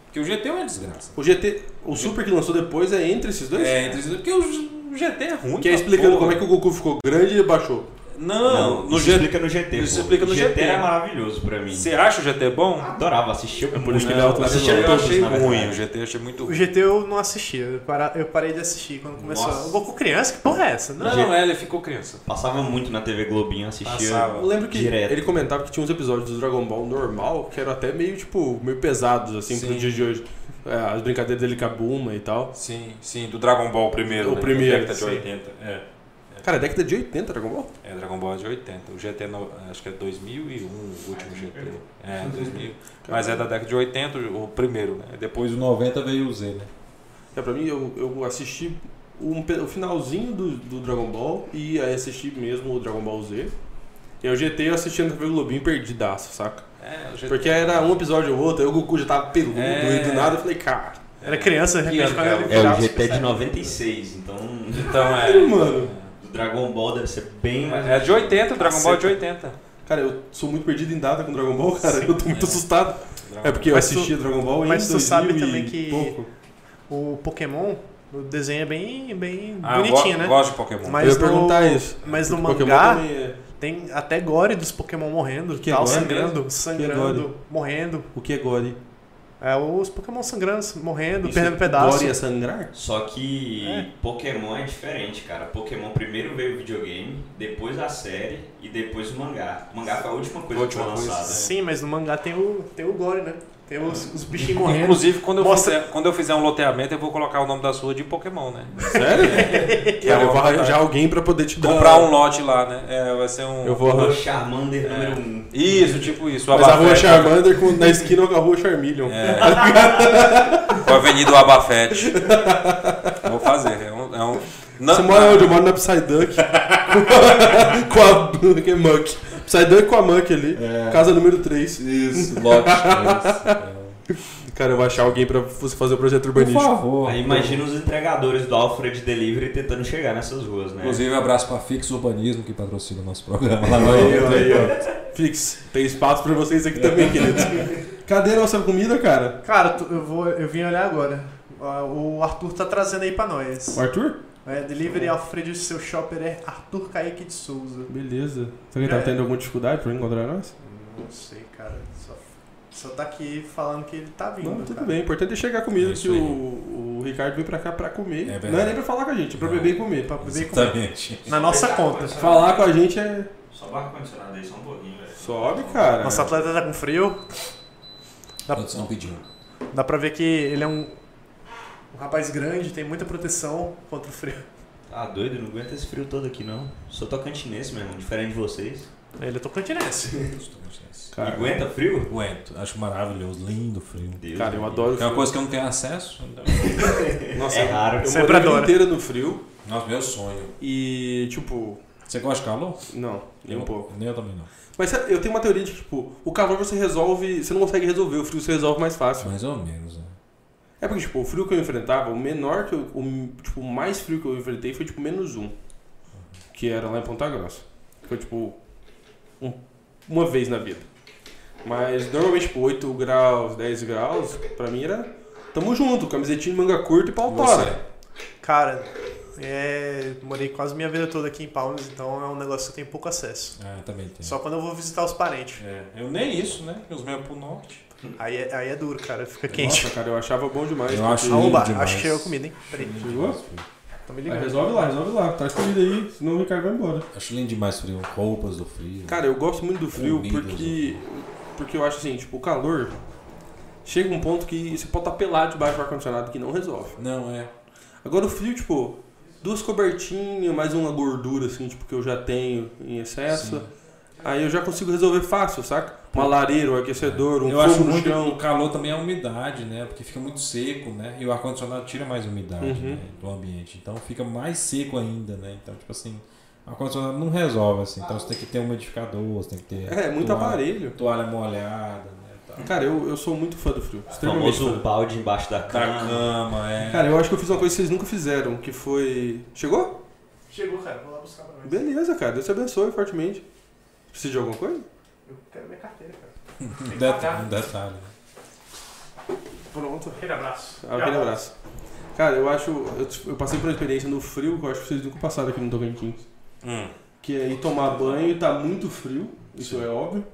Porque o GT é uma desgraça.
O GT, o Super que lançou depois é entre esses dois?
É, entre os dois. Porque o GT é ruim.
Que é
pra
explicando
porra.
como é que o Goku ficou grande e baixou.
Não, no
isso
GT.
explica Ah, no GT.
isso
pô.
explica no GT.
era maravilhoso pra mim.
Você acha o GT bom?
Adorava assistir. É
por isso que ele é alto
Assistir
nível.
eu achei
né?
na verdade.
ruim. O GT eu achei muito
O
ruim.
GT eu não assisti, eu, para- eu parei de assistir quando começou.
Nossa.
O Goku criança? Que porra é essa? Não.
Não, não, é, ele ficou criança.
Passava muito na TV Globinho, assistia.
Passava.
Eu lembro que
Direto.
ele comentava que tinha uns episódios do Dragon Ball normal que eram até meio, tipo, meio pesados, assim, pro
Sim.
dia de hoje. É, as brincadeiras dele com a Buma e tal.
Sim, sim, do Dragon Ball primeiro.
O
né?
primeiro,
Década de
sim.
80. É.
Cara, década de 80 Dragon Ball?
É, Dragon Ball é de 80. O GT, no- acho que é 2001,
Ah,
o último GT. É, 2000. Mas é da década de 80, o primeiro, né? Depois
Depois do 90 veio o Z, né?
É, pra mim, eu, eu assisti um pe- o finalzinho do, do Dragon Ball e aí assisti mesmo o Dragon Ball Z. E aí o GT eu assistindo na TV Globinho perdidaço, saca?
É, o GT.
Porque era um episódio ou outro, aí o Goku já tava peludo
É.
e do nada eu falei, cara,
Era criança, de
Que
repente,
ano,
quando
cara?
ele
É, o
virava tipo,
GT é
Super
de
Saiyajin.
96, então
Então é. Mano.
do Dragon Ball deve ser bem mais.
É de 80, o Dragon Ball é de 80.
cara, eu sou muito perdido em data com Dragon Ball, cara, eu tô muito
É.
assustado. É porque eu
Mas tu-
assistia Dragon Ball em
mas tu sabe
2000 e
também que-
pouco.
O Pokémon, o desenho é bem, bem
Ah,
bonitinho,
go-
né?
Gosto de Pokémon.
Mas
eu ia
no-
perguntar isso.
Mas no
Pokémon
mangá
também é-
tem até gore dos Pokémon morrendo,
Que
tal,
gore
sangrando, sangrando,
gore?
morrendo.
O que é Gore?
É, os Pokémon sangrando, morrendo,
Isso,
perdendo pedaço.
Gore é sangrar?
Só que
É.
Pokémon é diferente, cara. Pokémon primeiro veio o videogame, depois a série e depois o mangá. O mangá foi a última coisa
Última
que foi
coisa,
lançada.
Sim, mas no mangá tem o, tem o gore, né? Tem os, os bichinhos morrendo.
Inclusive, quando eu,
Mostra-
fizer, quando eu fizer um loteamento, eu vou colocar o nome da sua de Pokémon, né?
Sério?
(laughs)
Cara, eu vou
vontade.
arranjar alguém pra poder te dar.
Comprar um lote lá, né? É, vai ser um.
Eu vou
O
arranjar.
Charmander
É.
número 1. Um.
Isso, tipo isso.
Mas a rua
Abafete.
Charmander com- na esquina com a rua Charmeleon.
É. (laughs) Com a Avenida Abafete. Vou fazer. É um. É um não,
Você mora onde? Eu moro na Psyduck. com a (laughs) que é Muck. Psyduck com a Muck ali.
É.
Casa número 3.
Isso, Lote
né?
3.
Cara, eu vou achar alguém pra você fazer o projeto
Por
urbanístico.
favor.
Aí imagina os entregadores do Alfred Delivery tentando chegar nessas ruas, né?
Inclusive, um abraço pra Fix Urbanismo, que patrocina o nosso programa lá no
Aí, ó, aí, ó. Fix, tem espaço pra vocês aqui também, querido. Cadê a nossa comida, cara?
Cara, tu- eu, vou, eu vim olhar agora. Ah, O Arthur tá trazendo aí pra nós.
O Arthur?
É, delivery Alfredo, seu shopper é Arthur Kaique de Souza.
Beleza. Será que ele tá
É.
tendo alguma dificuldade pra encontrar nós?
Não sei, cara. Só, só tá aqui falando que ele tá vindo.
Não, tudo
cara.
bem. O importante é chegar a comida,
É isso
que
aí.
o, o Ricardo veio pra cá pra comer.
É verdade.
Não é nem pra falar com a gente, é pra
Não.
beber e comer.
Pra poder comer.
tá Exatamente.
Na
Tá,
nossa conta.
Falar com a gente é.
Só barra condicionado aí, só um pouquinho, velho.
Sobe, cara.
Nosso atleta tá com frio.
Tá-
A produção pediu.
Dá pra ver que ele é um, um rapaz grande, tem muita proteção contra o frio.
Tá doido, não aguenta esse frio todo aqui não. Sou tocantinense mesmo, diferente de vocês.
Ele é tocantinense.
E
Cara,
aguenta frio?
Aguento. Acho maravilhoso. Lindo frio.
Deus
cara, eu
me
adoro
É uma
frio.
coisa que eu não tenho acesso. então-
Nossa,
É raro.
Eu
Sempre
morei a vida
adoro.
inteira no frio
Nossa, meu sonho.
e, tipo,
Você gosta de calor?
não, nem um pouco.
Nem eu também não.
Mas sabe, eu tenho uma teoria de que, tipo, o calor você resolve, você não consegue resolver, o frio você resolve mais fácil.
Mais ou menos, né?
É porque, tipo, o frio que eu enfrentava, o menor que eu, o, tipo, o mais frio que eu enfrentei foi, tipo, menos um. Que era lá em Ponta Grossa. Foi, tipo, um- uma vez na vida. Mas, normalmente, tipo, 8 graus, 10 graus, pra mim era... Tamo junto, camisetinha de manga curta e pau tora.
Cara, é, morei quase minha vida toda aqui em Palmas, então é um negócio que eu tenho pouco acesso.
Ah, também tem.
Só quando eu vou visitar os parentes.
É.
Eu nem isso, né? Os meus pro norte.
Aí é, aí é duro, cara. Fica quente.
Nossa, cara, eu achava bom demais.
Eu
porque-
acho lindo
Aoba,
demais.
acho que chegou a comida, hein? Peraí,
Chegou?
tô me
Aí
ligando.
resolve lá, resolve lá. Tá escolhido aí, senão o Ricardo vai embora.
Acho lindo demais frio. Roupas do frio.
Cara, eu gosto muito do frio
Comidas,
porque. Porque eu acho assim, tipo, o calor. Chega um ponto que você pode estar pelado debaixo do ar-condicionado que não resolve.
Não, é.
Agora o frio, tipo, duas cobertinhas, mais uma gordura, assim, tipo, que eu já tenho em excesso. Aí eu já consigo resolver fácil, saca? Uma lareira, um aquecedor, um
eu
fogo
acho
no
muito
chão.
o calor também é a umidade, né? Porque fica muito seco, né? E o ar-condicionado tira mais umidade
Uhum.
né? do ambiente. Então fica mais seco ainda, né? Então, tipo assim, o ar-condicionado não resolve, assim. Então você tem que ter um modificador, você tem que ter.
É, muito
toalha-
aparelho.
Toalha molhada, né? Tal.
Cara, eu, eu sou muito fã do frio.
O
Extremamente
famoso
fã.
balde embaixo da
Da
cama.
cama, é.
Ah. Cara, eu acho que eu fiz uma coisa que vocês nunca fizeram, que foi. Chegou?
Chegou, cara. Vou lá buscar pra nós.
Beleza, cara. Deus te abençoe fortemente. Precisa de alguma coisa?
Eu quero minha carteira, cara.
um, detalhe, um detalhe. né?
Pronto. Aquele abraço.
Ah, Aquele abraço. Cara, eu acho. Eu, eu passei por uma experiência no frio que eu acho que vocês nunca passaram aqui no Tocantins. Que é ir tomar banho e tá muito frio, isso é óbvio.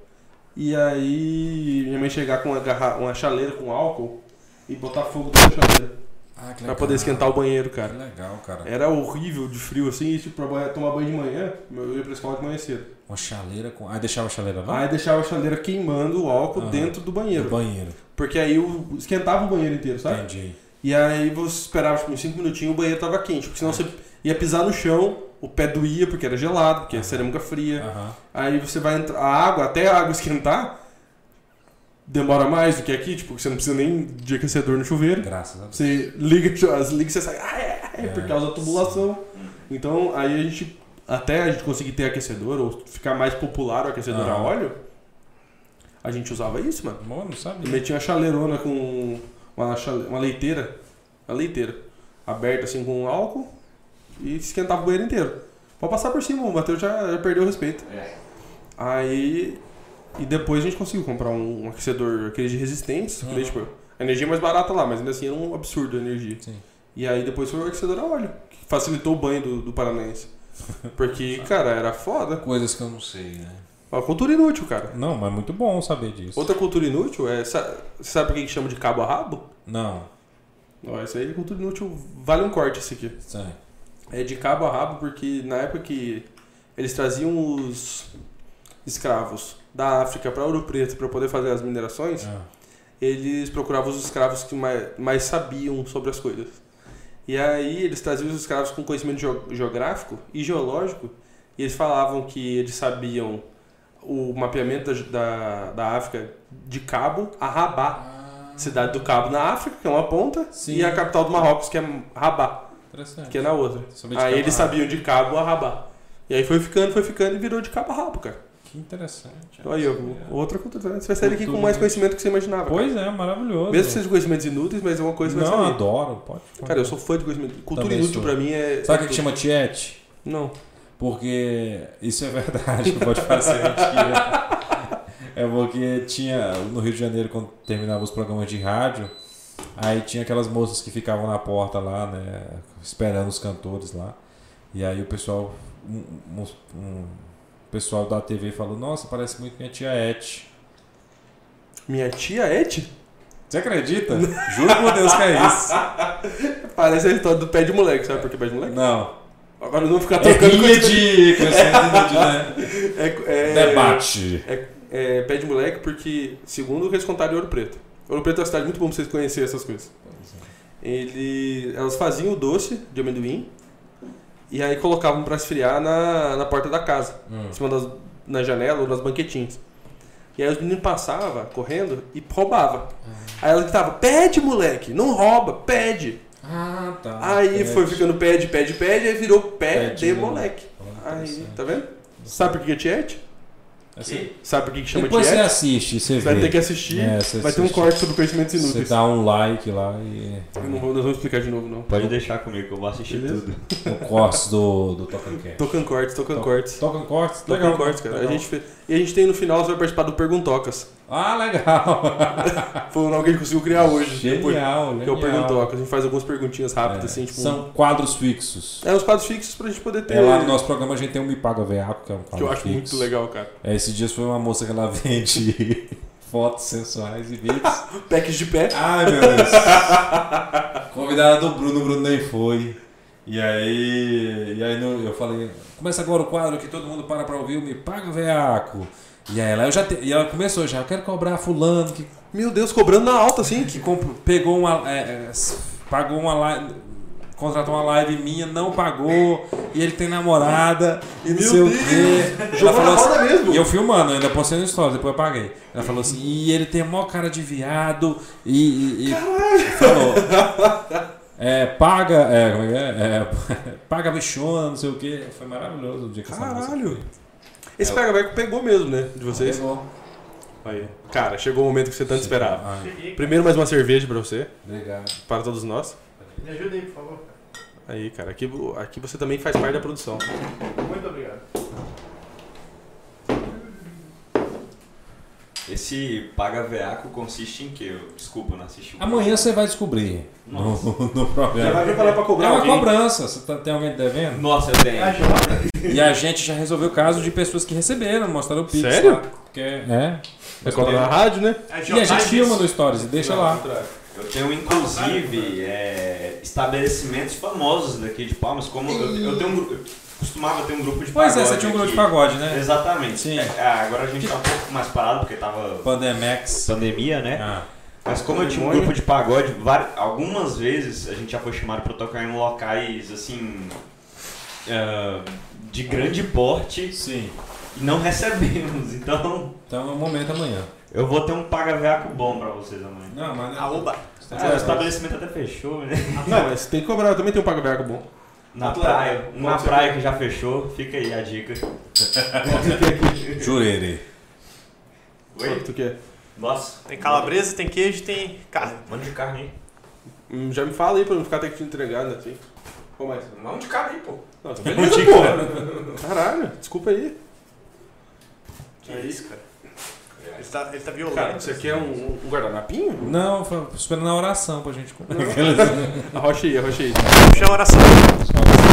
E aí minha mãe chegar com uma, garra, uma chaleira com álcool e botar fogo dentro da chaleira
Ah, que
pra poder esquentar o É. banheiro,
Que
cara.
legal, cara.
Era horrível de frio assim, e tipo, pra banho- tomar banho de manhã, eu ia pra escola de manhã cedo.
Uma chaleira com. Aí deixava a chaleira lá?
Aí deixava a chaleira queimando o álcool
Aham.
dentro Ah, é do
no
banheiro.
banheiro.
Porque aí o- esquentava o banheiro inteiro, sabe?
Entendi.
E aí você esperava tipo, uns 5 minutinhos e o banheiro tava quente, porque senão você ia pisar no chão, o pé doía porque era gelado, porque é cerâmica fria.
Aham.
Aí você vai entrar. A água, até a água (laughs) esquentar, demora mais do que aqui, tipo, você não precisa nem de aquecedor no chuveiro.
Graças a Deus.
Você liga, (laughs) desliga e você sai. "Ah, é, é", por
É,
causa da tubulação. Então aí a gente. Até a gente conseguir ter aquecedor, ou ficar mais popular o aquecedor a
Aham.
óleo, a gente usava isso, mano.
Mano, não
Eu
sabia.
meti uma chaleirona com uma, chale- uma leiteira, uma leiteira, aberta assim com álcool e esquentava o banheiro inteiro. Pode passar por cima, o Matheus já, já perdeu o respeito. Aí. E depois a gente conseguiu comprar um, um aquecedor, aquele de resistência, que daí, tipo, a energia é mais barata lá, mas ainda assim era um absurdo a energia.
Sim.
E aí depois foi o aquecedor a óleo, que facilitou o banho do, do paranaense. Porque, cara, era foda.
Coisas que eu não sei, né?
Uma cultura inútil, cara.
Não, mas é muito bom saber disso.
Outra cultura inútil é. sa- Você sabe por que que chama de cabo a rabo?
Não,
Ó, esse aí é cultura inútil. Vale um corte esse aqui.
sei.
É de cabo a rabo, porque na época que eles traziam os escravos da África para Ouro Preto para poder fazer as minerações,
Ah,
eles procuravam os escravos que mais, mais sabiam sobre as coisas. E aí eles traziam os escravos com conhecimento geo- geográfico e geológico, e eles falavam que eles sabiam o mapeamento da, da, da África de Cabo a Rabá. Cidade do Cabo na África, que é uma ponta,
Sim.
e a capital do Marrocos, que é Rabá,
interessante.
que é na outra.
Saber de
Aí
cabo
eles
a rabo.
sabiam de Cabo a Rabá. E aí foi ficando, foi ficando e virou de cabo a rabo, cara.
Ah, Que interessante.
Então aí, ó, outra cultura. né? Você vai sair daqui com
Cultura.
mais conhecimento que você imaginava. cara.
Pois é, maravilhoso.
Mesmo que sejam conhecimentos inúteis, mas é uma coisa que
Não,
vai sair.
adoro, pode. pode.
Cara, eu sou fã de conhecimento. Cultura
Também
inútil
sou.
pra mim é.
Sabe o que que chama tiete?
Não. (laughs)
Porque isso é verdade, não pode parecer mentira. É porque tinha no Rio de Janeiro, quando terminava os programas de rádio, aí tinha aquelas moças que ficavam na porta lá, né? Esperando os cantores lá. E aí o pessoal. Um, um- um pessoal da TV falou, nossa, parece muito minha tia Et.
Minha tia é, Ed? (laughs)
Você acredita? Juro por Deus que é isso.
Parece a história do pé de moleque, sabe por que pé de moleque?
Não.
Agora não vou ficar
É
trocando
rinha
Tá coisa.
de. coisa de, né?
(laughs) É, é-
Debate.
é pé de moleque porque, segundo o que eles contaram, em Ouro Preto. Ouro Preto é uma cidade muito bom pra vocês conhecerem essas coisas. Ele, elas faziam o doce de amendoim e aí colocavam pra esfriar na, na porta da casa,
Hum.
em cima das, na janela ou nas banquetinhas. E aí os meninos passavam correndo e roubava. Aí ela gritava, pede moleque, não rouba, pede.
Ah, tá.
aí foi
Pet.
ficando pede, pede, pede, aí virou pé
Pede,
de
né?
moleque.
Ah,
Aí,
interessante.
tá vendo? Sabe por que é tiete?
Assim,
Sabe por que que É, chama
Depois
tiete?
você assiste, você
Você vai
vê.
ter que assistir.
É, você
vai ter um
assiste.
corte sobre conhecimentos
Você
inúteis.
dá um like lá e.
Eu não vou, nós vamos explicar de novo, não.
Pode deixar comigo que eu vou assistir
Beleza.
tudo.
O cortes do, do Tocan Cast.
Tocando cortes, tocando
Tô-
cortes.
Tocan Cortes?
Tocando cortes, cara. A
legal.
gente fez- E a gente tem no final, você vai participar do Perguntocas.
Ah, legal.
Foi o nome que a gente conseguiu criar Tá hoje. depois,
genial,
que é o
genial.
Perguntocas. A gente faz algumas perguntinhas rápidas,
É,
assim, tipo. um-
São quadros fixos.
É uns quadros fixos pra gente poder ter.
É lá no nosso programa a gente tem um Me Paga Veaco, que é um quadro
Que eu acho
fixo.
muito legal, cara.
É, esses dias foi uma moça que ela (laughs) vende fotos sensuais e vídeos.
Packs de pé.
Ai, meu Deus. (laughs) Convidada do Bruno, o Bruno nem foi. E aí, e aí no- eu falei, começa agora o quadro que todo mundo para pra ouvir, o me paga veaco. E aí ela, eu já te- e ela começou já, eu quero cobrar fulano que,
Meu Deus, cobrando na alta, assim.
que comprou- pegou uma é, é, s- pagou uma live, contratou uma live minha, não pagou, e ele tem namorada e não
Meu
sei o
Deus.
quê. Ela
Jogou
falou
na
assim,
roda mesmo.
e eu filmando, ainda postei no stories, depois eu apaguei. Ela falou assim, e ele tem mó cara de viado, e. e, e falou. É, paga. É, como é que é? (laughs) É, paga bichona, não sei o quê. Foi maravilhoso o dia que essa moça
Caralho. Esse pega velho pegou mesmo, né? De vocês.
Pegou.
Aí. Cara, chegou o momento que você tanto esperava.
Ai,
Primeiro, mais uma cerveja pra você,
Ah, obrigado.
para todos nós.
Me ajuda aí, por favor.
Aí, cara, aqui, aqui você também faz parte da produção.
Muito obrigado.
Esse paga veaco consiste em quê? Eu- Desculpa, eu não assisti. o-
Amanhã você vai descobrir no, (laughs) no
Já
programa.
vai preparar pra
É
cobrar
uma
alguém.
cobrança, você tá- tem alguém te devendo?
Nossa, eu tenho.
E a gente já resolveu o caso de pessoas que receberam, mostraram o Pix.
Sério?
lá, porque, é.
Vai cobrar na rádio,
É,
né?
E a gente filma no Stories, deixa lá.
Eu tenho, inclusive, é, estabelecimentos famosos daqui de Palmas, como eu, eu tenho um gru- eu costumava ter um grupo de
Pois é,
pagode
você tinha um grupo de
aqui.
pagode, né?
Exatamente.
Sim.
É, ah, agora a gente tá um pouco mais parado porque tava
Pandemex.
pandemia, né?
Ah,
Mas como eu tinha um
Pandemônio.
grupo de pagode, vari- algumas vezes a gente já foi chamado pra tocar em locais assim ah, de grande porte
sim.
e não recebemos. (laughs) Então,
Então é o momento amanhã.
eu vou ter um paga-veaco bom pra vocês amanhã.
Não, é mas
Arroba.
Ah, o estabelecimento até fechou, né?
Ah, Não, mas tem que cobrar. Também tem um paga-verga bom.
Na
Claro.
praia, uma
Pode ser.
praia que já fechou, fica aí a dica.
Jurerê.
Quanto
Oi?
tu quer?
Nossa.
Tem calabresa, tem queijo, tem carne.
Manda de carne aí.
Hum, Já me fala aí pra não ficar até que te entregando aqui. Qual mais?
Mão de carne aí, pô.
Não, tá beleza, porra. (laughs) Caralho, desculpa aí.
Que isso, cara? Ele tá, ele tá violento.
Cara, você quer um, um guardanapinho?
Não, foi esperando na oração pra gente comer. (laughs)
Arrocha aí, arrocha aí.
Puxa a oração.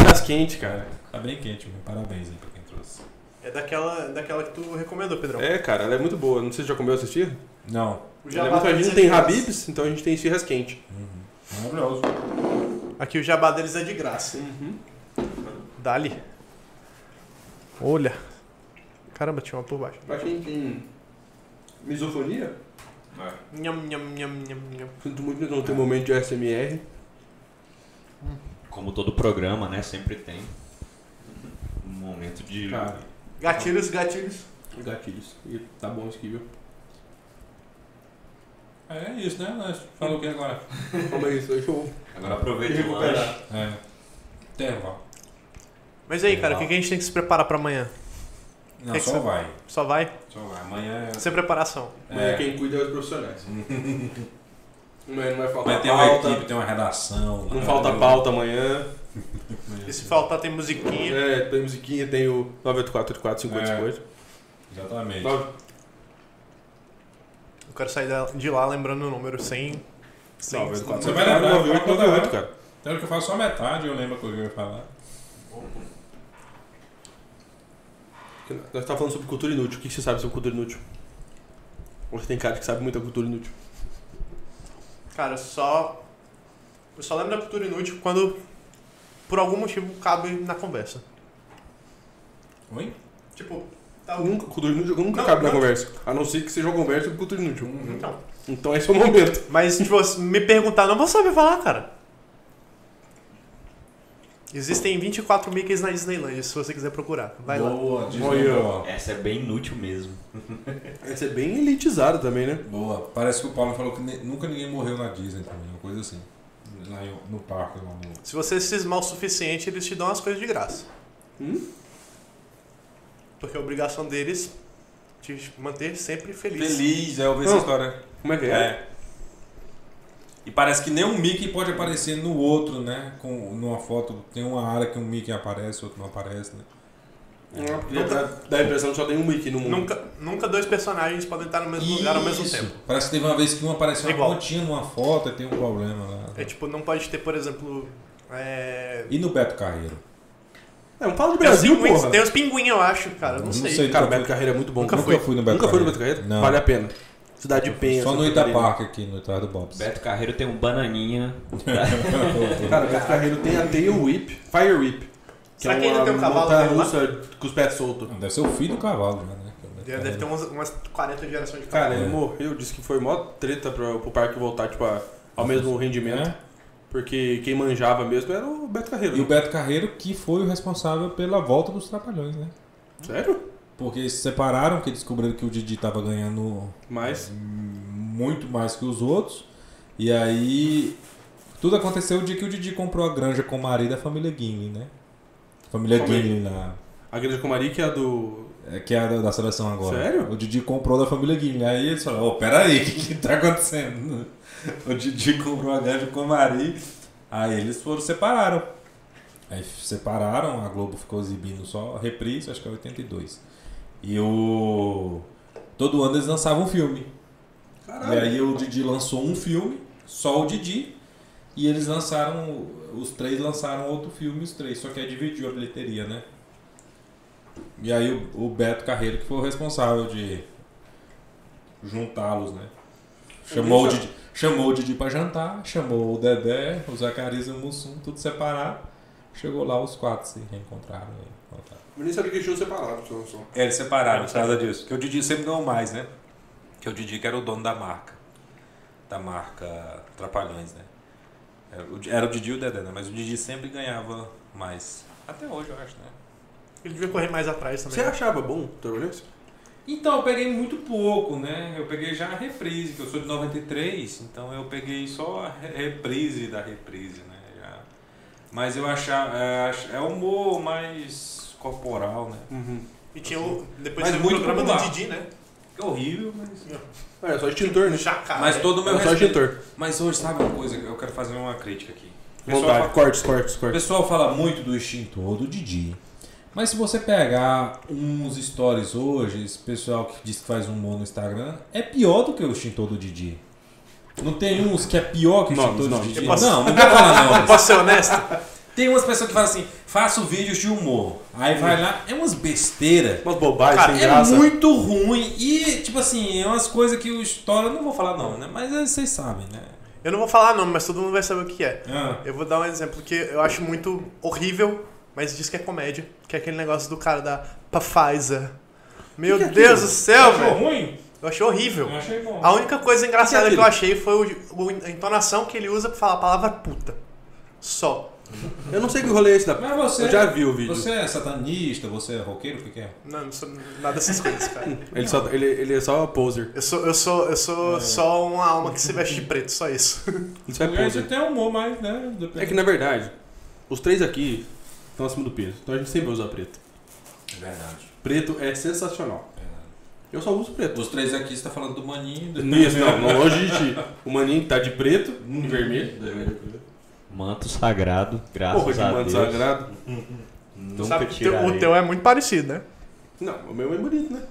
Das quente, cara.
tá bem quente, meu. Parabéns aí pra quem trouxe.
É daquela, daquela que tu recomendou, Pedrão.
É, cara, ela é muito boa. Não sei se já comeu essa esfirra.
Não.
O
Ela é
jabá
muito... A gente não
deles
tem
é de graça.
rabibs, então a gente tem esfirras quentes.
Uhum. Maravilhoso.
Aqui o jabá deles é de graça.
Uhum.
Dali. Olha. Caramba, tinha uma por baixo.
Pra quem tem misofonia,
Nham, nham, nham, nham, nham.
sinto muito não ter momento de ASMR.
Como todo programa, né? Sempre tem um momento de.
Cara.
Gatilhos, gatilhos.
Gatilhos. E tá bom isso aqui, viu?
É isso, né? Nós Falou o que agora?
Calma aí, deixa eu
Agora aproveita o
recuperar.
lanche.
É. Intervalo.
Mas aí, cara, o que, que a gente tem que se preparar pra amanhã?
Não,
Que que
só
você-
vai. É.
Só vai?
Só vai. Amanhã
Sem preparação.
Mas
É.
quem cuida é os profissionais. (laughs) Mas não vai faltar
Mas tem uma
pauta.
equipe, tem uma redação.
Não
lá.
falta pauta amanhã.
E se faltar, tem musiquinha.
É, tem musiquinha, tem o 98484
É.
5858.
Exatamente.
Nove-
quero sair da- de lá lembrando o número sem. sem
Não, velho,
sem-
você
Você
vai
vai lembrar,
lembrar, 98,
vai lembrar.
98, cara.
Tem hora que Então, eu faço só metade, eu lembro o que eu ia falar.
Porque Nós tá falando sobre cultura inútil. O que que você sabe sobre cultura inútil? Ou Você tem cara que sabe muito da cultura inútil.
Cara, só. Eu só lembro da cultura inútil quando, por algum motivo, cabe na conversa.
Oi?
Tipo, tá
Nunca, cultura inútil nunca
Não,
cabe na
não.
conversa. A não ser que seja uma conversa sobre cultura inútil.
Então.
Então esse é o momento.
Mas, tipo, se me perguntar, eu não vou saber falar, cara. Existem 24 Mickeys na Disneylandia, se você quiser procurar. Vai lá.
Boa,
Oi,
Disney. Boa.
Essa é bem inútil mesmo.
Esse é bem elitizado também, né?
Boa. Parece que o Paulo falou que ne- nunca ninguém morreu na Disney também, uma coisa assim. Lá em- no parque, lá no...
Se você cismar o suficiente, eles te dão as coisas de graça.
Hum?
Porque a obrigação deles é te manter sempre feliz.
Feliz, é, eu vi
Não.
essa história.
Como é que é?
É. E parece que nem um Mickey pode aparecer no outro, né? Com, numa foto, tem uma área que um Mickey aparece, outro não aparece, né?
É,
Não, porque dá, dá a impressão que só tem um Mickey no mundo.
Nunca, nunca dois personagens podem estar no mesmo lugar ao mesmo
Isso.
tempo.
Parece que teve uma vez que um apareceu
É
uma
igual.
pontinha numa foto e tem um problema lá.
É tipo, não pode ter, por exemplo. É...
E no Beto Carreiro?
É, um fala de Brasil,
tem, os pinguins-
porra.
tem os pinguins, eu acho, cara. Eu não,
Não
sei.
sei.
Cara, o Beto Carreira é muito bom.
Nunca
Nunca
fui.
fui no Beto
Nunca foi no Beto
Carreira.
Carreira?
É. Não.
Vale a pena. Cidade de Penha.
Só no
Santa Catarina.
Itaparque aqui, no Itaparque do Bobs.
Beto Carreiro tem um bananinha.
(laughs)
(laughs)
Cara, o Beto Carreiro tem a Tail Whip, Fire Whip. Que
É. Será
é
que ainda
uma
tem um cavalo
montanha
dele lá?
russa com os pés soltos.
Deve ser o filho do cavalo, já, né? Que é o
Deve
Beto
deve
Carreiro.
ter um umas, umas 40 gerações de
Cara,
cara.
ele
É.
morreu, disse que foi mó treta pra, pro parque voltar, tipo, a- ao mesmo rendimento.
É.
Porque quem manjava mesmo era o Beto Carreiro.
E o Beto Carreiro que foi o responsável pela volta dos Trapalhões, né?
Sério?
Porque eles se separaram, que descobriram que o Didi tava ganhando
Mas.
muito mais que os outros. E aí tudo aconteceu o dia que o Didi comprou a granja com o marido da família Gimli, né? Família
Família.
Gimli na
A Grande Comari, que é a do.
é, que é a da, da seleção agora.
Sério?
O Didi comprou da família Gimli. Aí eles falaram, ô, peraí, o que, que tá acontecendo? (laughs) O Didi comprou a granja com o Mari. Aí eles foram, separaram. Aí separaram, a Globo ficou exibindo só reprise, acho que é 82. E o. Todo ano eles lançavam um filme. E aí o Didi lançou um filme, só o Didi, e eles lançaram, os três lançaram outro filme, os três, só que aí dividiu a bilheteria, né? E aí o, o Beto Carreiro que foi o responsável de juntá-los, né? Chamou o, Didi, chamou o Didi pra jantar, chamou o Dedé, o Zacarias e o Mussum, tudo separado. Chegou lá, os quatro se reencontraram. e voltaram.
Eu nem sabia que eles tinham separado, só. só.
É, eles separaram, por causa disso. Porque o Didi sempre ganhou mais, né? Que o Didi que era o dono da marca. Da marca Trapalhões, né? Era o Di- Era o Didi e o Dedé, né? Mas o Didi sempre ganhava mais. Até hoje, eu acho, né?
Ele devia correr mais atrás também. né?
Você achava bom Trapalhões?
Então, eu peguei muito pouco, né? Eu peguei já a reprise, que eu sou de 93, então eu peguei só a re- reprise da reprise, né? Já. Mas eu achava. É, ach- é humor mais corporal, né?
E tinha o.
assim?
Depois
Mas
teve o
muito
programa do
popular.
Didi, né?
Que horrível, mas.
É, só extintor, né?
Jacaré.
Mas todo o meu
Era só
respeito-
extintor.
Mas hoje, sabe uma coisa? Eu quero fazer uma crítica aqui. O pessoal,
Vontade.
fa-
Cortes, cortes,
o
cortes.
pessoal fala muito do extintor, do Didi. Mas se você pegar uns stories hoje, esse pessoal que diz que faz humor no Instagram, é pior do que o extintor do Didi. Não tem uns que é pior que o
Nomes,
extintor do
nomes.
Didi?
Eu posso-
Não, não vou falar não.
Posso ser honesto?
Tem umas pessoas que falam assim, faço vídeos de humor. Aí vai lá, é umas besteiras.
Umas bobagens
Cara,
sem
É
graça.
muito ruim e, tipo assim, é umas coisas que o história... Não vou falar não, né? Mas eh, vocês sabem, né?
Eu não vou falar nome, mas todo mundo vai saber o que é.
Ah.
Eu vou dar um exemplo que eu acho muito horrível, mas diz que é comédia. Que é aquele negócio do cara da Pfizer. Meu
Que que é
Deus do
aquilo?
céu, velho.
ruim?
Eu achei horrível.
achei bom.
A única coisa engraçada
Que
que,
é
eu achei foi o- o- a entonação que ele usa pra falar a palavra puta. Só.
Eu não sei que rolê é esse da.
Mas você.
Eu já vi o vídeo.
Você é satanista, você é roqueiro, o que, que é?
Não, não sou nada dessas coisas, cara.
Ele, só, ele, ele é só poser.
(laughs) Eu sou, eu sou, eu
É.
sou só uma alma que se veste de preto, só isso.
Ele só é
Você
poser.
tem humor, mas, né?
É que na verdade, os três aqui estão acima do peso. Então a gente sempre vai usar preto.
É Verdade.
Preto é sensacional.
verdade.
Eu só uso preto.
Os três aqui, você tá falando do maninho. do-
Isso, não, não longe de ti. (laughs) O maninho tá de preto, de vermelho. é
Manto sagrado, graças
Porra de
a
mano
Deus.
sagrado.
Nunca
Sabe que o teu-
tirarei.
o teu é muito parecido, né?
Não, o meu é bonito, né?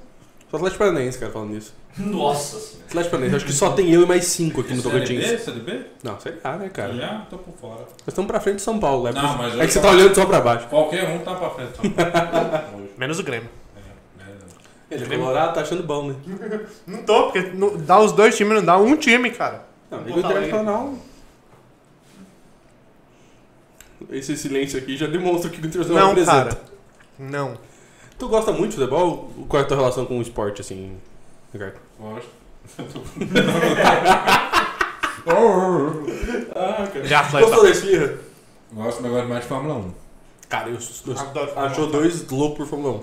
Só Atlético Paranaense, cara, falando nisso.
Nossa senhora.
Atlético Paranaense, acho que só tem eu e mais cinco aqui no Tocantins.
CLB? CLB?
Não, sei lá, né, cara?
Já tô por fora.
Nós estamos pra frente de São Paulo, né?
Não, mas
é
eu
que você
tava-
tá olhando só pra baixo.
Qualquer um tá pra frente.
(laughs)
São Paulo. Hoje.
Menos o Grêmio.
É,
Ele é colorado, tá achando bom, né?
Não tô, porque não- dá os dois times, não dá um time, cara.
Não,
Porto
Liga o
Alegre.
Internacional. Esse silêncio aqui já demonstra que o Internacional
Não,
representa.
cara. Não.
Tu gosta muito de futebol? Qual é a tua relação com o esporte, assim, Ricardo?
Gosto. (laughs)
Ah, cara.
Já foi.
Gostou da esfirra?
Gosto, mas gosto mais de Fórmula 1.
Cara, eu, eu
Adoro Fórmula
achou dois loucos por Fórmula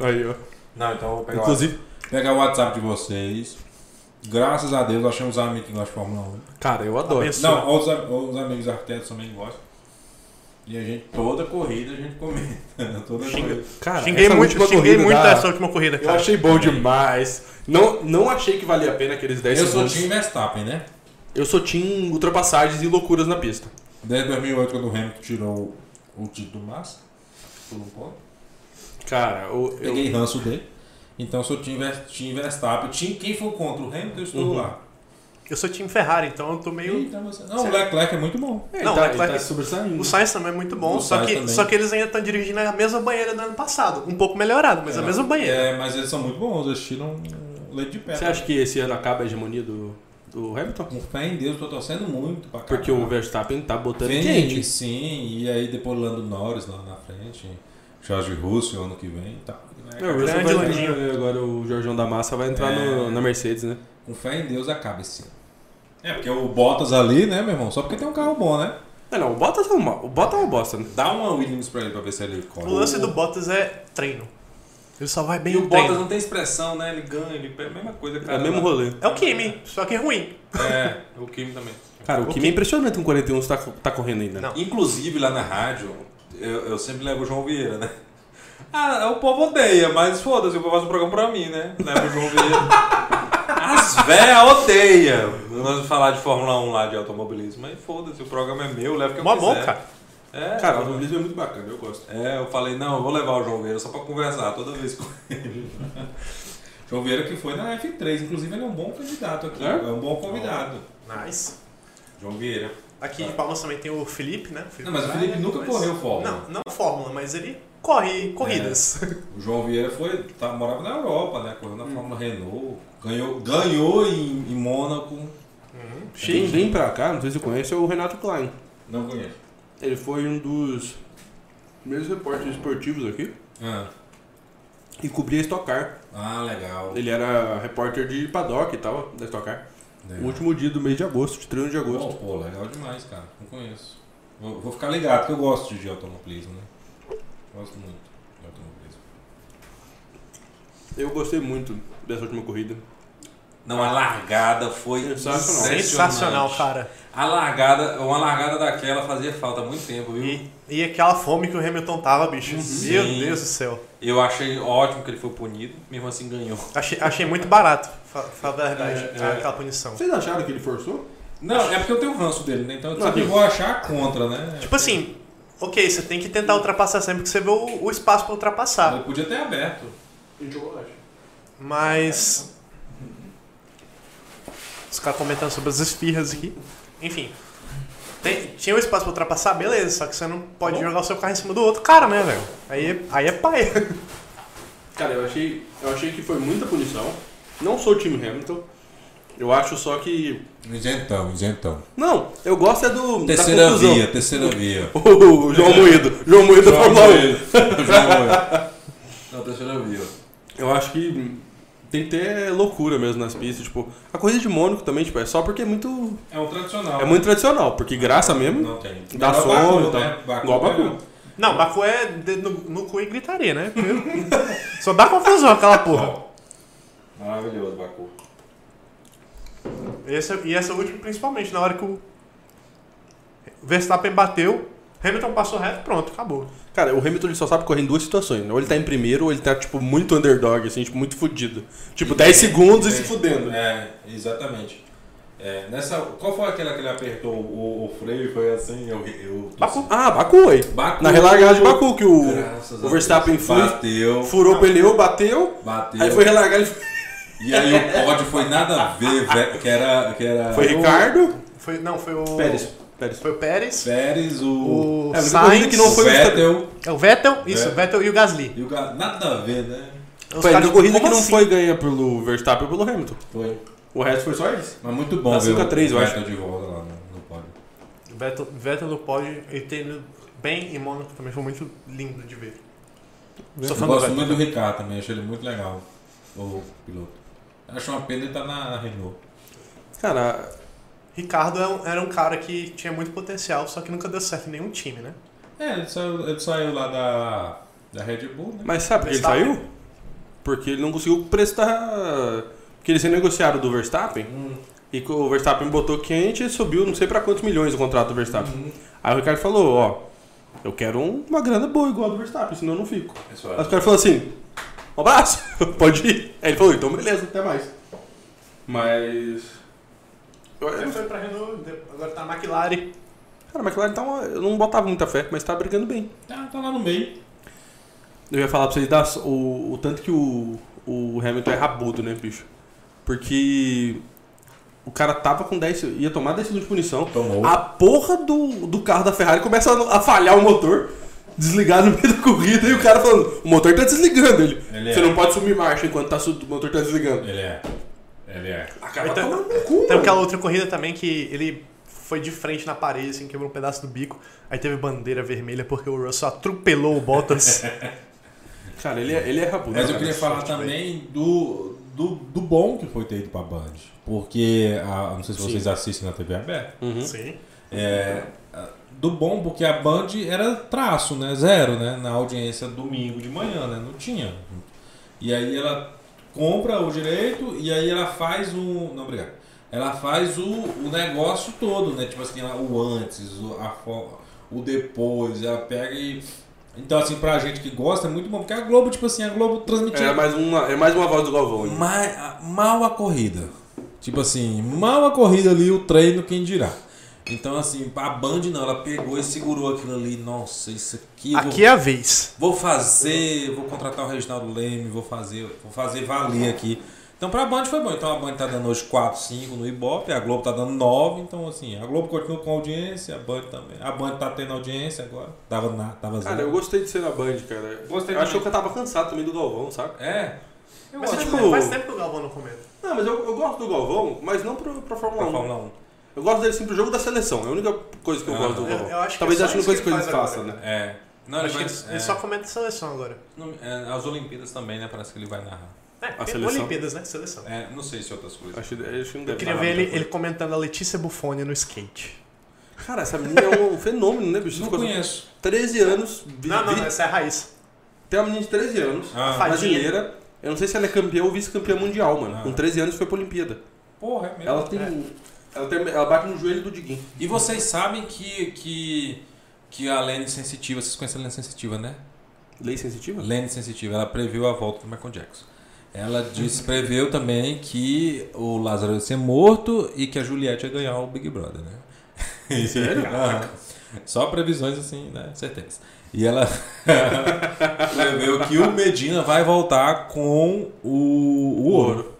1. Aí, ó.
Não, então eu vou pegar
Inclusive,
o, pegar o WhatsApp de vocês. Graças a Deus, achei uns amigos que gostam de Fórmula 1.
cara, eu adoro.
Abençoa.
Não, os, os amigos arquitetos também gostam. E a gente, toda corrida a gente comenta. né? Toda
Xinga.
corrida.
Cara,
Xinguei
essa é
muito,
última
xinguei
corrida
muito
da-
dessa última corrida,
Eu
cara.
achei bom demais. Não, não achei que valia a pena aqueles 10
Eu sou
segundos.
time Verstappen, né?
Eu sou team ultrapassagens e loucuras na pista.
Desde 2008, quando o Hamilton tirou o título do Massa, por um ponto.
Cara, o- eu,
Peguei ranço dele. Então, sou time, Ver- time Verstappen. Time, quem for contra o Hamilton, eu estou
Uhum.
lá.
Eu sou time Ferrari, então eu tô meio.
Então, você... Não, o Leclerc é muito bom.
É,
Não,
ele tá,
o
ele
Leclerc-
tá sobressaindo.
O Sainz também é muito bom,
O
só
Sainz
que,
também.
só que eles ainda estão dirigindo a mesma banheira do ano passado. Um pouco melhorado, mas a mesma banheira.
É, mas eles são muito bons. Eles tiram um leite de
Você
pedra.
acha que esse ano acaba a hegemonia do, do Hamilton?
Com fé em Deus, tô torcendo muito pra cá.
Porque o Verstappen tá botando
Vem,
gente.
Sim, e aí depois o Lando Norris lá na frente, Jorge Russo ano que vem e tal.
É, o Russell
Grande
vai-
Landinho.
agora o Jorgão da Massa vai entrar
É.
no- na Mercedes, né?
Com fé em Deus acaba esse ano. É, porque o Bottas ali, né, meu irmão? Só porque tem um carro bom, né?
Não, não, o Bottas é uma, o Bottas é uma bosta, né?
Dá uma Williams pra ele pra ver se ele corre.
O lance do Bottas é treino. Ele só vai bem
E o
no
Bottas
treino.
não tem expressão, né? Ele ganha, ele perde a mesma coisa,
É
cara.
o mesmo rolê.
É o Kimi, só que é ruim.
É, o Kimi também.
Cara, o Kimi é impressionante com 41 tá, tá correndo ainda.
Não.
Inclusive lá na rádio, eu, eu sempre levo o João Vieira, né? Ah, o povo odeia, mas foda-se, eu vou fazer um programa pra mim, né? Leva o João Vieira.
As véia odeia. Nós vamos falar de Fórmula 1 lá, de automobilismo. Mas foda-se, o programa é meu, leva o que eu
Mó
quiser.
bom, cara.
É,
Cara, o automobilismo é muito bacana, eu gosto.
é, eu falei, não, eu vou levar o João Vieira só pra conversar toda vez com ele.
João Vieira que foi na F3, inclusive ele é um bom candidato aqui. É,
É?
um bom convidado.
Nice.
João Vieira.
Aqui de Palmas também tem o Felipe, né? Felipe
Não, mas o
Braga,
Felipe nunca
mas-
correu Fórmula. É.
Não, não Fórmula, mas ele corre corridas. (laughs)
O João Vieira foi, tá- morava na Europa, né? Correu na Fórmula Renault. Ganhou, ganhou em, em Mônaco.
Uhum.
Quem vem pra cá, não sei se você conhece, é o Renato Klein.
Não conheço.
Ele foi um dos primeiros repórteres esportivos aqui
Ah,
e cobria Stock Car.
ah, legal.
Ele era repórter de paddock e tal, da Stock Car.
Legal.
O último dia do mês de agosto, de 31 de agosto.
Pô, pô, legal demais, cara. Não conheço. Vou, vou ficar ligado, porque eu gosto de automobilismo, né? Gosto muito de automobilismo.
Eu gostei muito dessa última corrida.
Não, a largada foi
Sensacional.
Sensacional, cara.
A largada, uma largada daquela fazia falta há muito tempo, viu?
E, e aquela fome que o Hamilton tava, bicho. Meu
Uhum. Sim.
Deus do céu.
Eu achei ótimo que ele foi punido, mesmo assim ganhou.
Achei, achei muito barato, fa- falar a verdade,
É,
aquela punição.
Vocês acharam que ele forçou?
Não, é porque eu tenho ranço dele, né? Então eu
Não,
sempre
tem-
vou achar contra, né?
Tipo assim, ok, você tem que tentar ultrapassar sempre que você vê o, o espaço pra ultrapassar.
Ele podia ter aberto.
Mas. Os caras comentando sobre as esfirras aqui. Enfim. Tem- tinha um espaço pra ultrapassar, beleza, só que você não pode jogar o seu carro em cima do outro cara, né, velho? Aí, aí é paia.
Cara, eu achei, eu achei que foi muita punição. Não sou o time Hamilton. Eu acho só que.
Isentão, isentão.
Não, eu gosto é do. da
Terceira
confusão.
via, terceira via.
(laughs) O João Moído. João Moído
João
Fórmula 1.
Moedo. (laughs) João Moedo. Não, terceira via.
Eu acho que hum, tem que ter loucura mesmo nas pistas. Tipo, a corrida de Mônaco também, tipo, é só porque é muito.
É um tradicional.
É muito tradicional, porque graça mesmo.
Não tem.
Dá
Igual
som
Baku,
e tal.
né? Baku,
Igual Baku.
né?
Não, Baku é dedo no, no cu e gritaria, né? Porque Só dá confusão aquela porra.
é Maravilhoso, Baku.
E essa, e essa última, principalmente, na hora que o Verstappen bateu, Hamilton passou reto, pronto, acabou.
Cara, o Hamilton ele só sabe correr em duas situações. né? Ou ele tá em primeiro, ou ele tá, tipo, muito underdog, assim, tipo, muito fudido. Tipo, 10 segundos e se fudendo.
É, exatamente. É, nessa, qual foi aquela que ele apertou o, o freio e foi assim? Eu, eu,
Baku. Ah, Baku, aí.
Baku.
Na relargada de Baku, que o,
Graças a
o Verstappen
Deus. um
foi,
Bateu,
furou o pneu, bateu,
bateu.
aí foi relargar, ele foi,
E aí o pódio foi nada a
(laughs)
ver, velho. Que era, que era
foi Ricardo,
Foi, não, foi o.
Pérez. Pérez.
Foi o Pérez.
Pérez, o,
O
É, a única
Sainz.
corrida que não
o
foi o
Vettel
É o Vettel, isso,
Vettel.
o Vettel e o Gasly.
e o Ga- Nada a ver, né?
Os
Foi a única
caras, tipo,
corrida que
como
não
assim?
foi ganha pelo Verstappen ou pelo Hamilton.
Foi.
O resto foi só eles.
Mas muito bom
Tá
ver
cinco a três,
o
eu acho.
Vettel de volta lá no, no pódio.
O Vettel, o Vettel no pódio, ele tem ido bem e Mônaco também foi muito lindo de ver. Sou
Eu
fã do
gosto
Vettel.
muito do Ricardo também, acho ele muito legal, o piloto. Acho uma pena ele tá na Renault.
Cara,
Ricardo é um- era um cara que tinha muito potencial, só que nunca deu certo em nenhum time, né?
É, ele saiu, ele saiu lá da, da Red Bull, né?
mas sabe por que ele
Verstappen.
saiu? Porque ele não conseguiu prestar... Porque eles renegociaram do Verstappen, e que o Verstappen botou quente e subiu não sei pra quantos milhões o contrato do Verstappen. Aí o Ricardo falou, ó, eu quero um- uma grana boa igual a do Verstappen, senão eu não fico.
Isso
Aí o cara falou assim: um abraço, (laughs) pode ir. Aí ele falou: então beleza, até mais. Mas. Eu- eu-
Ele foi pra Renault, agora tá na McLaren.
Cara, a McLaren tá uma, eu não botava muita fé, mas tá brigando bem.
Tá, tá lá no meio.
Eu ia falar pra vocês das, o, o tanto que o, o Hamilton é rabudo, né, bicho? Porque o cara tava com 10, ia tomar 10 segundos de punição.
Tomou.
A porra do, do carro da Ferrari começa a, a falhar o motor, desligar no meio da corrida, e o cara falando: o motor tá desligando. Ele,
Ele
você
é.
não pode sumir marcha enquanto tá, su- o motor tá desligando.
Ele é. Ele é.
Acaba
Então-
tomando no cu,
Tem
mano.
aquela outra corrida também que ele foi de frente na parede, assim, quebrou um pedaço do bico. Aí teve bandeira vermelha porque o Russell atropelou o Bottas.
Cara, ele é, ele é rabudo.
Mas eu
cara.
queria falar também do, do, do bom que foi ter ido pra Band. Porque, a, não sei se vocês assistem na TV aberta,
Uhum.
Sim.
é, a- do bom porque a Band era traço, né? Zero, né? Na audiência domingo de manhã, né? Não tinha. E aí ela compra o direito e aí ela faz o... Não, obrigado. Ela faz o, o negócio todo, né? Tipo assim, ela- o antes, o, a, fo- o depois, ela pega e... Então, assim, pra gente que gosta, é muito bom. Porque a Globo, tipo assim, a Globo transmitia
É mais, uma, é mais uma voz do Galvão.
Hum.
hein?
Ma- ah, mal a corrida. Tipo assim, mal a corrida ali, o treino, quem dirá. Então, assim, a Band não, ela pegou e segurou aquilo ali. Nossa, isso aqui. eu
Aqui é a vez.
vou, vou fazer, vou contratar o Reginaldo Leme, vou fazer, vou fazer valer aqui. Então, pra Band foi bom. Então, a Band tá dando hoje 4, 5 no Ibope, a Globo tá dando 9. Então, assim, a Globo continua com audiência, a Band também. A Band tá tendo audiência agora. Tava, na, tava zero.
Cara, eu gostei de ser na Band, cara.
Gostei
eu acho
também.
que eu tava cansado também do Galvão, saca?
É,
Eu
Mas
gosto.
faz,
tipo,
tempo, faz tempo que o Galvão não comenta.
Não, mas eu, eu gosto do Galvão, mas não pro, pra Fórmula
pra
1.
Fórmula 1.
Eu gosto dele sim pro jogo da seleção. É a única coisa que eu
Ah.
gosto do
Eu-
Galvão.
eu acho que
Talvez
é só
a única coisa
isso que
que
ele
ele
faz
faça,
agora.
né?
É. Não,
Acho que ele,
é.
ele só comenta seleção agora.
Não, é, as Olimpíadas também, né? Parece que ele vai narrar.
É, tem
seleção?
Olimpíadas, né? Seleção.
É, não sei se outras coisas.
Acho, acho que não deve
Eu queria
falar
ver ele,
muita
ele comentando a Letícia Buffoni no skate.
coisa. Cara, essa menina é um (laughs) fenômeno, né, bicho?
Não
Ficou
conheço.
13 anos. vi-
Não, não,
vi-
não, essa é a raiz.
Tem uma menina de 13 anos,
Ah,
Faz-
brasileira. Eu não sei se ela é campeã ou vice-campeã mundial, mano.
Ah.
Com 13 anos foi pra Olimpíada.
porra, é mesmo.
Ela tem. um- Ela, tem, ela bate no joelho do Diguinho.
E vocês sabem que, que, que a Lene Sensitiva, vocês conhecem a Lene Sensitiva, né?
Lei sensitiva?
Lene Sensitiva, ela previu a volta do Michael Jackson. Ela disse, preveu também que o Lázaro ia ser morto e que a Juliette ia ganhar o Big Brother, né? (laughs) Sério? Só previsões assim, né? Certeza. E ela (laughs) preveu que o Medina vai voltar com o, o ouro.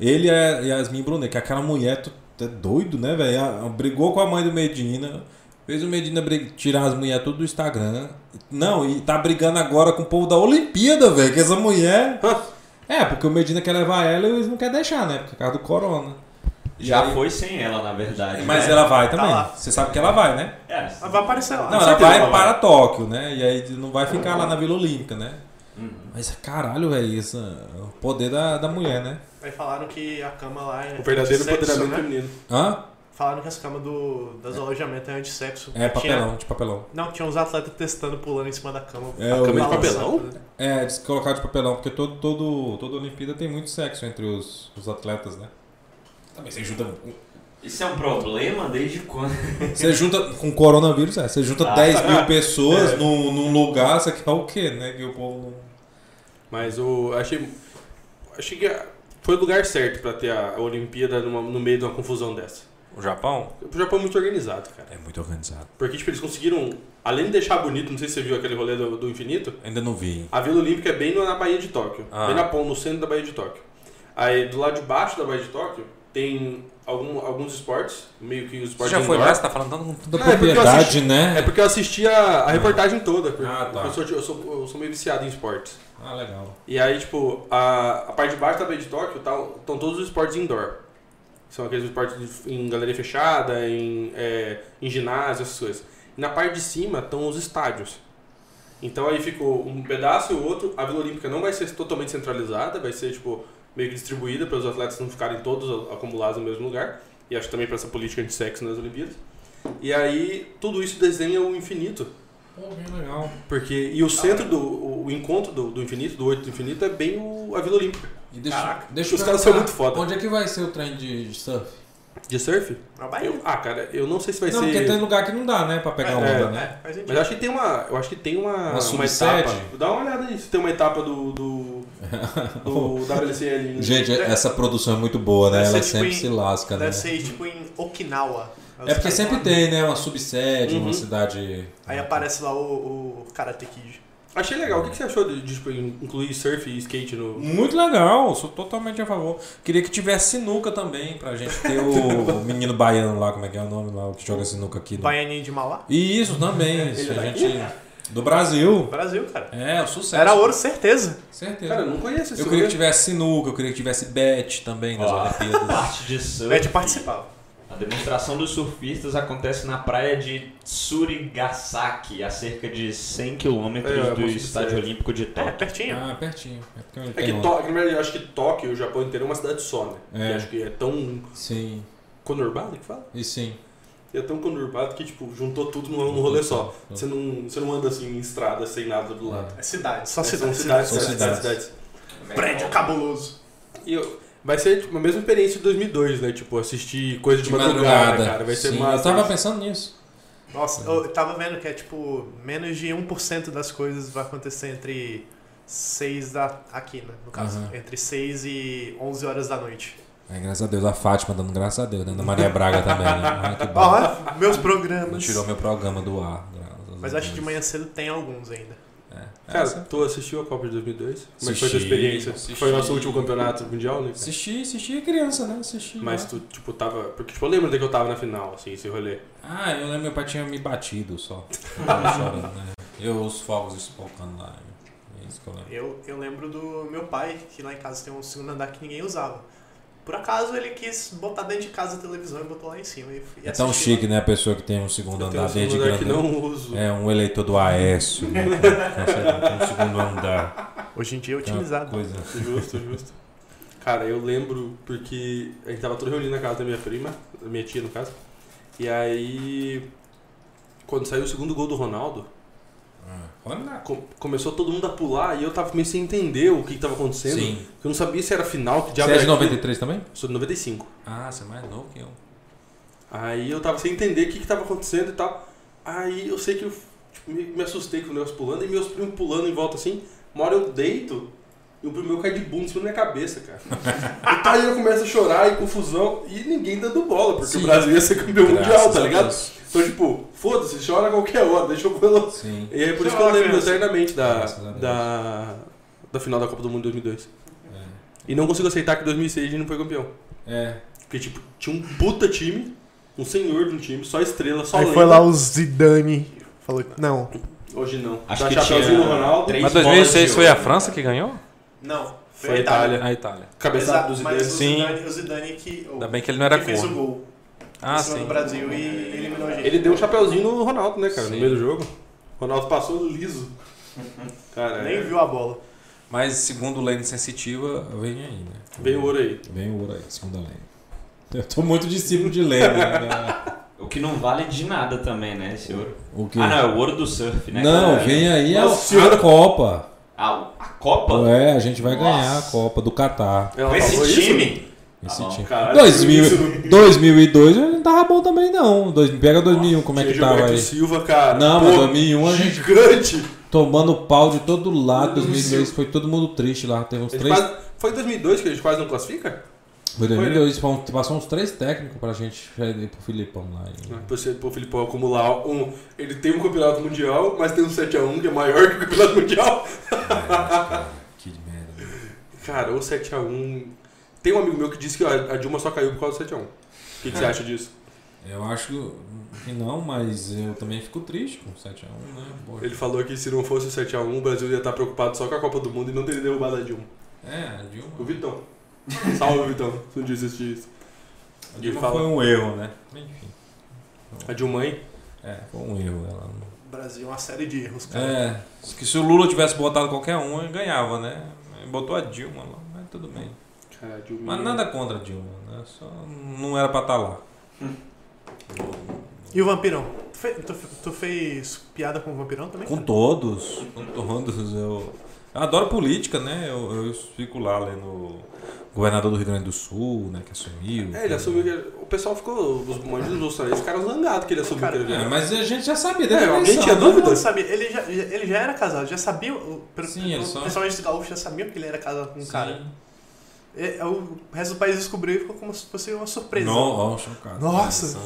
Ele e a Yasmin Brunet, que é aquela mulher tu- tu é doido, né, velho? Ela Brigou com a mãe do Medina. Fez o Medina brig- tirar as mulheres tudo do Instagram. Não, e tá brigando agora com o povo da Olimpíada, velho. Que essa mulher. é, porque o Medina quer levar ela e eles não querem deixar, né? Por causa do corona.
Já
E aí-
foi sem ela, na verdade.
Mas
né?
ela vai tá também.
lá.
Você sabe que ela vai, né?
É,
Ela Ah, vai aparecer lá.
Não, ela vai para Tóquio, né? E aí não vai ficar lá na Vila Olímpica, né?
Uhum.
Mas caralho, velho, isso é o poder da, da mulher, né?
Aí falaram que a cama lá é.
O verdadeiro
antissexo,
empoderamento
né?
feminino.
Hã?
Falaram que as camas do, das alojamentos é antissexo.
É,
Tinha-
papelão, de papelão.
não, tinha uns atletas testando, pulando em cima da cama.
É,
A
o-
cama
de
balançando,
papelão?
né?
É, eles colocaram de papelão, porque todo, todo, toda Olimpíada tem muito sexo entre os, os atletas, né? Também você junta.
Isso é um problema desde
(laughs)
quando?
Você junta. Com coronavírus, é. Você junta
Ah.
10 mil pessoas num, num lugar, você quer o quê, né? Que o povo.
Mas o. Achei. Achei que. a- Foi o lugar certo pra ter a Olimpíada numa- no meio de uma confusão dessa.
O Japão
O Japão é muito organizado, cara.
é muito organizado.
Porque, tipo, eles conseguiram, além de deixar bonito, não sei se você viu aquele rolê do, do infinito,
Ainda não vi.
a Vila Olímpica é bem na Baía de Tóquio.
Ah.
Bem na pon- no centro da Baía de Tóquio. Aí, do lado de baixo da Baía de Tóquio, tem algum- alguns esportes, meio que os
Você
esportes
já foi
indoor.
lá? Você tá falando tanto com
Toda
Ah, é porque eu
propriedade,
assisti-
né?
É porque eu assisti a, a reportagem toda. Porque
Ah, tá.
eu, sou, eu, sou, eu sou meio viciado em esportes.
Ah, legal.
E aí, tipo, a, a parte de baixo da Baía de Tóquio tá, estão todos os esportes indoor. São aqueles esportes de- em galeria fechada, em, é, em ginásio, essas coisas. E na parte de cima estão os estádios. Então aí ficou um pedaço e o outro. A Vila Olímpica não vai ser totalmente centralizada, vai ser, tipo, meio que distribuída para os atletas não ficarem todos acumulados no mesmo lugar. E acho também para essa política anti-sexo nas Olimpíadas. E aí, tudo isso desenha o infinito.
Pô, bem legal.
Porque, e o centro do o, o encontro do, do infinito, do oito do infinito, é bem o, a Vila Olímpica.
E deixa,
Caraca,
deixa eu
os caras
perguntar,
são muito foda.
Onde é que vai ser o trem de surf?
De surf?
Na Bahia.
Eu- ah, cara, eu não sei se vai
não,
ser.
porque tem lugar que não dá, né? Pra pegar onda, né?
É, faz
Mas
sentido.
eu acho que tem uma. Eu acho que tem uma,
Uma subsede?
etapa. Dá uma olhada aí se tem uma etapa do.
(laughs)
do, do WCL.
Gente, essa produção é muito boa, né?
Deve ser
Ela
tipo
sempre
em-
se lasca, né?
Deve ser Tá tipo em Okinawa.
É porque sempre tem, né? Uma subsede,
Uhum.
uma cidade. é.
Aí aparece lá o, o Karate Kid.
Achei legal. O que que você achou de, de, tipo, incluir surf e skate no.
Muito legal, sou totalmente a favor. Queria que tivesse sinuca também, pra gente ter
(laughs)
o, o menino baiano lá, como é que é o nome lá, o que joga sinuca aqui. né?
Baianinho de Malá?
E isso também, se a
daqui?
gente. Do Brasil.
Brasil, cara.
É, o sucesso.
Era ouro, certeza.
Certeza.
Cara, eu não conheço esse
Eu queria que
lugar.
tivesse sinuca, eu queria que tivesse bet também nas
Ó.
(laughs)
Olimpíadas.
Parte de surf.
É
Beth participava.
A demonstração dos surfistas acontece na praia de Surigasaki, a cerca de 100
É,
quilômetros
é,
do
moço,
Estádio
é.
Olímpico de
É,
Tóquio.
pertinho.
Ah, pertinho. É porque
É que,
tem
to, que, na verdade, eu acho que Tóquio, o Japão inteiro, é uma cidade só, né?
É.
Que acho que é tão
onda. Sim,
conurbado que fala?
e sim.
E é tão conurbado que, tipo, juntou tudo num, num rolê
Uhum.
só. Você não, você não anda assim em estrada sem nada do lado.
É cidade, só
É, são
cidade.
cidades,
São
cidades, cidades.
cidades.
cidades.
Prédio cabuloso.
E eu- vai ser tipo, a mesma experiência de 2002, né? Tipo, assistir
É.
coisa de,
De
madrugada,
madrugada.
cara. Vai ser
sim,
massa.
Eu tava pensando nisso.
Nossa, eu tava vendo que é tipo menos de 1% das coisas vai acontecer entre 6 da. aqui, né? No caso.
Aham.
Entre 6 e 11 horas da noite.
É, graças a Deus, a Fátima dando graças a Deus, né? Ana Maria Braga também, né? Ai,
(laughs)
É
que bom.
Ó, meus
Não
programas.
tirou meu programa do ar, graças a
Mas
Deus. É.
acho que de manhã cedo tem alguns ainda.
Cara, tu assistiu a Copa de 2002? Como é que foi a tua
Assisti,
experiência?
assisti.
Foi o nosso último campeonato mundial, né? cara?
Assisti, assisti criança, né? Assisti.
Mas
né?
tu, tipo, tava... Porque, tipo, eu lembro de que eu tava na final, assim, esse rolê.
Ah, eu lembro meu pai tinha me
(laughs)
batido só. Eu tava chorando, né? Eu os fogos espocando lá. É isso que eu lembro.
Eu, eu lembro do meu pai, que lá em casa tem um segundo andar que ninguém usava. Por acaso ele quis botar dentro de casa a televisão e botou lá em cima. E, e
É tão
assisti lá.
chique, né? A pessoa que tem um segundo
Eu tenho
andar
um
desde
segundo lugar que
grande.
não uso.
É um eleitor do Aécio. Né? Tem um segundo andar.
Hoje em dia é
que é uma
otimizado.
Coisa.
Justo, justo. Cara, eu lembro porque a gente tava todo reunido na casa da minha prima, da minha tia no caso. E aí, quando saiu o segundo gol do Ronaldo,
Ah, Olha.
co- começou todo mundo a pular e eu tava meio sem entender o que, que tava acontecendo.
Sim.
Eu não sabia se era final, que diabo
Você é de
era aquilo.
93 também?
Sou de 95.
Ah, você é mais novo que eu.
Aí eu tava sem entender o que, que tava acontecendo e tal. Aí eu sei que eu tipo, me, me assustei com o negócio pulando e meus primos pulando em volta assim. Uma hora eu deito e o primo meu cai de bunda em cima da minha cabeça,
(laughs)
cara. então aí eu começo a chorar e confusão e ninguém dando bola, porque
Sim.
o Brasil ia ser campeão mundial,
Graças
tá
a
ligado?
Deus.
Então tipo, foda-se, chora a qualquer hora, deixa eu pelo. (laughs)
Sim.
E é por isso que eu
Chora,
lembro
criança.
eternamente da,
Graças a Deus.
da, da final da Copa do Mundo de 2002.
É.
E não consigo aceitar que em 2006 a gente não foi campeão.
É.
Porque, tipo, tinha um puta time, um senhor de um time, só estrela, só
Aí
lenda.
foi lá o Zidane. Falou, que não.
Hoje não.
Acho
Dá
que
chapéuzinho
tinha
no Ronaldo.
três
Mas
bolas
2006
de
foi a
ouro.
França que ganhou?
Não, foi,
Foi a Itália.
A Itália.
Cabeçada dos
Mas o
ideias.
Sim.
Zidane, o Zidane que, oh,
Ainda bem que ele não era
que fez o
cor.
gol
Ah,
em cima do
sim.
Brasil e eliminou a gente.
Ele deu um chapéuzinho no Ronaldo, né, cara?
Sim.
No meio do jogo. O Ronaldo passou liso. Cara,
Nem
é.
viu a bola.
Mas segundo lei sensitiva, vem aí, né?
Veio o ouro aí.
Vem o ouro aí, segunda lei. Eu tô muito discípulo de lei, né?
O que não vale de nada também, né, esse ouro.
O que?
Ah, não, é o ouro do surf, né?
Não,
cara?
vem aí a,
Nossa senhora.
a Copa.
Ah, a Copa?
É, a gente vai
Nossa.
ganhar a Copa do Catar.
Ela
Com esse
falou isso?
time?
Esse
bom,
time.
caralho,
2000,
isso
2002 não tava bom também, não. Dois- Pega 2001, como é
Tinha
que tava
Gilberto
aí?
Silva, cara.
Não,
Pô,
mas 2001 a gente.
Gigante.
Tomando pau de todo lado, 2002 foi todo mundo triste lá. Teve uns
A gente
três.
quase- Foi em 2002 que a gente quase não classifica? né?
Foi 2002, foi um- passou uns três técnicos pra gente é, pro Filipão lá. E-
Pro, Felipe pro Filipão acumular um. Ele tem um campeonato mundial, mas tem um 7x1 que é maior que o campeonato mundial.
Que merda.
Cara, o 7x1. Tem um amigo meu que disse que ó, a Dilma só caiu por causa do 7x1. O que, que você (laughs) acha disso?
Eu acho que não, mas eu também fico triste com 7x1, né? Boa.
Ele falou que se não fosse o 7x1, o Brasil ia estar preocupado só com a Copa do Mundo e não teria derrubado a Dilma.
É, a Dilma.
O (laughs) Vitão. Salve, Vitão. Se um dia assistir isso.
a Dilma
ele fala-
foi um erro, né? Enfim.
A Dilma, hein?
É, foi um erro. Ela... não-
Brasil é uma série de erros, cara.
É,
Que se o Lula tivesse botado qualquer um, ele ganhava, né? Ele Botou a Dilma lá, mas tudo bem.
Cara, a Dilma.
mas nada contra a Dilma, né? Só não era pra estar lá.
Hum.
E o Vampirão? Tu, fe- tu fe- tu fez piada com o Vampirão também?
Com
cara?
todos, com todos. Eu, eu adoro política, né? Eu, eu fico lá lendo o governador do Rio Grande do Sul, né? Que assumiu.
É, ele assumiu que. era- O pessoal ficou. Os mandos dos bolsonaristas ficaram zangados que ele assumiu que ele
É,
era.
mas a gente já sabia.
É,
desde a
alguém
eleição,
tinha
né?
Todo
dúvida?
mundo sabia. Ele já, ele já era casado, já sabia. o- pelo-
Sim, ele só-
O pessoal dos gaúchos já sabia que ele era casado com um
Sim.
cara. É, o resto do país descobriu e ficou como se fosse uma surpresa.
Não, ó, chocado.
Nossa!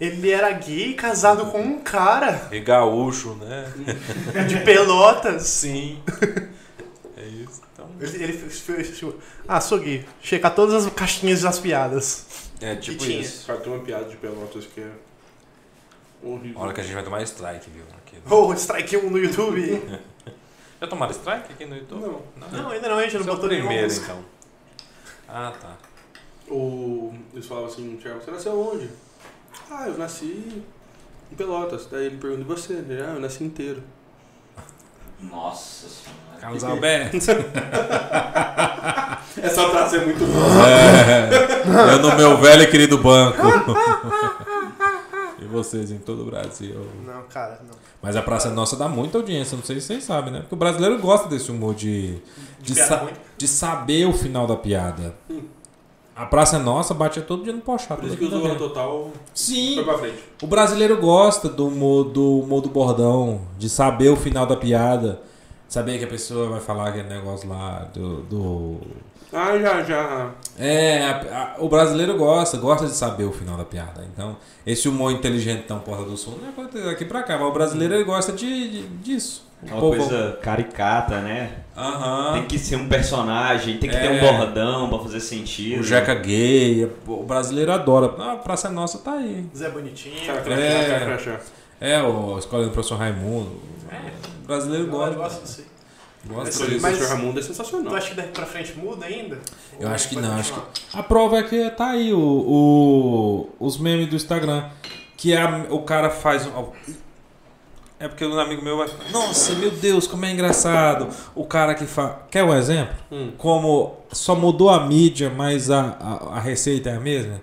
Ele era gay, casado com um cara
É
E gaúcho, né? (laughs)
é.
de pelotas.
Sim. É isso. Então,
Ele, ele fez, fez- tipo, ah, sou gay. Checar todas as caixinhas das piadas.
é tipo
tinha.
isso.
Cara, tem uma piada de Pelotas que é. Horrível.
Olha que a gente vai tomar strike, viu? Aqui.
Oh, strike 1 no YouTube.
Já tomaram strike aqui no YouTube?
Não.
não, ainda não, a gente
Esse
não
é o
botou nenhuma
primeiro,
música.
então. Ah, tá.
O... Eles falavam assim, Thiago, você nasceu onde? Ah, eu nasci em Pelotas. Daí ele pergunta, e você? Ele, ah, eu nasci inteiro.
Nossa senhora.
Carlos Alberto.
(laughs) Essa frase é muito boa.
É, eu no meu velho e querido banco. e vocês em todo o Brasil.
Não, cara, não.
Mas a Praça Nossa dá muita audiência, não sei se vocês sabem, né? Porque o brasileiro gosta desse humor de, de,
piada
sa-
ruim.
de saber o final da piada. A Praça Nossa batia todo dia no pochá.
Por isso que o Zorra Total foi
Sim,
pra frente.
o brasileiro gosta do humor do, humor do bordão, de saber o final da piada. Saber que a pessoa vai falar aquele negócio lá do- do
Ah, já, já.
é, a- a- o brasileiro gosta, gosta de saber o final da piada. Então, esse humor inteligentão Porta do Sul não é coisa daqui pra cá, mas o brasileiro ele gosta de, de- disso.
Aquela
Pô, pô.
coisa caricata, né?
Ah.
Aham.
Tem que ser um personagem, tem que ter
É.
um bordão pra fazer sentido.
O Jeca gay, o brasileiro adora. Ah, a Praça Nossa tá aí.
Zé Bonitinho.
Cara, crachá,
É.
cara, crachá.
É, o Escola do Professor Raimundo. O É. brasileiro
Eu
gosta.
gosto
Gosta,
disso
Essa
aí.
do
disso.
Mas-
Sr. Ramundo é
Tu
sensacional.
acha que daqui pra frente muda ainda?
Eu
Ou
acho que
vai
não, acho
continuar?
A prova é que tá aí o, o- os memes do Instagram. Que a- o cara faz. um-
É porque um amigo meu vai.
Nossa, meu Deus, como é engraçado. O cara que faz. Quer um exemplo?
Hum.
Como só mudou a mídia, mas a, a, a receita é a mesma.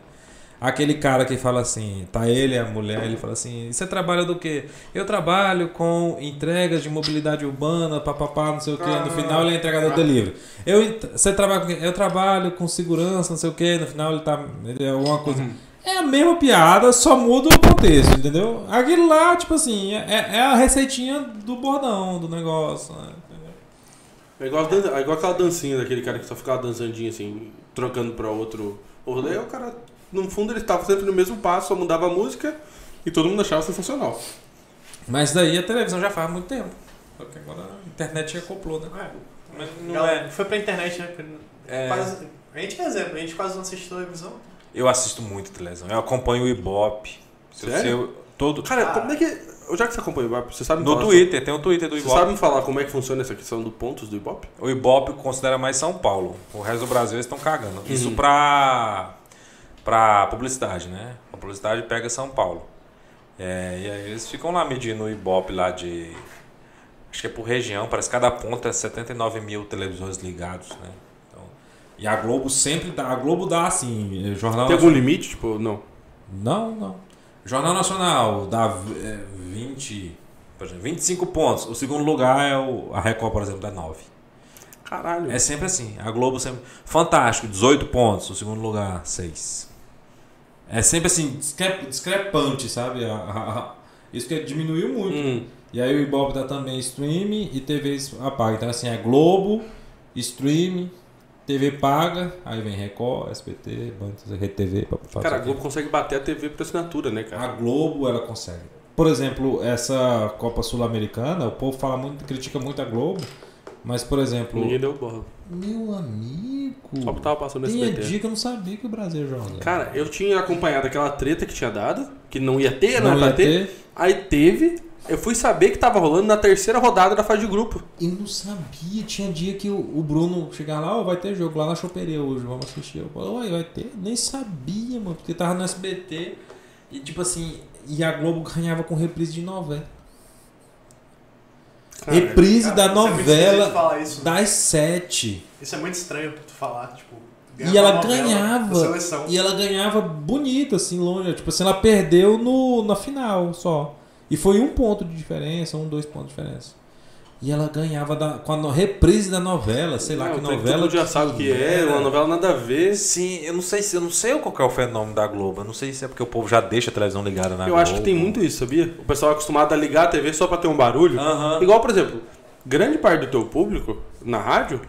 Aquele cara que fala assim, tá ele, a mulher, ele fala assim: você trabalha do quê? Eu trabalho com entregas de mobilidade urbana, papapá, não sei o quê. No final ele é entregador de delivery. Eu, ent- você trabalha com quê? Eu trabalho com segurança, não sei o quê. No final ele tá. Ele é alguma coisa. É a mesma piada, só muda o contexto, entendeu? Aquilo lá, tipo assim, é, é a receitinha do bordão, do negócio. né? Entendeu?
É igual, a dan- é igual aquela dancinha daquele cara que só ficava dançandinho assim, trocando pra outro. Ou daí o cara, no fundo, ele tava sempre no mesmo passo, só mudava a música e todo mundo achava sensacional.
Mas daí a televisão já faz muito tempo. Só que agora a internet acoplou, né?
Mas não
Então,
Galera,
é.
Foi pra internet, né?
É.
Quase- a gente é exemplo, a gente quase não assiste televisão.
Eu assisto muito televisão. Eu acompanho o Ibope. Se eu-
Sério?
se eu- todo...
Cara, como é que. Já que você acompanha o Ibope, você sabe me
No
falar
Twitter, tem o Twitter do
Você
Ibope.
sabe me falar como é que funciona essa questão do pontos do Ibope?
O Ibope considera mais São Paulo. O resto do Brasil eles estão cagando. Isso pra, pra publicidade, né? A publicidade pega São Paulo. É, e aí eles ficam lá medindo o Ibope lá de. Acho que é por região, parece que cada ponta é 79 mil televisores ligados, né? Então,
E a Globo sempre dá. A Globo dá
é,
assim, eh, jornal.
Tem algum limite? Tipo, não.
Não, não. Jornal Nacional dá v-
é,
eh, 20. Por exemplo, 25 pontos. O segundo lugar é o, a Record, por exemplo, dá 9.
Caralho.
É sempre assim. A Globo sempre. Fantástico, 18 pontos. O segundo lugar, 6. É sempre assim, discre- discrepante, sabe? A, a- a- Isso que diminuiu muito.
Hum.
E aí o Ibope tá também stream e TV paga. Então assim, é Globo, stream, TV paga, aí vem Record, SBT, Band, RTV, papai.
Cara, a Globo consegue bater a TV por assinatura, né,
A
cara?
Globo ela consegue. Por exemplo, essa Copa Sul-Americana, o povo fala muito, critica muito a Globo, mas por exemplo,
Ninguém deu bola.
meu amigo,
Só que tava passando no
tinha
SBT.
dia que eu não sabia que o Brasil é joga.
Cara, eu tinha acompanhado aquela treta que tinha dado, que não ia ter, não,
Não
era pra
ia
ter.
ter.
Aí teve, eu fui saber que tava rolando na terceira rodada da fase de grupo.
eu não sabia, tinha dia que o, o Bruno chegava lá, ó, vai ter jogo lá na Choperia hoje, vamos assistir. Eu falei, uai, vai ter? Nem sabia, mano, porque tava no SBT e tipo assim, e a Globo ganhava com reprise de novela. reprise
cara,
da
isso é muito difícil de
novela
falar isso.
das sete.
Isso é muito estranho pra tu falar, tipo.
E ela
uma novela
ganhava.
da Seleção.
E ela ganhava bonita, assim, longe. Tipo assim, ela perdeu no, na final só. E foi um ponto de diferença, um, dois pontos de diferença. E ela ganhava da, com a no- reprise da novela, sei lá
Não,
que
todo
novela.
mundo já sabe o que é, uma novela nada a ver.
Sim, eu não sei se eu não sei qual que é o fenômeno da Globo. Eu não sei se é porque o povo já deixa a televisão ligada na
Ah,
Eu acho que tem muito isso, sabia? O pessoal é acostumado a ligar a TV só pra ter um barulho.
Aham.
Igual, por exemplo, grande parte do teu público na rádio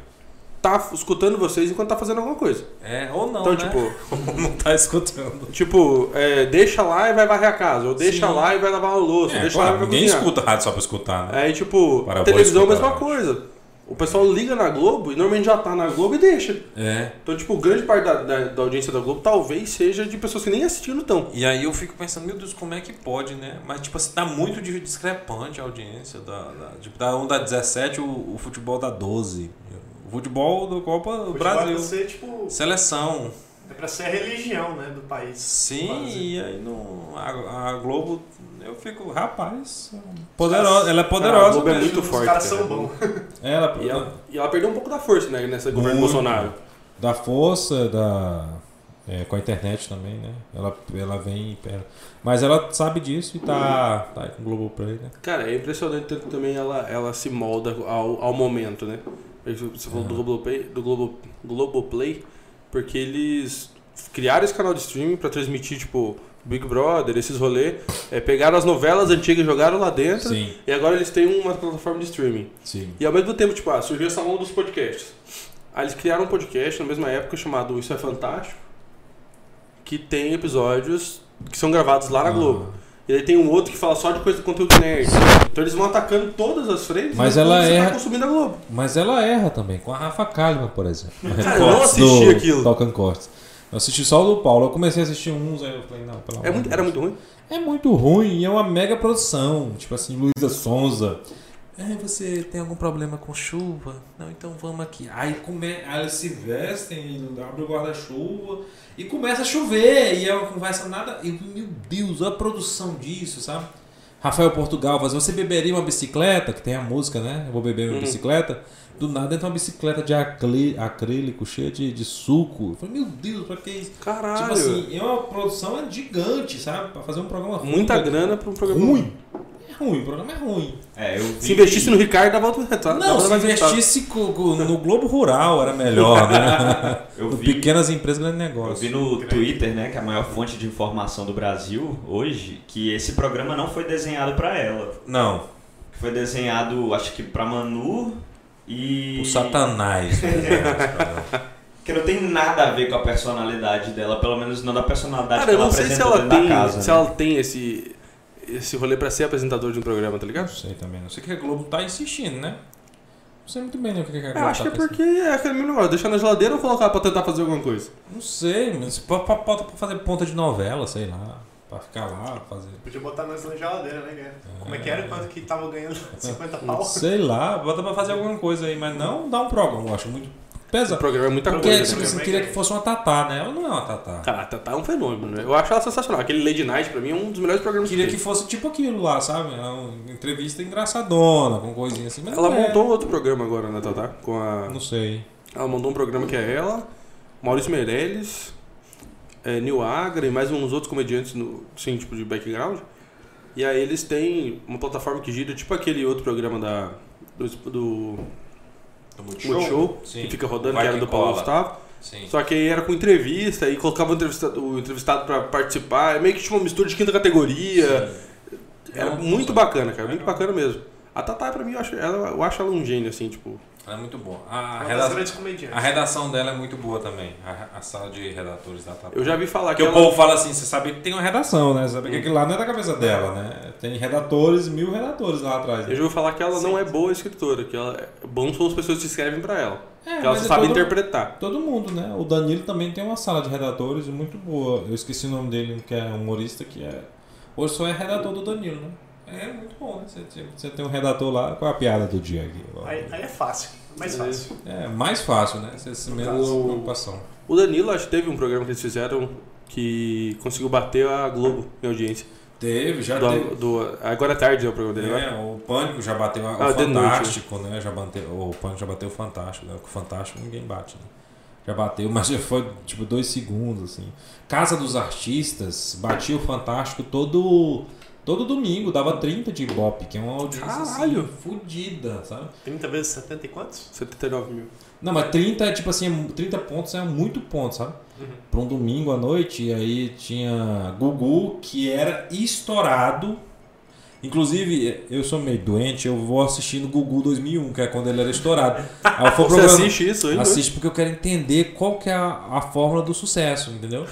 tá f- escutando vocês enquanto tá fazendo alguma coisa.
É, ou não.
então,
né?
tipo,
não tá escutando.
tipo, é, deixa lá e vai varrer a casa, ou deixa
Sim.
lá e vai lavar o louço,
É,
deixa
claro,
lá e vai
ninguém
cozinhar.
escuta rádio só pra escutar, né?
Aí, tipo,
Para a
televisão é a
voz
mesma
escutar. né?
coisa. O pessoal liga na Globo e normalmente já tá na Globo e deixa.
É.
Então, tipo, grande parte da, da, da audiência da Globo talvez seja de pessoas que nem assistindo tão.
E aí eu fico pensando, meu Deus, como é que pode, né? Mas, tipo assim, tá muito di- discrepante a audiência. Da, da, tipo, da onda 17, o, o futebol da 12. O futebol do Copa
Futebol É
Brasil.
pra ser, tipo.
Seleção.
É pra ser a religião, né? Do país.
Sim,
Brasil.
e aí no, a, a Globo, eu fico, rapaz, poderosa, ela é
Cara, a
poderosa.
Globo é
né?
mesmo.
muito forte.
Os caras
cara.
são bons.
Ela,
E ela, e ela perdeu um pouco da força, né, nessa governo
Muito.
Bolsonaro.
da força, da é, com a internet também, né? Ela, ela vem e pera. Mas ela sabe disso e tá, tá aí com o Globoplay, né?
Cara, é impressionante tanto que também ela, ela se molda ao, ao momento, né? Você falou do Globoplay, do Globo, Globoplay, porque eles criaram esse canal de streaming pra transmitir, tipo, Big Brother, esses rolês. É, pegaram as novelas antigas e jogaram lá dentro.
Sim,
E agora eles têm uma plataforma de streaming.
sim.
E ao mesmo tempo, tipo, ah, surgiu essa onda dos podcasts. Aí eles criaram um podcast na mesma época chamado Isso é Fantástico, que tem episódios que são gravados lá
Ah.
na Globo. E aí tem um outro que fala só de coisa do conteúdo nerd. Então eles vão atacando todas as frentes
Mas
enquanto
ela
você
é-
tá consumindo a Globo.
Mas ela erra também, com a Rafa Kalimann,
(laughs)
por exemplo.
Cara, eu não assisti
do
aquilo.
Talking Cortes. Eu assisti só o do Paulo. Eu comecei a assistir uns, aí eu falei, não, pelo
É
amor de
muito,
Deus.
era muito ruim.
É muito ruim e é uma mega produção. Tipo assim, Luísa Sonza. É, você tem algum problema com chuva? Não, então vamos aqui. Aí, come... aí eles se vestem, abrem o guarda-chuva e começa a chover. E é uma conversa nada. E, meu Deus, olha a produção disso, sabe? Rafael Portugal, mas você beberia uma bicicleta? Que tem a música, né? Eu vou beber uma bicicleta. Do nada entra uma bicicleta de aclí- acrílico cheia de, de suco. Eu falei, meu Deus, pra que isso?
Caralho.
Tipo assim, é uma produção gigante, sabe? Pra fazer um programa ruim.
Muita grana pra um programa.
Ruim. É ruim, o programa é ruim.
É, eu vi.
Se investisse no Ricardo, dava outro resultado.
Não,
dava
se
mais resultado.
investisse co- co- no Globo Rural era melhor, né?
Eu
No
vi.
Pequenas empresas, grande
Eu vi
negócio.
no Twitter, né, que é a maior fonte de informação do Brasil hoje, que esse programa não foi desenhado pra ela.
Não,
Foi desenhado, acho que pra Manu e.
o (laughs) Satanás. né?
Que não tem nada a ver com a personalidade dela, pelo menos não da personalidade
Cara,
que
eu
ela
não sei se
apresenta
ela
dentro
tem,
da casa.
se
né?
ela tem esse, esse rolê pra ser apresentador de um programa, tá
não
ligado?
sei também, não sei o que a Globo tá insistindo, né? Não sei muito bem né, o que que a
Eu
Globo
acho que
tá
é
pensando.
porque é aquele mesmo negócio, deixar na geladeira ou colocar pra tentar fazer alguma coisa?
Não sei, mas pra, pra, pra, pra fazer ponta de novela, sei lá. Pra ficar lá, fazer.
Podia botar nós na geladeira, né, cara? Como é que era? Quanto que tava ganhando? (laughs) 50 pau?
Sei lá, bota pra fazer alguma coisa aí, mas não dá um programa, eu acho muito
O
pesado.
programa é muita
Porque
coisa.
tipo,
né?
assim, queria que fosse uma tatá, né? Ela não é uma tatá.
Cara, tá, tá um fenômeno, né? Eu acho ela sensacional. Aquele Lady Night, pra mim, é um dos melhores programas
Queria
que
que
tem.
fosse tipo aquilo lá, sabe?
É
Era Uma entrevista engraçadona, com coisinha assim. Mas
Ela
não é.
montou outro programa agora, né, Tatá? Com a...
Não sei.
Ela mandou um programa que é ela, Maurício Meirelles, é, Nil Agra e mais uns outros comediantes, no, sim, tipo de background. E aí eles têm uma plataforma que gira, tipo aquele outro programa da, do, do
Do
Multishow,
Sim.
que fica rodando,
Vai
que era
que
do Paulo
cola.
Gustavo.
Sim.
Só que aí era com entrevista, e colocava o entrevistado, o entrevistado pra participar. É meio que tipo uma mistura de quinta categoria. Era
Ela-
muito bacana, cara. Muito bacana mesmo. A Tatá, pra mim, eu acho ela, eu acho ela um gênio, assim, tipo.
Ela é muito boa. A,
Uma
tá
das
redação,
grandes comediantes.
a redação dela é muito boa também. A, a sala de redatores da Tapa.
Eu já vi falar
Porque
que
o
ela. Uhum.
povo fala assim, você sabe que tem uma redação, né? Você sabe que aquilo lá não é da cabeça dela, né? Tem redatores, mil redatores lá atrás.
Eu
Né?
já ouvi falar que ela não é boa escritora, que ela bom são as pessoas que escrevem pra ela.
É,
que ela
mas é
sabe
todo-
interpretar.
Todo mundo, né? O Danilo também tem uma sala de redatores muito boa. Eu esqueci o nome dele, que é humorista, que é. Hoje só é redator do Danilo, né? É muito bom, né? Você, tipo, você tem um redator lá com a piada do dia aqui.
Aí, aí é fácil, mais fácil.
É mais fácil, né? Você se menos
caso.
preocupação.
O Danilo, acho que teve um programa que eles fizeram que conseguiu bater a Globo em audiência.
Teve, já
Do, do- agora à tarde é o programa dele, né?
É, o Pânico já bateu a-
Ah,
o
de noite,
Fantástico, né? Já bateu, o Pânico já bateu o Fantástico, né? O Fantástico ninguém bate, né? Já bateu, mas já foi tipo dois segundos, assim. Casa dos Artistas batia o Fantástico todo, todo domingo, dava 30 de Ibope, que é uma audiência
Caralho!
assim, fudida, sabe?
30 vezes 70 e
é
quantos?
79 mil.
Não, mas 30 é tipo assim, 30 pontos é muito ponto, sabe? Pra um domingo à noite, e aí tinha Gugu, que era estourado. Inclusive, eu sou meio doente, eu vou assistindo Gugu 2001, que é quando ele era estourado.
(laughs)
Aí eu for
Você
programa-
assiste isso ainda?
Assiste porque eu quero entender qual que é a, a fórmula do sucesso, entendeu?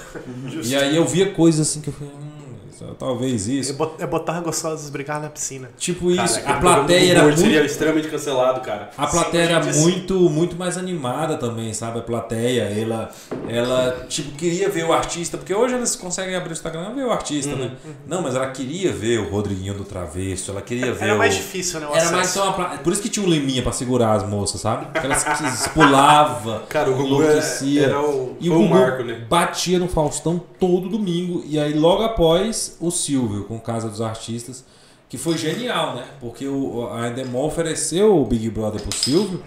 e aí eu via coisas assim que eu falei, hum, isso- talvez
É
isso.
bot- é botar gostosas brigar na piscina.
Tipo
Cara,
isso,
aquele
a
programa do
plateia era
Gugu
muito
Seria extremamente cancelado, cara.
a plateia era
Sim, sim.
muito, muito mais animada também, sabe? A plateia, ela, ela tipo, queria ver o artista, porque hoje eles conseguem abrir o Instagram e ver o artista,
Uhum,
né? Não, mas ela queria ver o Rodriguinho do Travesso, ela queria ver
Era mais
o...
difícil, né? o
Era mais
acesso.
só uma pla- Por isso que tinha um leminha pra segurar as moças, sabe? Porque elas se pulavam,
Cara, o é- Gugu era,
enlouquecia.
era o,
E
foi
o
um
Gugu
marco, né?
batia no Faustão todo domingo. E aí, logo após, o Silvio, com Casa dos Artistas, que foi genial, né? Porque o, a Endemol ofereceu o Big Brother pro Silvio.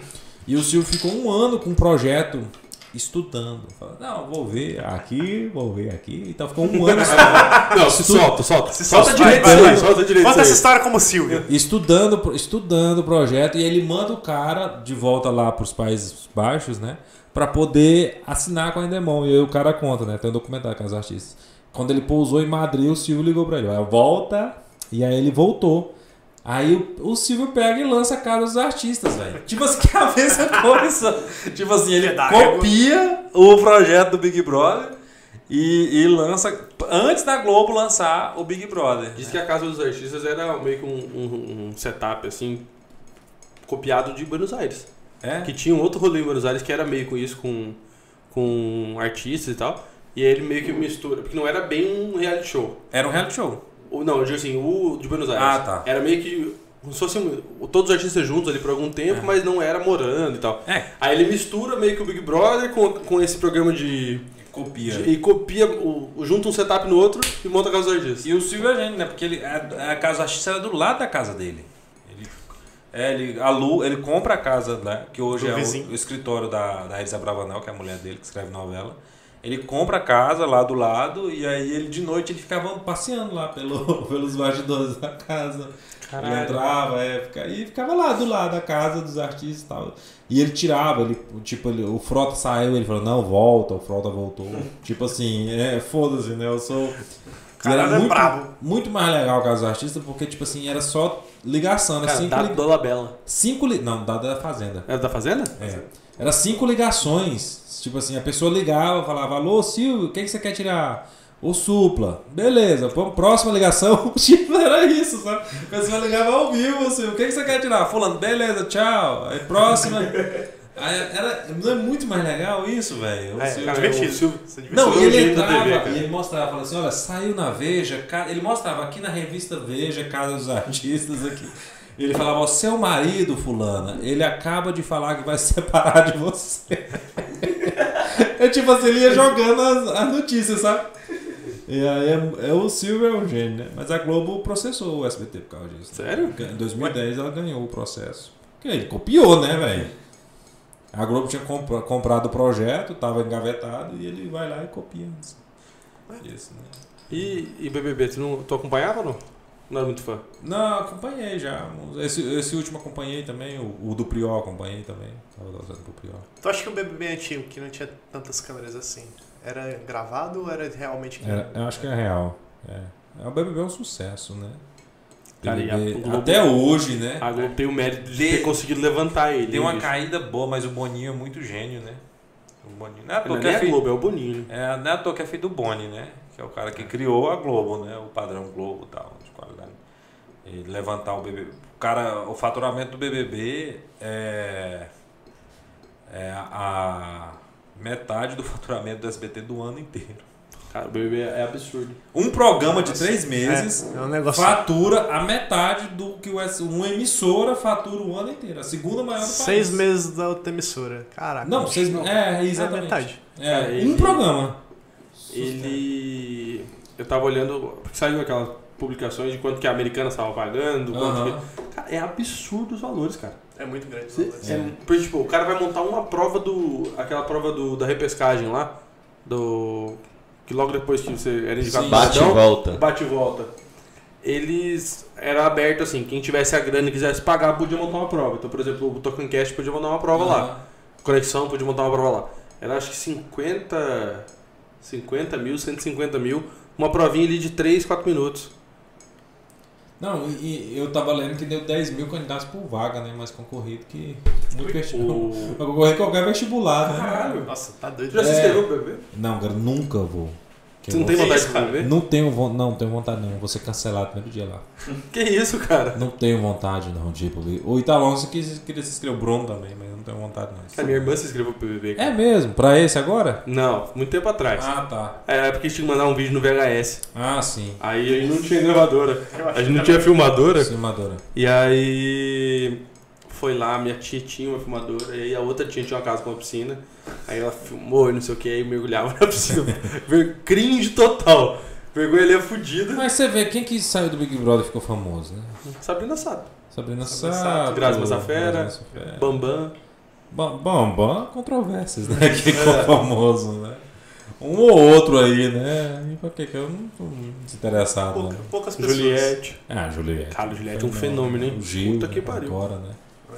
E o Silvio ficou um ano com o projeto estudando. Falou, não, vou ver aqui, vou ver aqui. Então ficou
(laughs)
um ano estudando.
(laughs) Não,
se tu-
solta, solta.
Se
Solta
solta,
direito
vai,
isso aí,
vai.
solta direito isso
Conta essa
aí.
história como Silvio.
estudando, estudando o projeto. E aí ele manda o cara de volta lá pros Países Baixos, né? Pra poder assinar com a Endemol. E aí o cara conta, né? Tem um documentário com as artistas. Quando ele pousou em Madrid, o Silvio ligou pra ele. Aí volta. E aí ele voltou. Aí o, o Silvio pega e lança a cara dos artistas, velho. Tipo assim, (laughs) que é a mesma coisa. tipo assim, ele
Pedaço.
copia o projeto do Big Brother e, e lança. Antes da Globo lançar o Big Brother.
Diz que a Casa dos Artistas era meio que um, um- um setup, assim, copiado de Buenos Aires.
É?
Que tinha um outro rolê em Buenos Aires que era meio com isso, com, com artistas e tal. E aí ele meio que mistura, porque não era bem um reality show.
Era um reality show.
Ou, não, eu digo assim, o de Buenos Aires.
Ah, tá.
Era meio que como se fossem todos os artistas juntos ali por algum tempo, mas não era morando e tal.
É.
Aí ele mistura meio que o Big Brother com, com esse programa de...
Copia.
de- e copia, o, o- junta um setup no outro e monta a Casa dos Artistas.
E o Silvio é gênio, né? Porque ele, a, a casa artista era do lado da casa dele. Ele, é, ele, alu, ele compra a casa, né? Que hoje
Do
é
vizinho.
o, o escritório da, da Elisa Bravanel, que é a mulher dele, que escreve novela. Ele compra a casa lá do lado e aí ele de noite ele ficava passeando lá pelo, (laughs) pelos bastidores da casa. Ele entrava, é, fica- e ficava lá do lado da casa dos artistas e tal. E ele tirava, ele, tipo, ele- o Frota saiu, ele falou, não, volta, o
(laughs)
Frota voltou. tipo assim, é, foda-se, né? Eu sou. E
Caralho, é
muito,
brabo.
muito mais legal o caso dos artistas, porque, tipo assim, era só ligação, né?
Cara,
cinco,
Dado
li-
Dolabella.
cinco li- Não, dado da Fazenda.
Era da Fazenda?
É. Era cinco ligações. Tipo assim, a pessoa ligava, falava, alô, Silvio, o que, que você quer tirar? O supla. Beleza, pô, próxima ligação. (laughs) Tipo, era isso, sabe? A pessoa ligava ao vivo, Silvio, o que, que você quer tirar? Fulano, beleza, tchau. Aí próxima. Aí, era, não é muito mais legal isso, velho? O
É,
Silvio-
cara, divertido. Isso é divertido.
não, e
Isso é um
ele
gênio da
entrava
TV, cara.
e ele mostrava, falava assim, olha, saiu na Veja, ca- ele mostrava aqui na revista Veja, Casa dos Artistas aqui. Ele falava, ó, seu marido, fulana, ele acaba de falar que vai (laughs) se separar de você. é tipo assim, ele ia jogando as, as notícias, sabe? E aí é, é o Silvio é um gênio, né? Mas a Globo processou o SBT por causa disso. né?
Sério?
Em 2010 ela ganhou o processo. Porque ele copiou, né, velho? A Globo tinha compra- comprado o projeto, tava engavetado, e ele vai lá e copia. Isso, né?
E, e BBB, tu, não, tu acompanhava ou não? Não era muito fã.
Não, acompanhei já. Esse, esse último acompanhei também, o, o do Priol acompanhei também. Tava gostando do Priol.
Tu acha que o BBB antigo, que não tinha tantas câmeras assim, era gravado ou era realmente...
Era- eu acho que é real. É. É, O BBB é um sucesso, né?
Cara, e a
BBB.
Globo-
Até hoje, né?
A Globo tem o mérito de
De-
ter conseguido levantar ele.
Deu uma
hein,
caída boa, mas o Boninho é muito gênio, né? O Boninho. Não é à
bicho?
toa
Não
que
é nem
é
a
filho,
Globo, é o Boninho. né?
é, não é à toa que é filho do Boni, né? Que é o cara que criou a Globo, né? O padrão Globo e tal, de qualidade. E levantar o BBB. O cara, o faturamento do BBB é, é a metade do (laughs) faturamento do SBT do ano inteiro.
Cara, o BBB é absurdo.
Um programa de três meses
É, é um negócio-
fatura a metade do que o S- uma emissora fatura o ano inteiro. A segunda maior do país.
Seis meses da outra emissora. Caraca.
Não, seis meses. É,
É
exatamente.
metade.
É,
Cara,
um
ele-
programa.
Ele. Eu tava olhando. Saiu aquelas publicações de quanto que a americana estava pagando. quanto
Aham.
que- Cara, é absurdo os valores, cara.
É muito grande.
Cê- cê- porque, tipo, o cara vai montar uma prova do. aquela prova do, da repescagem lá. Do. Que logo depois que você era indicado
Sim.
pro
Bate e
cidadão,
volta.
Bate e volta. Eles. Era aberto assim, quem tivesse a grana e quisesse pagar, podia montar uma prova. Então, por exemplo, o Tokencast podia montar uma prova
Uhum.
lá. Conexão podia montar uma prova lá. Era acho que 50. 50 mil, 150 mil. Uma provinha ali de 3, 4 minutos.
Não, e, e eu tava lendo que deu 10 mil candidatos por vaga, né? Mais concorrido que. Muito vestibular.
O...
Vai concorrer qualquer vestibular, né? Caralho.
Nossa, tá doido.
Já se
É.
inscreveu pro bebê?
Não, cara, nunca vou. Que
Você
eu
não tem
vou-
vontade de escrever?
Não tenho, von- não tenho vontade não, vou ser cancelado no primeiro dia lá.
Que isso, cara?
Não tenho vontade não, tipo. O Italão se quis- queria se inscrever, o Bruno também, mas eu não tenho vontade
A
não.
É minha irmã se inscreveu pro BBB.
É mesmo? Pra esse agora?
Não, muito tempo atrás.
Ah, tá.
É porque tinha que mandar um vídeo no VHS.
Ah, sim.
Aí a gente não tinha
(laughs)
gravadora. A gente não tinha filmadora.
Simadora.
E aí foi lá, minha tia tinha uma filmadora, e aí a outra tia tinha uma casa com uma piscina. Aí ela filmou e não sei o que, aí mergulhava (laughs) na piscina. Ver- Cringe total. Vergonha ali é fudida.
Mas você vê, quem que saiu do Big Brother e ficou famoso, né?
Sabrina Sato.
Sabrina
Sabrina
Sato.
Sato,
Grazi Massafera.
Grazi Massafera.
Bambam.
Bom, bom, bom, controvérsias, né? (laughs) Que
É.
ficou famoso, né? Um ou outro aí, né? E pra que que eu não tô muito interessado,
Pouca-
não.
poucas pessoas.
Juliette.
Ah, Juliette.
Cara, o Juliette é um fenômeno, hein?
O Gil,
Puta que
né,
pariu.
agora, né?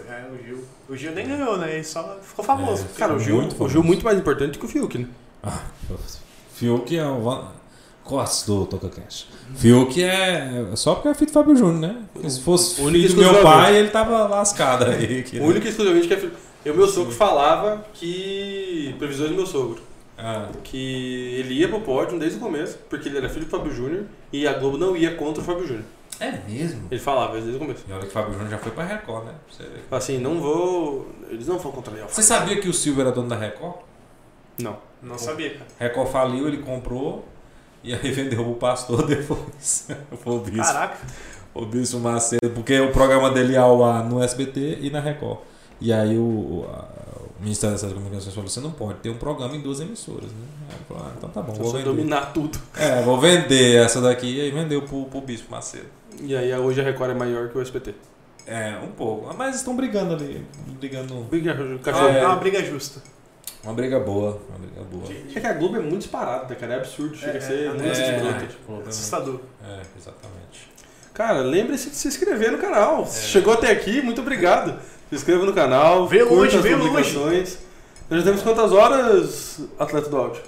É, o Gil. O Gil nem ganhou, né? Ele só ficou famoso.
É.
Cara, o Gil,
Muito
o
famoso.
Gil muito mais importante que o Fiuk, né?
Fiuk é o Van... Cortes do TocaCast. Fiuk é... é Só porque é filho do Fábio Júnior, né? Porque se fosse
O único
filho do meu
exclusivamente.
pai, ele tava lascado aí. que-
(laughs) O único e exclusivamente que é filho. Eu, meu sogro falava que. Previsões do meu sogro.
Ah,
Que ele ia pro pódio desde o começo, porque ele era filho do Fábio Júnior e a Globo não ia contra o Fábio Júnior.
é mesmo?
Ele falava desde o começo.
E olha que o Fábio Júnior já foi pra Record, né? Pra Você, ver.
Assim, não vou. Eles não vão contrariar o
Você
Fábio.
sabia que o Silvio era dono da Record?
Não.
Não sabia, cara.
Record faliu, ele comprou e aí (laughs) vendeu pro pastor depois. Foi o bispo.
Caraca.
O Bispo Macedo, porque o programa dele ia ao ar no SBT e na Record. E aí o, o, a- o Ministério das Comunicações falou: você não pode ter um programa em duas emissoras, né? Aí ele falou, ah, então tá bom,
Então
vou
você
vender.
dominar tudo.
É, vou vender essa daqui e aí vendeu pro, pro Bispo Macedo.
E aí hoje a Record é maior que o SBT.
É, um pouco. Mas estão brigando ali. Brigando.
Briga o
É,
cachorro.
É.
uma briga justa.
Uma briga boa. Uma briga boa.
É que a Globo é muito disparada, cara. É absurdo. Chega
É,
a ser
é,
muito
é,
escroto.
problema-
Assustador.
é, exatamente.
Cara, lembre-se de se inscrever no canal.
É.
Se chegou até aqui, muito obrigado. Se inscreva no canal,
Vê
curta
hoje,
as
vê hoje.
publicações. Nós já temos quantas horas, atleta do áudio?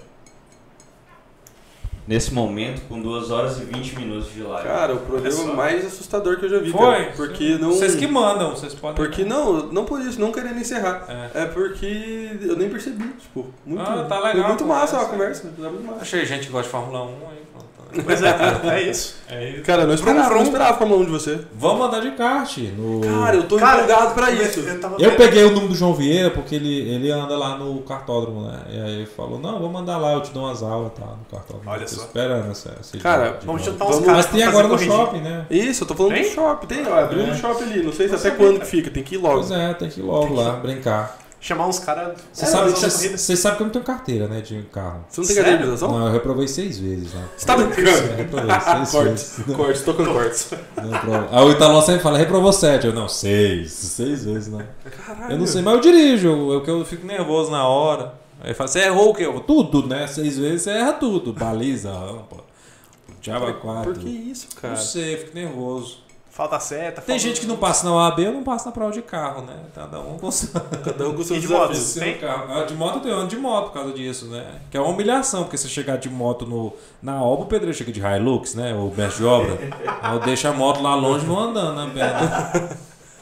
Nesse momento, com 2 horas e 20 minutos de live.
Cara, o programa
só.
mais assustador que eu já vi,
é Foi?
cara. Porque não.
Vocês que mandam, né? vocês podem.
Porque não, não por isso, não querendo encerrar.
É.
É porque eu nem percebi, tipo, muito,
Ah, tá
foi
legal
muito
a
massa a
conversa.
conversa, tá muito massa.
Achei gente que gosta de Fórmula 1 aí, pronto.
Pois é, cara, é isso.
É isso.
Cara, eu não esperava, não esperava a Fórmula 1 de você.
Vamos andar de kart no.
Cara, eu tô
Cara,
empolgado pra isso.
é-
Eu tava
Eu peguei o número do João Vieira porque ele, ele anda lá no cartódromo, né? E aí ele falou, não, vou mandar lá, eu te dou umas aulas, tá? No cartódromo.
Olha
Eu tô
só.
esperando essa... esse
Cara,
dia de
Vamos
volta.
chutar uns
Vamos-
caras.
Mas tem
pra
agora no
fazer corrigir.
shopping, né?
Isso, eu tô falando
Tem?
do shopping, tem, ó, abriu
É.
um shopping ali, não sei se
Não
até
sabia,
quando
cara.
que fica, tem que ir
Pois
logo.
é, tem que ir logo lá, brincar.
Chamar uns caras.
Você
fazer
sabe,
uma
cê-
corrida.
cê sabe que eu não tenho carteira, né, de carro.
Você não tem
Sério?
caracterização?
Não, eu reprovei seis vezes, né?
Você tá
Eu
brincando?
reprovei seis vezes.
Cortes, cortes, tô com cortes.
Não, reprovo. Aí o Italão sempre fala, reprovou sete. Eu, não, seis. Seis vezes, né? Eu não sei, mas eu dirijo, eu, que eu fico nervoso na hora. Aí fala, você errou o quê? Eu falo, tudo, né? Seis vezes você erra tudo. Baliza, rampa, diabo
Por
quatro.
que isso, cara?
Não sei, eu fico nervoso.
Falta seta.
Tem
falta-
gente que não passa na OAB, eu não passo na prova de carro, né? Cada um com seu
Cada um com seus
E de moto?
desafios.
seu
Tem?
carro. Ah, De moto eu tenho ano de moto por causa disso, né? Que é uma humilhação, porque se chegar de moto no, na obra, o pedreiro chega de Hilux, né? Ou mestre de obra. Aí eu deixo a moto lá longe e vou andando, né? Pedro?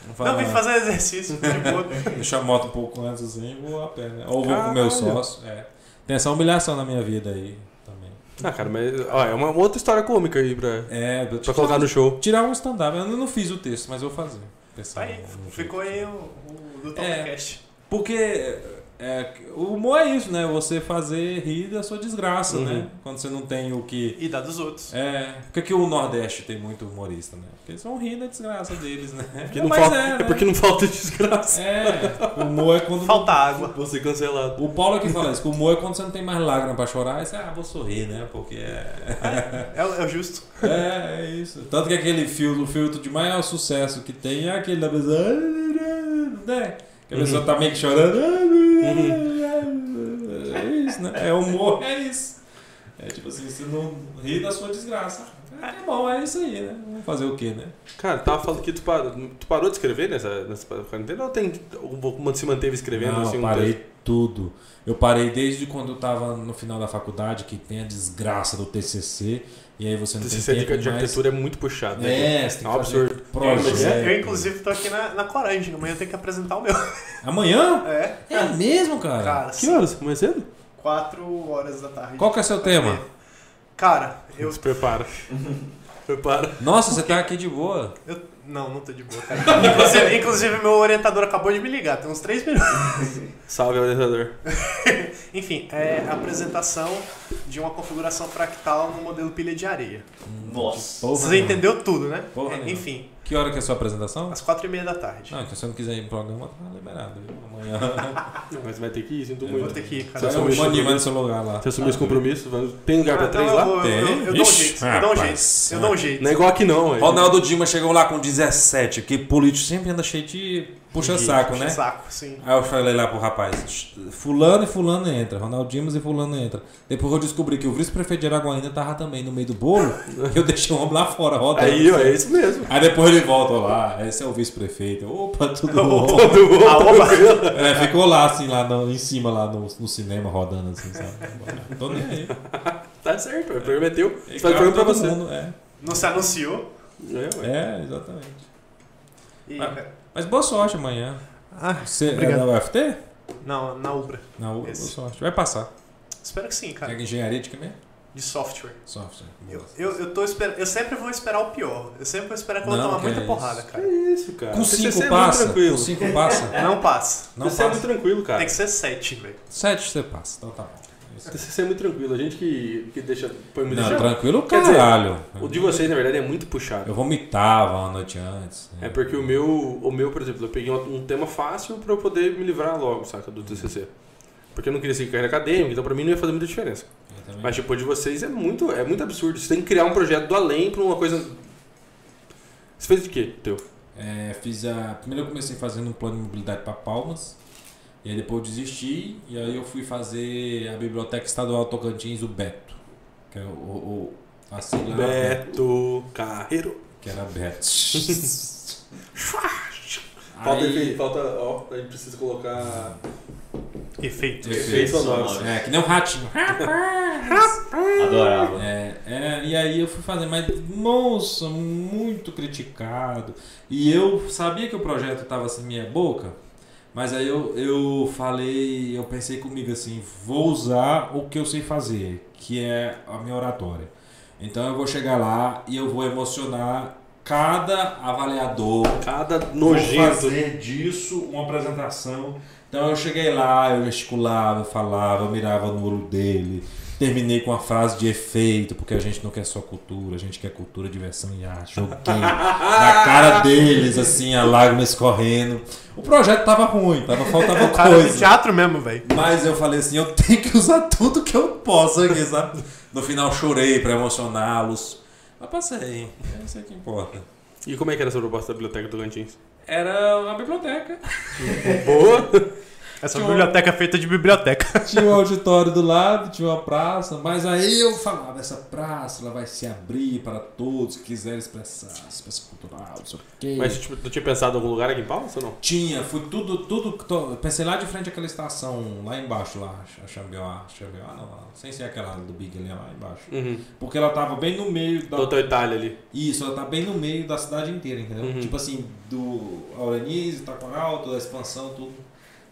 Não fala
Não, vem
nada.
fazer exercício. de
(laughs)
boa.
Deixa a moto um pouco antes assim e vou a pé, né? Ou vou com o
Caralho.
meu sócio. É. Tem essa humilhação na minha vida aí também.
Ah, cara, mas ó, é uma outra história cômica aí pra,
É, eu
pra colocar no show.
tirar um stand-up. Eu não fiz o texto, mas eu vou fazer.
Tá
Pensar
aí,
no- no-
ficou aí o, o do
É.
Tomcast.
Porque é, o humor é isso, né? Você fazer rir da sua desgraça,
Uhum.
né? Quando você não tem o que.
E da dos outros.
É. Porque que o Nordeste tem muito humorista, né? Porque eles vão rir da desgraça deles, né?
Porque não
Mas
falta,
é,
é,
né?
porque não falta desgraça.
É, o humor é quando.
Falta água.
Você cancelado.
O Paulo aqui fala isso, que o humor é quando você não tem mais lágrima pra chorar, aí você, ah, vou sorrir, né? Porque é.
É, o- é o justo.
É, é isso. Tanto que aquele filtro, o filtro de maior sucesso que tem é aquele da pessoa. Né? Que a
Uhum.
pessoa tá meio que chorando. É isso, né? É humor, é isso. É tipo assim, você não ri da sua desgraça. É tá bom, é isso aí, né? Vamos fazer o quê, né?
Cara, tava falando que tu parou, tu parou de escrever nessa, nessa quarentena ou tem, ou se manteve escrevendo
não,
assim um
parei
texto?
tudo. Eu parei desde quando eu tava no final da faculdade, que tem a desgraça do TCC, e aí você não
TCC
tem
de
tempo
de
mais...
arquitetura é muito puxado. né?
É, você tem
É um
que fazer
absurdo.
projeto.
Eu, inclusive, tô aqui na, na coragem. Amanhã eu tenho que apresentar o meu.
Amanhã?
É,
(laughs) É mesmo, cara?
cara.
Que horas? Começa cedo?
Quatro horas da tarde.
Qual que é seu tema?
Cara, eu,
Se prepara. prepara.
Nossa, você tá aqui de boa.
eu- Não, não tô de boa, cara. Inclusive, inclusive, meu orientador acabou de me ligar, tem uns três minutos.
Salve, orientador.
Enfim, é a apresentação de uma configuração fractal no modelo pilha de areia.
Nossa.
Porra,
Você
nenhuma.
entendeu tudo, né?
Porra Ah,
É,
nenhuma.
Enfim,
Que hora que é a sua apresentação?
às quatro e meia da tarde.
Não, que se você não quiser ir pro programa, tá liberado. viu?
(laughs)
Amanhã.
Não, mas vai ter que ir, sinto
Eu vou
muito.
ter que ir, cara.
Você
Você
é um
um
bicho.
anima no seu lugar lá.
Você assumiu esse compromisso? vamos- Tem lugar pra
Ah,
três
não,
lá?
Eu, vou- eu, eu, eu dou um
Ixi,
jeito, eu dou um jeito.
rapaz. Né?
Eu dou um jeito.
Não é igual aqui não, velho.
Ronaldo Dima chegou lá com 17, que político sempre anda cheio de puxa-saco, né?
Saco, sim.
Aí eu falei lá pro rapaz, fulano e fulano entra, Ronaldo Dimas e fulano entra. Depois eu descobri que o vice-prefeito de Araguaína tava também no meio do bolo, (laughs) eu deixei o homem lá fora rodando. assim.
Aí, ó, é isso
(laughs)
mesmo.
Aí depois ele volta lá, esse é o vice-prefeito. Opa, tudo
(laughs)
bom?
Ah, opa.
É, ficou lá assim, lá no- em cima, lá no, no cinema, rodando assim, sabe? Tô nem
(laughs)
aí.
Tá certo, o programa é teu. Você faz o
Igual
programa pra
todo
você.
mundo, é.
Não se anunciou.
É, ué.
é, exatamente.
E-
Ah. Mas boa sorte amanhã.
Ah,
Você é
Obrigado.
da UFT?
não, na Ubra.
Não, boa
Esse. Tá.
sorte. Vai passar.
Espero que sim, cara.
É engenharia de que mesmo?
De software.
Software.
Eu, eu, eu, tô esper... eu sempre vou esperar o pior. Eu sempre vou esperar que eu vou
Não,
tomar
que
muita
é
porrada,
isso.
Que
cara.
isso, cara.
Com
TCC
cinco
é muito
passa. Com
tranquilo.
cinco passa.
Não passa.
Não
TCC é muito
passa.
tranquilo, cara.
Tem que ser 7, velho.
Sete você passa. Então tá bom. Isso.
TCC é muito tranquilo. A gente que, que deixa... Põe me
Não,
deixa...
tranquilo,
Quer dizer,
caralho.
O de vocês, na verdade, é muito puxado.
Eu vomitava uma noite antes.
É porque o meu, o meu, por exemplo, eu peguei um, um tema fácil pra eu poder me livrar logo, saca, do
Uhum.
TCC. Porque eu não queria seguir carreira acadêmica, então pra mim não ia fazer muita diferença.
Eu também.
Mas tipo, o de vocês é muito, é muito absurdo. Você tem que criar um projeto do além pra uma coisa. Você fez de quê, teu?
É, fiz a. Primeiro eu comecei fazendo um plano de mobilidade para Palmas. E aí depois eu desisti. E aí eu fui fazer a Biblioteca Estadual Tocantins, o Beto. Que é o. o, o a sigla era
Beto Carreiro.
Que era
(laughs)
Beto.
Falta
aí,
falta, ó, a gente precisa colocar.
Efeito.
efeitos sonoros. É, que nem
(laughs)
um ratinho.
Adorava.
É, é, e aí eu fui fazer, mas nossa, muito criticado. E eu sabia que o projeto estava assim, minha boca, mas aí eu, eu falei, eu pensei comigo assim: vou usar o que eu sei fazer, que é a minha oratória. Então eu vou chegar lá e eu vou emocionar cada avaliador
Cada
Vou
nojento.
fazer disso uma apresentação. Então eu cheguei lá, eu gesticulava, eu falava, eu mirava no olho dele. Terminei com uma frase de efeito, porque a gente não quer só cultura, a gente quer cultura, diversão e arte. Joguei na cara deles, assim, a lágrima escorrendo. O projeto tava ruim, (laughs) tava, faltava
Cara, é do
coisa.
teatro mesmo, velho.
Mas eu falei assim, eu tenho que usar tudo que eu posso aqui, sabe? No final chorei pra emocioná-los. Mas passei, é isso aí que importa.
E como é que era essa proposta da biblioteca do Gantins?
Era uma biblioteca.
Boa!
Essa biblioteca é feita de biblioteca. (laughs)
Tinha um auditório do lado, tinha uma praça, mas aí eu falava, essa praça ela vai se abrir para todos que quiserem expressar, expressão cultural, não sei o quê.
Mas tipo, tu tinha pensado em algum lugar aqui em Palmas ou não?
Tinha, foi tudo, tudo. to- Pensei lá de frente àquela estação, lá embaixo, lá, a Xambioá, Xambioá, ah, não, lá, sem ser aquela do Big ali, lá embaixo.
Uhum.
Porque ela tava bem no meio da.
Doutor Itália ali.
Isso, ela tá bem no meio da cidade inteira, entendeu?
Uhum.
Tipo assim, do Auranis, Itacoral, toda a expansão, tudo.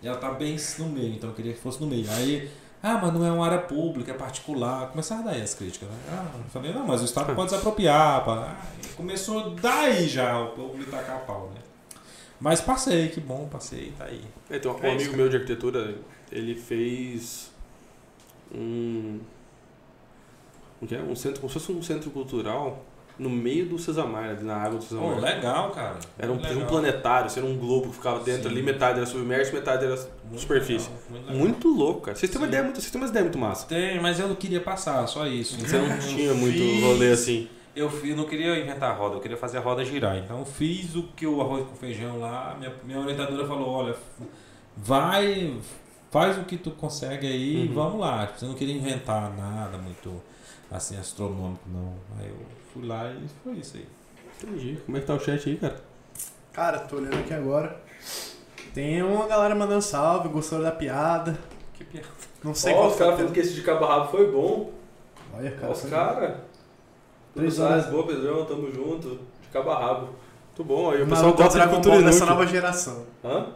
E ela tá bem no meio, então eu queria que fosse no meio. Aí, ah, mas não é uma área pública, é particular. Começaram a dar aí as críticas, né? Ah, eu falei, não, mas o Estado pode se apropriar. Pá. Ah, e começou daí já o povo me tacar a pau, né? Mas passei, que bom, passei, tá aí.
É, tem um, um
É isso,
amigo
cara.
meu de arquitetura, ele fez um. O que é? Um centro, como se fosse um centro cultural no meio do Sesamar, ali na água do
Pô,
Sesamar.
legal, cara.
Era um,
legal.
um planetário, assim, era um globo que ficava dentro
Sim.
ali, metade era submerso, metade era
Muito
superfície.
legal, muito legal.
Muito louco, cara. Vocês têm uma
Sim.
ideia muito, vocês têm umas ideias muito massa.
Tem, mas eu não queria passar, só isso.
Você (laughs) não tinha muito
fiz.
rolê assim.
Eu, fi- eu não queria inventar a roda, eu queria fazer a roda girar. Então eu fiz o que o arroz com feijão lá, minha, minha orientadora falou, olha, f- vai, faz o que tu consegue aí
Uhum.
e vamos lá. Tipo, Você não queria inventar nada muito assim astronômico, não. Aí eu fui lá e foi isso aí.
Entendi. Como é que tá o chat aí, cara?
Cara, tô olhando aqui agora. Tem uma galera mandando salve, gostou da piada.
Que piada.
Não sei qual tá foi a piada.
que esse de cabo rabo foi bom.
Olha,
Ó,
cara.
Os
foi-
caras.
Três
Três
horas.
horas. Boa, Pedrão, tamo junto. De cabo a rabo. Muito bom. Aí o
O
pessoal
Naruto é o
gosta de
Dragon
cultura
Ball dessa
inútil.
nova geração.
Hã?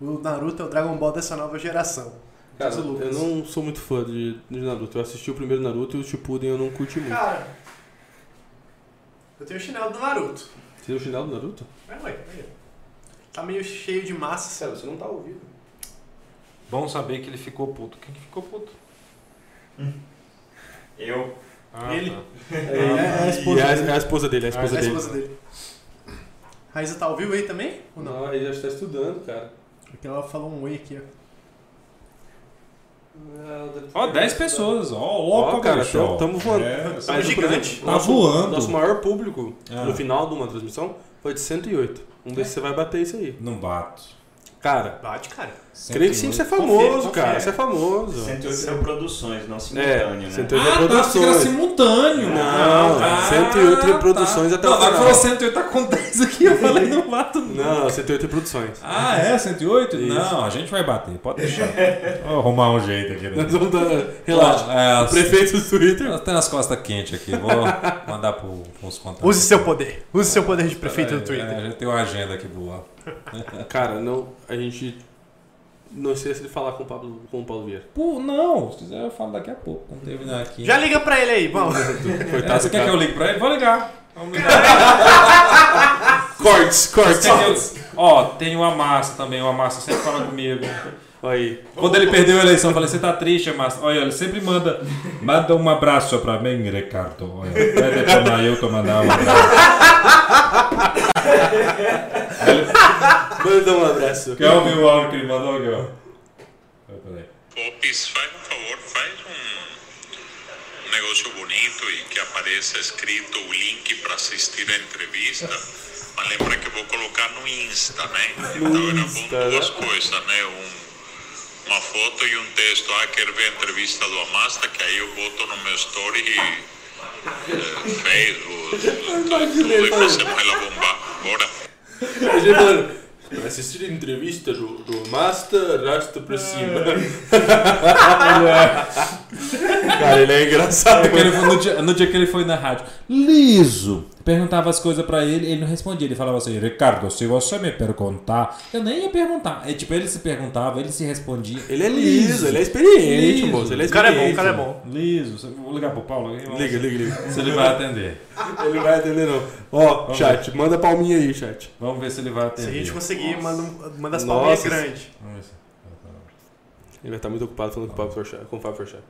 O Naruto é o Dragon Ball dessa nova geração.
Cara,
Diz o
eu
Lucas.
não sou muito fã de, de Naruto. Eu assisti o primeiro Naruto e o Shippuden eu não curti (laughs) muito.
Cara, eu tenho o chinelo do Naruto.
Você deu o chinelo do Naruto?
É, ué, aí. Tá meio cheio de massa.
você não tá ouvindo.
Bom saber que ele ficou puto. Quem que ficou puto?
Eu.
Ah,
Ele.
tá.
É,
é a esposa
e é a-
dele.
é a esposa dele. É a esposa
É a
dele.
esposa dele. Raíssa tá ao vivo aí também? Ou não?
Não, Ah, ele já está estudando, cara.
Porque ela falou um oi aqui, ó.
Ó, 10 pessoas, ó,
Ó,
louco,
cara,
bicho,
tamo-
ó.
tamo voando.
É,
Tá
Mas, por
gigante.
exemplo, É.
Tá
nosso-
voando.
Nosso maior público
Ah.
no final de uma transmissão foi de 108. Vamos ver se você vai bater isso aí.
não bato.
Cara,
Bate, cara.
creio que sim, você é famoso, cara. Você é famoso.
108 reproduções, não simultâneo,
É,
né?
108
Ah, tá, porque era
reproduções.
simultâneo.
Não,
ah,
108 reproduções até o
não,
final.
Não, falou 108, tá com 10 aqui, eu falei, não bato não.
Não, 108 reproduções.
Ah, é? 108?
Isso.
Não, a gente vai bater,
(laughs)
pode deixar. Vou arrumar um jeito aqui.
(laughs)
né?
Nós vamos dar. Relaxa.
Ó, é,
O prefeito do Twitter.
Eu tenho as costas quentes aqui,
(laughs)
vou mandar pro, pros contatos.
Use seu poder. Use seu poder de prefeito
É,
do Twitter.
É, já tem uma agenda aqui boa. (laughs)
Cara, não, a gente. Não sei se ele falar com o Pablo, com o Paulo Vieira.
Pô, não, se quiser eu falo daqui a pouco, quando terminar aqui.
Já liga pra ele aí, vamos.
É,
(laughs) Coitado
você
do
quer que
cara.
eu ligue pra ele? Vou ligar. Vamos ligar.
Cortes, cortes.
Você quer que eu- Ó, tem uma massa também, uma massa sempre fala comigo.
Olha aí.
Quando ele perdeu a eleição, eu falei, você tá triste, mas olha, ele sempre manda, manda um abraço pra mim, Ricardo. Olha, pede pra eu te mandar um abraço.
Manda um abraço.
Quer ouvir o áudio que ele mandou aqui, ó? Peraí, Peraí.
Ô, Pis, faz um favor, faz um negócio bonito e que apareça escrito o link para assistir a entrevista. Mas lembra que eu vou colocar no Insta, né? Então era bom
Insta, né?
duas coisas, né? Um- uma foto e um texto. Ah, quero ver a entrevista do Amasta, que aí eu boto no meu story e eh, Facebook, tudo, e fazemos ela bombar. Bora.
Ele falando, "Pra Assistir a entrevista do, do Master, arrasta pra cima.
É.
(laughs) Cara, ele é engraçado.
Porque ele foi- no, dia, no dia que ele foi na rádio, liso, perguntava as coisas pra ele, ele não respondia. Ele falava assim, Ricardo, se você me perguntar, eu nem ia perguntar. É, tipo, ele se perguntava, ele se respondia.
Ele é liso, ele é experiente,
Liso.
moço. Ele é
O cara é bom,
experiente.
o cara é bom.
Liso. Vou ligar pro Paulo. aqui, vamos
Liga, liga, liga.
ver Se ele vai atender.
Ele vai atender, não. Ó,
Vamos
chat, manda palminha aí, chat.
Vamos ver se ele vai
Se a
atender.
gente conseguir, manda, um- manda as
Nossa.
palminhas grandes.
Vamos ver se-
Ele vai estar muito ocupado falando com o Fábio Porchat- com o Fábio Forchat.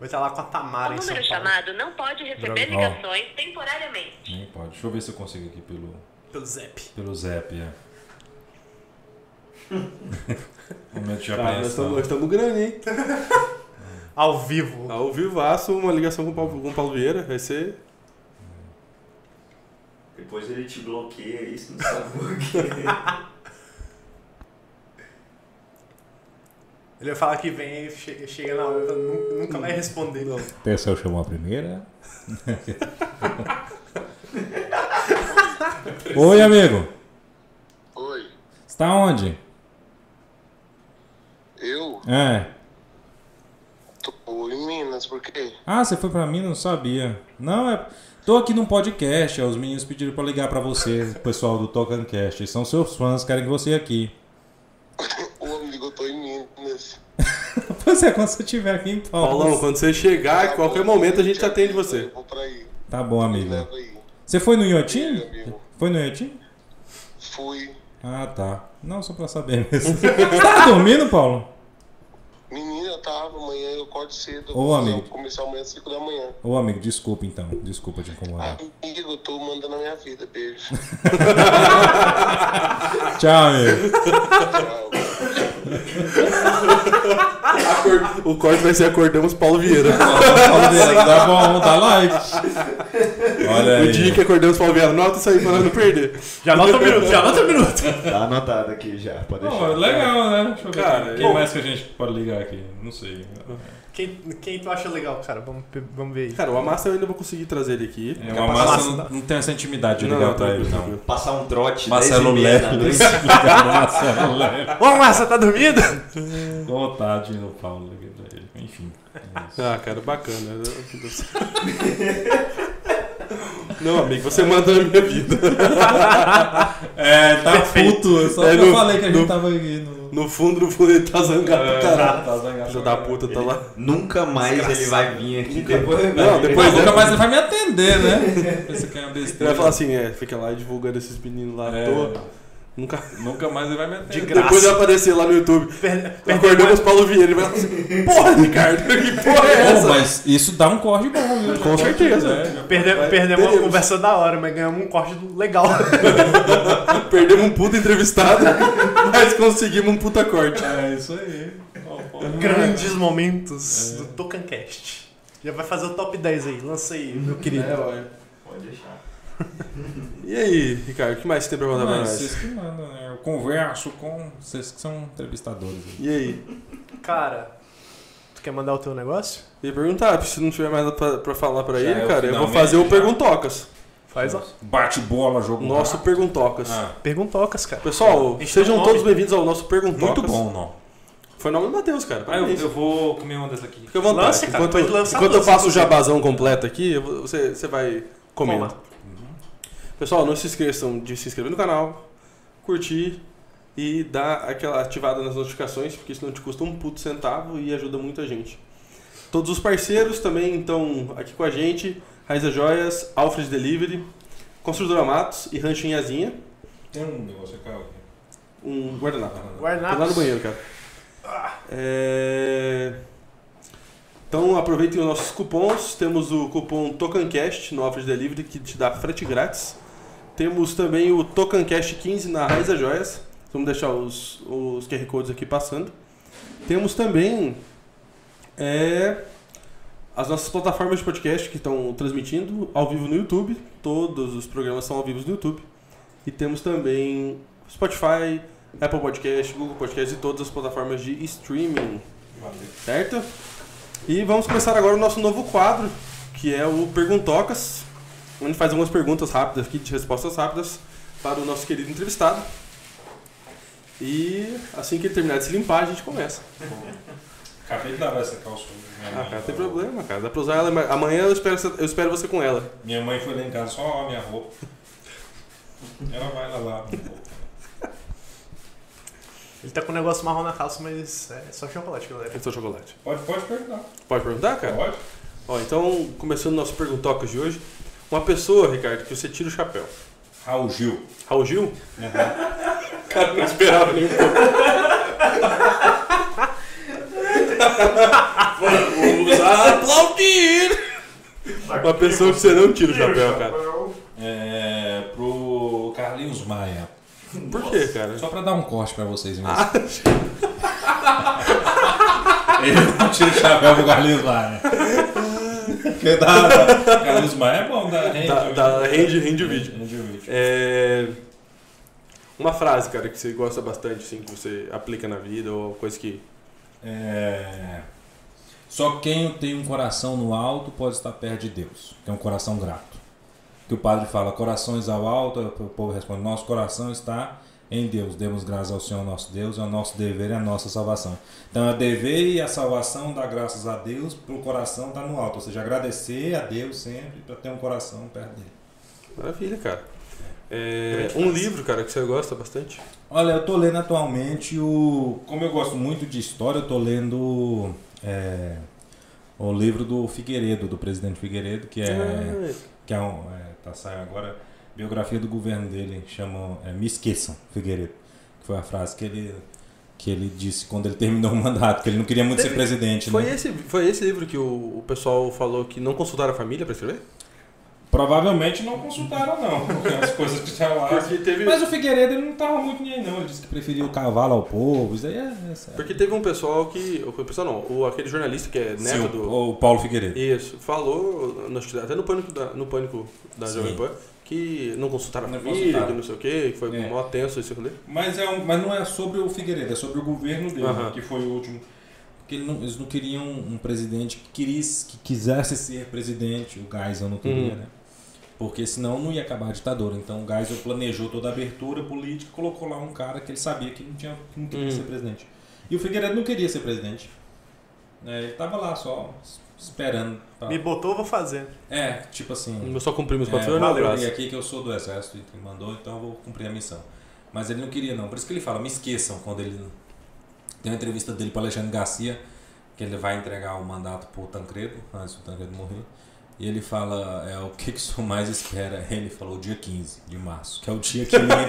Vai estar lá com a Tamara
O
em São
número é
Paulo.
chamado não pode receber
Droga. Ó.
ligações temporariamente.
Nem pode. Deixa eu ver se eu consigo aqui pelo,
Pelo Zap.
pelo Zap. É. Momento de
Cara, nós
apreensão.
estamos- nós estamos grande, hein?
Tá. Ao vivo.
Ao vivaço, uma ligação com o Paulo, com o Paulo Vieira. Vai ser.
Depois ele te bloqueia, isso não sabe por quê.
Ele vai falar que vem e che- chega na hora, nu- nunca vai responder.
Tessel chamou a (laughs) primeira. Oi, amigo.
Oi,
Você tá onde?
eu
É.
tô em Minas, por quê?
Ah, você foi pra mim? Não sabia. Não, é. Tô aqui num podcast. ó, Os meninos pediram pra ligar pra você, o pessoal do Tocancast. Eles São seus fãs, querem você aqui. (laughs)
O amigo, eu tô em Minas.
Pois é, quando você estiver aqui em Palmas.
Paulão, quando você chegar, Ah, em qualquer momento a gente atende você.
Tá bom, amigo. Você foi no Iotim? Foi no Iotim?
Fui.
Ah, tá. Não, só pra saber mesmo. você tava dormindo, Paulo?
Menina, eu tava, amanhã eu acordo cedo.
Ô, amigo.
Vou começar amanhã às 5 da manhã.
Ô, amigo, desculpa então. Desculpa te incomodar.
Amigo, eu tô mandando a minha vida, beijo.
Tchau, amigo.
Acor- O corte vai ser Acordamos Paulo Vieira.
Paulo Vieira, dá bom, dá like. Olha
O
aí.
dia que Acordamos Paulo Vieira, anota isso aí pra nós não (laughs) perder.
Já anota um minuto, já anota um minuto.
Tá anotado aqui já, pode deixar.
Pô, legal, né? Deixa eu ver.
Cara,
quem
eu-
mais que a gente pode ligar aqui? Não sei.
Quem, quem tu acha legal, cara? Vamos, pe- vamos ver aí.
Cara, o Amassa eu ainda vou conseguir trazer ele aqui.
É, o Amassa não, não tem essa intimidade de
Não,
ligar
não, tá
pra ele,
tranquilo,
não.
tranquilo.
Passar um trote,
Marcelo
10 e meia da
Leve.
né?
(laughs)
noite.
Ligar pro Marcelo Leve.
Ô, Márcia, tá dormindo?
Vontade no Paulo aqui pra ele. Enfim. é isso.
Ah, cara, bacana. (laughs) Não, amigo, você manda na minha vida.
É, tá puto. Eu só
É,
eu
no-
falei que a
no-
gente tava aqui no.
No fundo, no fundo, ele tá zangado pra caralho.
Tá zangado.
Filho da puta, tá lá.
Nunca mais ele vai vir aqui depois.
Não,
Pô,
depois
nunca
dessa-
mais ele tá vai me atender, né?
(laughs)
Pensa que é uma
Ele
besteira.
vai falar assim, "Ah, é, fica lá divulgando esses meninos lá à
É.
toa. Nunca...
Nunca mais ele vai me atender.
Depois vai aparecer lá no YouTube.
Per-
Acordamos Paulo Vieira. Ele vai falar assim, porra, Ricardo, que porra é
Pô,
essa?
mas isso dá um corte bom, viu?
Com certeza.
É,
perde-
Vai,
perdemos uma
teremos.
conversa da hora, mas ganhamos um corte do- legal.
Perdemos um puta entrevistado, (laughs) mas conseguimos um puta corte.
É isso aí. Ó, ó.
É.
Grandes momentos do Tocancast. Já vai fazer o top 10 aí, lança aí, meu querido.
É,
É, Pode deixar.
E aí, Ricardo, o que mais você tem pra contar pra
Mas
nós?
vocês que mandam, né? Eu converso com vocês que são entrevistadores. aí.
E aí?
Cara, tu quer mandar o teu negócio?
Eu ia perguntar, se não tiver mais nada pra, pra falar pra
Já
ele,
é o
cara, eu vou
finalmente,
fazer o
já.
Perguntocas.
Faz lá.
Bate bola, jogo
Nosso
rápido.
Perguntocas.
Ah,
Perguntocas, cara.
Pessoal,
Esse é o
sejam
nome.
todos bem-vindos ao nosso Perguntocas.
um muito bom, não.
Foi o nome do Matheus, cara.
Ah, eu,
parabéns.
eu vou comer uma dessas aqui.
Fica à vontade.
Lance, cara,
enquanto
pode lançar
enquanto eu
todas,
faço o
inclusive.
jabazão completo aqui, eu vou- você, você vai comendo. Uhum.
Vamos
Pessoal, não se esqueçam de se inscrever no canal, curtir e dar aquela ativada nas notificações, porque isso não te custa um puto centavo e ajuda muito a gente. Todos os parceiros também estão aqui com a gente, Raiza Joias, Alfred Delivery, Construtora Matos e Rancho Inhazinha.
Tem um negócio aqui. ó.
Um guardanapo. Tô lá no
Guarnados.
banheiro, cara. É... Então aproveitem os nossos cupons. Temos o cupom TocanCast no Office Delivery que te dá frete grátis. Temos também o TocanCast15 na Raiza Joias. Vamos deixar os, os QR Codes aqui passando. Temos também é, as nossas plataformas de podcast que estão transmitindo ao vivo no YouTube. Todos os programas são ao vivo no YouTube. E temos também Spotify, Apple Podcast, Google Podcast e todas as plataformas de streaming. Certo? E vamos começar agora o nosso novo quadro, que é o Perguntocas, onde faz algumas perguntas rápidas aqui, de respostas rápidas, para o nosso querido entrevistado. E assim que ele terminar de se limpar, a gente começa.
Acabei de lavar essa calça. Minha
Ah,
mãe
cara, não tem
falou.
problema, cara. Dá pra usar ela mas amanhã, eu espero, eu espero você com ela.
Minha mãe foi lá em casa só ó, minha roupa. Ela vai lá lá.
Ele tá com um negócio marrom na calça, mas é só chocolate, galera.
É só chocolate.
Pode, pode perguntar.
Pode perguntar, cara?
Pode.
Ó, então, começando o nosso Perguntocas de hoje, uma pessoa, Ricardo, que você tira o chapéu.
Raul Gil.
Raul Gil?
Uhum.
(laughs) Cara, não esperava nem um
(laughs)
pouco. Vamos aplaudir! Uma pessoa que você não tira o chapéu, cara.
É, pro Carlinhos Maia.
Por quê, cara?
Só pra dar um corte pra vocês mesmo.
Ah.
(laughs) Eu não tiro o chapéu pro Carlinhos Maia. Porque dá. Carlinhos Maia é bom, dá rende.
Dá-
o
dá-
vídeo.
rende- rende o vídeo.
Rende o vídeo.
É... Uma frase, cara, que você gosta bastante, assim, que você aplica na vida, ou coisa que
É, Só quem tem um coração no alto pode estar perto de Deus, que é um coração grato. Que o padre fala, corações ao alto, o povo responde, nosso coração está em Deus, demos graças ao Senhor nosso Deus, é o nosso dever e a nossa salvação. Então é o dever e a salvação dar graças a Deus, para o coração estar no alto, ou seja, agradecer a Deus sempre para ter um coração perto dele.
Maravilha, cara. É, um livro, cara, que você gosta bastante.
Olha, eu tô lendo atualmente o. Como eu gosto muito de história, eu tô lendo é, o livro do Figueiredo, do presidente Figueiredo, que é.
Ah.
Que é, um, é, tá saindo agora. Biografia do governo dele, chama é, Me Esqueçam, Figueiredo. Que foi a frase que ele, que ele disse quando ele (laughs) terminou o mandato, que ele não queria muito ser
Teve-
presidente,
Foi,
né?
esse, foi esse livro que o, o pessoal falou que não consultaram a família pra escrever?
Provavelmente não consultaram, não, as coisas Ah, que estavam lá.
Porque teve-
Mas o Figueiredo ele não tava muito nem aí, não. Ele disse que preferiu o cavalo ao povo. Isso aí é, é sério.
Porque teve um pessoal que. O pessoal não, o, aquele jornalista que é neto
Sim, o-
do.
o Paulo Figueiredo.
Isso, falou, no- até no pânico da, no pânico da
Sim.
Jovem Pan, que não consultaram a
Não
família,
consultaram. É.
que não sei o quê, que foi mó tenso esse rolê.
Mas, é um- mas não é sobre o Figueiredo, é sobre o governo dele,
Aham.
né, que foi o último. Porque ele não- eles não queriam um presidente que, queris- que quisesse ser presidente, o Geisel não queria,
Hum.
né? Porque senão não ia acabar a ditadura. Então o Geisel planejou toda a abertura política e colocou lá um cara que ele sabia que não, tinha, que não queria
Hum.
ser presidente. E o Figueiredo não queria ser presidente. né, ele tava lá só s- esperando.
Ah.
pra-
Me botou, eu vou fazer.
É, tipo assim.
Eu só cumpri meus quatro
é,
anos,
valeu,
abraço.
e aqui que eu sou do exército, e ele mandou, então eu vou cumprir a missão. Mas ele não queria, não. Por isso que ele fala, me esqueçam quando ele. Tem uma entrevista dele para Alexandre Garcia, que ele vai entregar o mandato pro Tancredo, antes do Tancredo morrer. E ele fala, é o que que o senhor mais espera? Ele falou, dia 15 de março, que é o dia que ele vai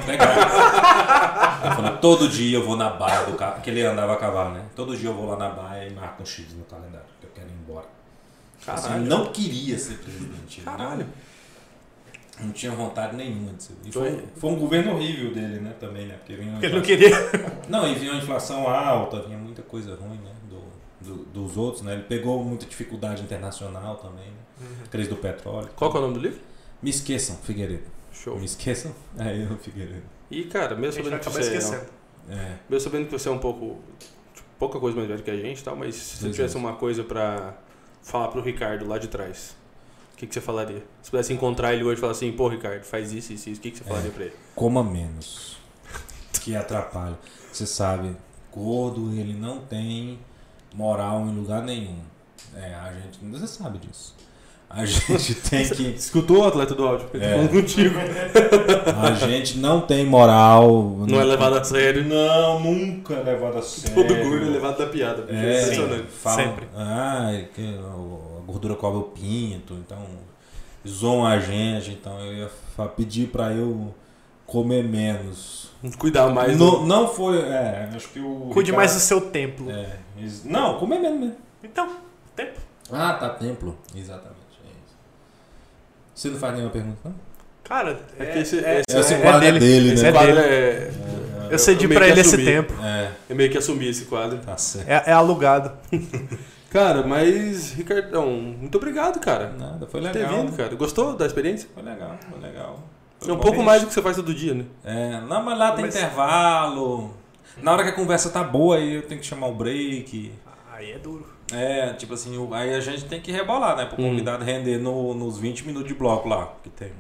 entregar. ele falou, todo dia eu vou na baia do carro, porque ele andava a cavalo, né? Todo dia eu vou lá na baia e marco um X no calendário, que eu quero ir embora. Assim,
Caralho.
não queria ser presidente. ele não-
Caralho.
não tinha vontade nenhuma de ser. E
Foi-
foi, foi um governo horrível dele, né? Também, né? Porque vinha uma
Porque ele não
inflação- Não, e vinha uma inflação alta, vinha muita coisa ruim, né? Do, do- dos outros, né? Ele pegou muita dificuldade internacional também, né?
Uhum.
(laughs)
Crise do petróleo.
Qual que é o nome do livro?
Me esqueçam, Figueiredo.
Show.
Me esqueçam? (laughs) É eu, Figueiredo.
E, cara, mesmo sabendo
A gente vai
que
acabar
você
esquecendo.
é.
É.
Mesmo sabendo que você é um pouco. tipo, pouca coisa mais velho que a gente e tal, mas se você
Dois
tivesse
anos.
uma coisa pra falar pro Ricardo lá de trás, o que, que você falaria? Se pudesse encontrar ele hoje e falar assim, pô, Ricardo, faz isso, isso, isso, o que, que você falaria pra ele?
Coma menos. Que atrapalha. Você sabe, gordo ele não tem moral em lugar nenhum. É, a gente. Você sabe disso. A (laughs) gente tem que.
Escutou o atleta do áudio? Ele
É.
tá falando contigo.
A gente não tem moral.
Não é levado a sério.
Não, nunca é levado a sério.
Todo gordo é levado da piada. bicho.
É,
Impressionante.
falam,
sempre.
Ah, que o- a gordura cobre o pinto, então zoam a gente, então eu ia fa- pedir pra eu comer menos.
Cuidar mais. do-
não, não foi. É, acho que o.
Cuide
Ricardo-
mais do seu templo.
É, ex- não, comer menos mesmo.
Então, tempo.
Ah, tá, templo. Exatamente. é isso. Você não faz nenhuma pergunta, não?
Cara,
É
é,
que esse-
é-
esse
é- é
quadro é dele,
Esse
né?
é
O quadro
dele.
é.
Eu cedi
meio
pra
que
ele esse
assumi.
tempo.
É,
Eu meio que assumi esse quadro.
tá certo.
É, é alugado.
Cara, mas, Ricardão, muito obrigado, cara.
Nada, foi
Por ter
legal.
vindo, cara. Gostou da experiência?
Foi legal, foi legal.
É um pouco mais do que você faz todo dia, né?
É, não, mas lá tem
Mas-
intervalo. Na hora que a conversa tá boa, aí eu tenho que chamar o break.
Aí é duro.
É, tipo assim, o- aí a gente tem que rebolar, né? Pro
Hum.
convidado render no- nos 20 minutos de bloco lá que tem.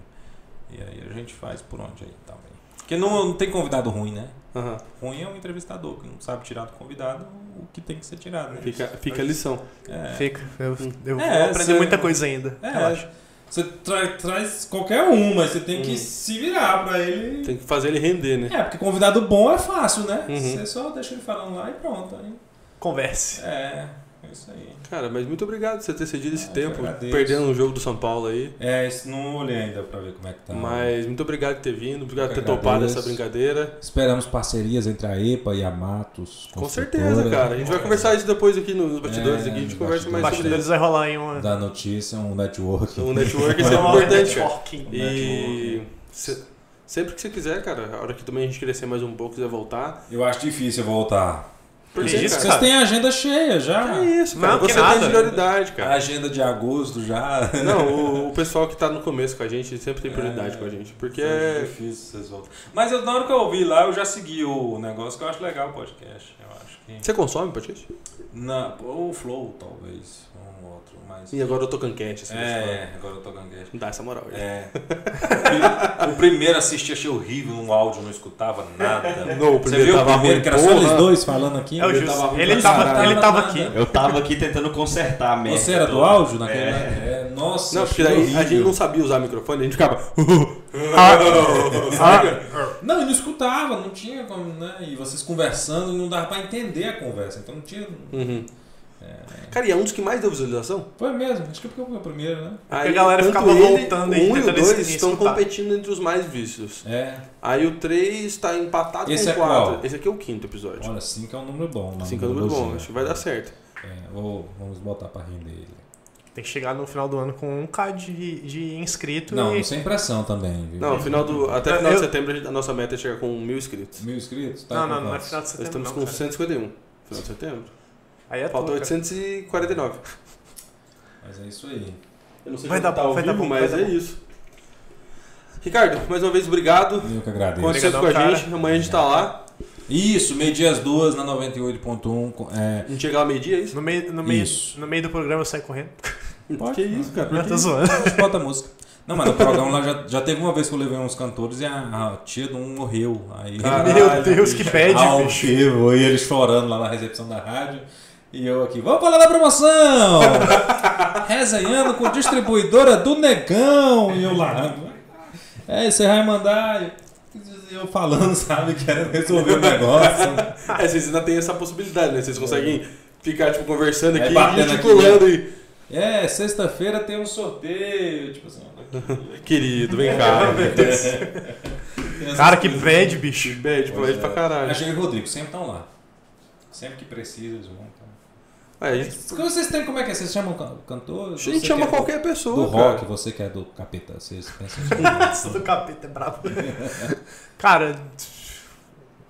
E aí a gente faz por onde aí também. Porque não, não tem convidado ruim, né?
Aham.
Ruim é um entrevistador que não sabe tirar do convidado o que tem que ser tirado, né?
Fica, fica a lição.
É.
Fica. Eu,
Hum.
eu
É,
vou aprender
você-
muita coisa ainda.
É,
Relaxa.
Você tra- traz qualquer um, mas você tem que se virar pra ele.
Hum. Tem que fazer ele render, né?
É, porque convidado bom é fácil, né?
Uhum.
Você só deixa ele falando lá e pronto. Aí.
Converse.
É, é isso aí.
Cara, mas muito obrigado por você ter cedido esse
Ah, eu
tempo,
que agradeço.
perdendo o jogo do São Paulo aí.
É, isso não olhei ainda pra ver como é que tá.
Mas muito obrigado por ter vindo, obrigado por
Eu
ter
que
topado
agradeço.
essa brincadeira.
Esperamos parcerias entre a EPA e a Matos.
Com certeza, cara. A gente vai conversar isso depois aqui nos bastidores, aqui.
É,
a gente
nos
conversa mais sobre
Bastidores
isso.
vai rolar em uma.
Da notícia, um network.
O network é sempre
uma hora de
importante, cara.
networking.
E se- sempre que você quiser, cara, a hora que também a gente crescer mais um pouco, quiser voltar,
Eu acho difícil voltar.
Por
Vocês-
quê, cara?
Vocês têm a agenda cheia já.
É isso, cara.
Não, que
Você
nada.
tem prioridade,
A
cara.
agenda de agosto
Ah,
já.
(laughs) Não, o, o pessoal que tá no começo com a gente sempre tem prioridade com a gente. Porque
(laughs) É
é.
difícil vocês voltarem.
Mas eu, na hora que eu ouvi lá, eu já segui o negócio que eu acho legal o podcast. Eu acho que.
Você consome podcast?
Na, ou o Flow, talvez. Um outro, mas.
E agora eu tô cancante, assim,
É, agora eu tô ganguete.
Não dá essa moral. gente.
É.
É.
O primeiro assisti, achei horrível, um áudio, não escutava nada.
Não, o primeiro
viu o
tava
primeiro
ruim,
que
Era
era
só
porra.
eles dois falando aqui.
É o
Eu
Jus.
tava-
Ele
eu
tava-
tava-
ele tava aqui.
Eu tava aqui tentando consertar a merda.
Você era do
toda.
áudio naquele?
É.
É, nossa.
Não, porque
achei
daí a
horrível.
gente não sabia usar microfone, a gente ficava. (laughs) Ah,
Não, e não escutava, não tinha como, né? E vocês conversando, não dava pra entender a conversa. Então não tinha.
Uhum. Cara, e é um dos que mais deu visualização?
Foi mesmo, acho que é porque eu fui o primeiro, né?
Aí,
galera
tanto
ficava
ele,
voltando
o
aí,
um e o
tentando
dois
esse-
estão
escutar.
competindo entre os mais vistos.
É.
Aí o 3 tá empatado
Esse
com
é
o 4.
qual?
Esse aqui é o quinto episódio.
Olha, 5 é um número bom, né?
5 é o número bom,
Dozinho.
acho que vai dar certo.
É, vou, vamos botar pra render ele.
Tem que chegar no final do ano com um k de, de inscrito
Não,
e
não sem pressão também, viu?
Não, final do, até o final
Eu-
de setembro a gente- a nossa meta é chegar com mil inscritos.
Mil inscritos? Tá
Não, não,
com
não é
quantos?
final de
Nós
setembro.
estamos
Não,
com
cara.
151. Final de setembro.
Aí é
Faltou
tudo.
849.
Mas é isso aí.
Eu não sei
Vai
se
dar
tá
bom,
ao
vai dar
vivo,
bom, vai
mas
dar
é
bom.
isso. Ricardo, mais uma vez, obrigado.
Eu que
Conte
agradeço.
sempre
Obrigadão,
com a
cara.
gente. Amanhã a gente tá lá.
Isso, meio-dia às duas na 98.1. com- É,
A gente chega lá meio-dia, é isso?
No meio, no, meio,
Isso.
no meio do programa eu saio correndo.
Pode.
que isso, cara?
Eu
Por
tô
que-
zoando.
bota a música. Não, mas no programa lá já, já teve uma vez que eu levei uns cantores e a, a tia de um morreu. Aí (laughs)
Caralho,
Meu Deus, que bad,
ao
bicho.
vivo, e eles chorando lá na recepção da rádio. E eu aqui, vamos falar da promoção! (laughs) Resenhando com distribuidora do Negão! E eu lá, é, você vai mandar. E Eu falando, sabe, querendo resolver o negócio.
É, vocês ainda têm essa possibilidade, né? Vocês conseguem ficar, tipo, conversando
É,
aqui,
batendo aqui,
gesticulando e...
É, sexta-feira tem um sorteio. Tipo assim,
(laughs) Querido, vem
É,
cá.
tem essas
Cara, que
coisas.
bad, bicho.
Bad, tipo, bad pra caralho.
é, A Gê e o Rodrigo sempre estão lá. Sempre que precisa, eles vão. tá?
É, a gente,
Como vocês têm, como é que é? Vocês chamam can- cantor? é
a gente chama qualquer pessoa,
Do
cara.
rock, você que é do capeta, vocês
(laughs)
pensam assim.
Nossa, do capeta é brabo. (laughs) Cara,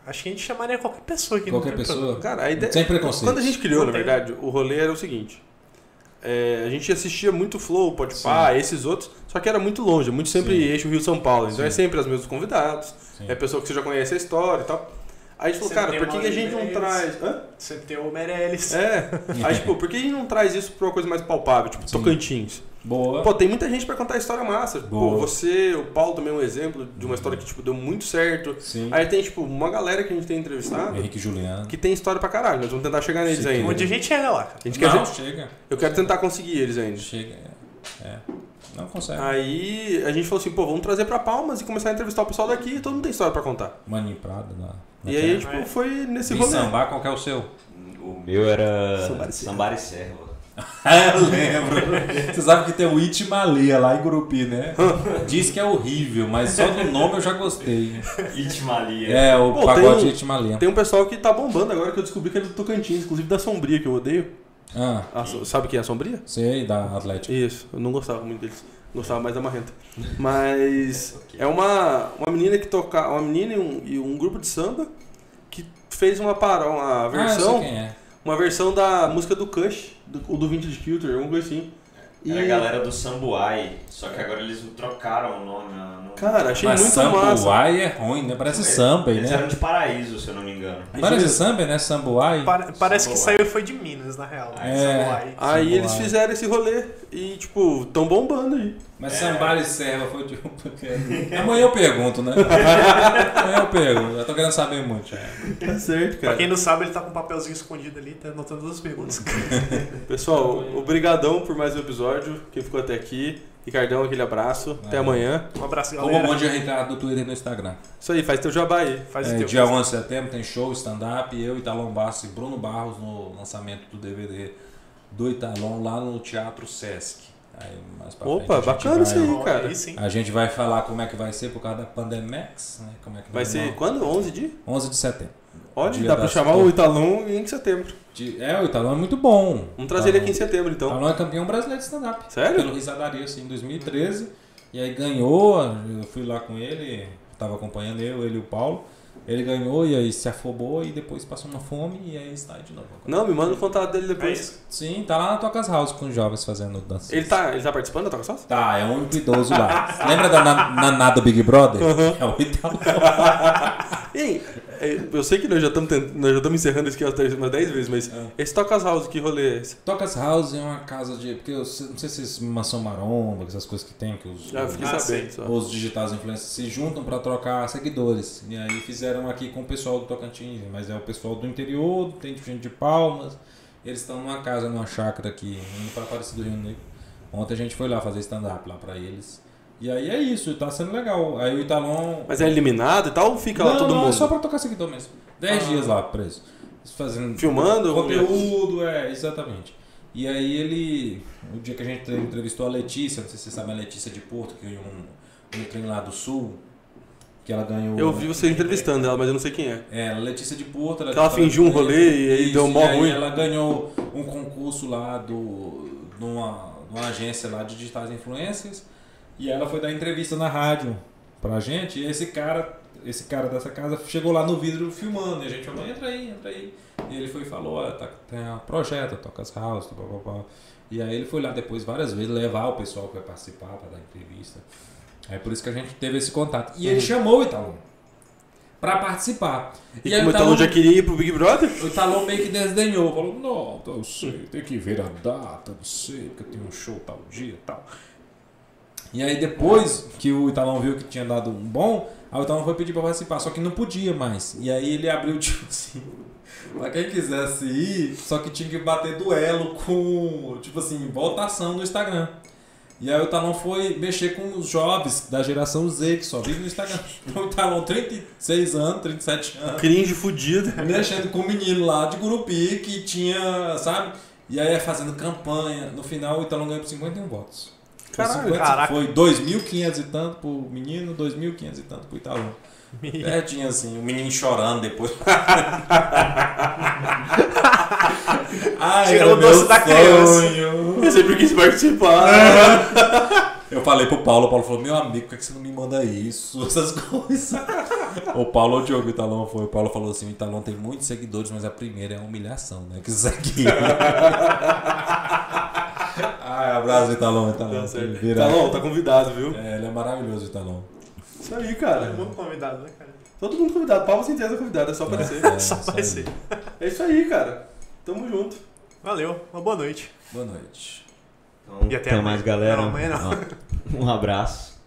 acho que a gente chamaria qualquer pessoa aqui. não
Qualquer
tem
pessoa.
Cara, a ideia...
Sem preconceito.
Quando a gente criou,
Não
na
tem.
verdade, o rolê era o seguinte. É, a gente assistia muito Flow, Podpah, esses outros, só que era muito longe, muito sempre
Sim.
eixo Rio-São Paulo. Então
Sim.
é sempre os mesmos convidados,
Sim.
é pessoa que você já conhece a história e tal. Aí a gente falou,
Você
cara,
tem
por que,
uma
que a
hora e
gente não
meia,
traz... Hã?
problema. Sempre tem o Meirelles.
É. Aí, tipo, por que a gente não traz isso pra uma coisa mais palpável, tipo,
Sim.
Tocantins?
Boa.
Pô, tem muita gente pra contar história massa. Pô,
Boa.
você, o Paulo também é um exemplo de uma história que, tipo, deu muito certo.
Sim.
Aí tem, tipo, uma galera que a gente tem entrevistado
Henrique Juliano.
que tem história pra caralho. Nós vamos tentar chegar neles
Sim.
ainda.
Onde a Um gente chega lá, cara.
A gente
não,
quer,
chega.
eu quero tentar conseguir eles ainda.
Chega. É. É. Não consegue.
Aí a gente falou assim, pô, vamos trazer pra Palmas e começar a entrevistar o pessoal daqui. Todo mundo tem história pra contar.
Maninho Prado. Na, na
E aí,
terra.
tipo, foi nesse
Vim
rolê.
sambar, qual que é o seu?
O meu era
Sambara e Serva.
Sambara e Serva.
Ah, eu lembro. Você sabe que tem o Itimalea lá em Gurupi, né? Diz que é horrível, mas só do nome eu já gostei.
Itmalia.
(laughs) É, o
Pô, tem
pagode
um-
Itimalea.
Tem um pessoal que tá bombando agora que eu descobri que é do Tocantins, inclusive da Sombria, que eu odeio.
Ah,
A So- sabe quem é a Sombria?
sei, da Atlético.
Isso, eu não gostava muito deles. Gostava mais da Marrenta. (laughs) Mas é uma, uma menina que toca. Uma menina e um, e um grupo de samba que fez uma, para, uma
Ah, eu sei
versão.
quem é.
uma versão da música do Cush, do, ou do Vintage Kilter, alguma coisa assim. E,
Era a galera do Sambuai, só que agora eles trocaram o nome. a- não-
Cara, achei
Mas
muito
Sambuai
massa.
é ruim, né? Parece
Eles-
samba,
Eles
né?
eram de Paraíso, se eu não me engano.
é
Parece samba, né? Sambuai.
Pare- parece que
Samurai.
saiu foi de Minas, na real.
É.
Samurai.
Aí eles
Sambuai.
fizeram esse rolê e, tipo, tão bombando aí.
Mas Sambar e Serva foi de um pequeno. Amanhã eu pergunto,
(laughs)
né? Amanhã eu pergunto. Eu tô querendo saber muito. já.
Tá certo,
Pra quem
cara.
não sabe, ele tá com um papelzinho escondido ali, tá anotando todas as perguntas.
Pessoal, obrigadão por mais um episódio. Quem ficou até aqui. Ricardão, aquele abraço. Até amanhã.
Um abraço,
Arroba
galera.
Bom Dia Ricardo no Twitter e no Instagram.
Isso aí, faz teu jabá aí.
Faz
É,
o teu.
dia 11 de setembro tem show, stand-up, eu, Italon Barros e Bruno Barros no lançamento do DVD do Italon lá no Teatro Sesc. Aí, mais pra
Opa,
frente, a gente
bacana isso
vai-
aí.
Olha
cara.
Aí sim.
A gente vai falar como é que vai ser por causa da Pandemex, né? Como é que
Vai ser
rolar.
quando? 11 de?
11 de setembro.
Olha,
Dia
dá pra
das
chamar
Torres.
o Italon em setembro.
De- É, o Italon é muito Tá bom.
Vamos trazer ele aqui
Italon-
em setembro, então.
Italon é campeão brasileiro de stand-up.
Sério?
Pelo Risadaria, assim, em 2013. E aí ganhou, eu fui lá com ele, tava acompanhando eu, ele e o Paulo. Ele ganhou e aí se afobou e depois passou uma fome e aí está aí de novo.
Não, me manda o contato dele depois.
Sim, tá lá na Tocas House com os jovens fazendo dança.
Ele tá, ele tá participando da Toca Salsa?
Tá, é o único idoso lá. (laughs) Lembra da na- Naná do Big Brother? É o idoso.
Ei, é, eu sei que nós já estamos nós já estamos encerrando isso aqui umas dez- umas 10 vezes, mas esse Tocas House, que rolê é esse?
Tocas House é uma casa de. Porque eu se- não sei se esses maçã maromba, essas coisas que tem, que os,
Ah, eu fiquei
os-
sabendo só.
os digitais influencers se juntam pra trocar seguidores. E aí fizeram aqui com o pessoal do Tocantins, mas é o pessoal do interior, tem gente de palmas. Eles estão numa casa, numa chácara aqui, indo pra Aparecida do Rio Negro. Ontem a gente foi lá fazer stand-up lá pra eles. E aí é isso, tá sendo legal. Aí o Italon.
Mas é eliminado e tal ou fica lá
Não,
todo
não,
mundo?
é só pra tocar seguidor mesmo. 10
Ah.
dias lá preso. Fazendo
Filmando?
Conteúdo, é, exatamente. E aí ele. O dia que a gente entrevistou a Letícia, não sei se vocês sabem a Letícia de Porto, que é um, um trem lá do sul, que ela ganhou.
Eu vi você entrevistando ela, mas eu não sei quem é.
É, a Letícia de Porto.
Que ela fingiu um rolê e aí deu mó
e aí
ruim.
Ela ganhou um concurso lá do, de, uma, de uma agência lá de digitais influencers. E ela foi dar entrevista na rádio pra gente. E esse cara, esse cara dessa casa chegou lá no vidro filmando. E a gente falou: entra aí, entra aí. E ele foi e falou: ó, tá, tem um projeto, toca as house, pá, pá, pá. E aí ele foi lá depois várias vezes levar o pessoal que vai participar pra dar entrevista. É por isso que a gente teve esse contato. E ele
Uhum.
chamou o Italon pra participar.
E, tá
aí
como o Talon já queria ir pro Big Brother?
o Talon meio que desdenhou, falou, não, não sei, tem que ver a data, não sei, porque tem um show tal dia e tal. E aí depois que o Italão viu que tinha dado um bom, aí o Italão foi pedir pra participar, só que não podia mais. E aí ele abriu (laughs) tipo assim, pra quem quisesse ir, só que tinha que bater duelo com, tipo assim, votação no Instagram. E aí o Talon foi mexer com os jovens da geração Z, que só vive no Instagram. (laughs) Então o Talon, 36 anos, 37 anos
Cringe fudido.
mexendo com o menino lá de Gurupi que tinha, sabe? E aí é fazendo campanha. No final o Italão ganhou por 51 votos. Foi
Caralho,
50,
caraca.
um Foi 2.500 e tanto pro menino, 2.500 e tanto pro Italão. É, tinha assim, o menino chorando
(laughs)
depois. Ai,
Tirou
era
o doce
meu
da criança.
sonho.
Eu sempre quis
(laughs)
participar.
Eu falei pro Paulo, o Paulo falou, meu amigo, por que que você não me manda isso? (laughs) Essas coisas. o Paulo odiou que o Italão foi. O Paulo falou assim, o Italão tem muitos seguidores, mas a primeira é a humilhação, né? Que isso aqui. Ai, Ah, abraço, Italão, Italão.
Tá certo.
Vira-
Talon, tá convidado, viu?
É, ele é maravilhoso, Italão.
Isso aí, cara.
Muito convidado, né, cara?
Tá Todo mundo convidado. Paulo Centeno é convidado, é só aparecer.
Só
Vai ser.
É isso aí, cara. Tamo junto.
Valeu, uma boa noite.
Boa noite.
Então, Um
E até
até mais,
amanhã.
galera.
Não, amanhã não.
Um abraço.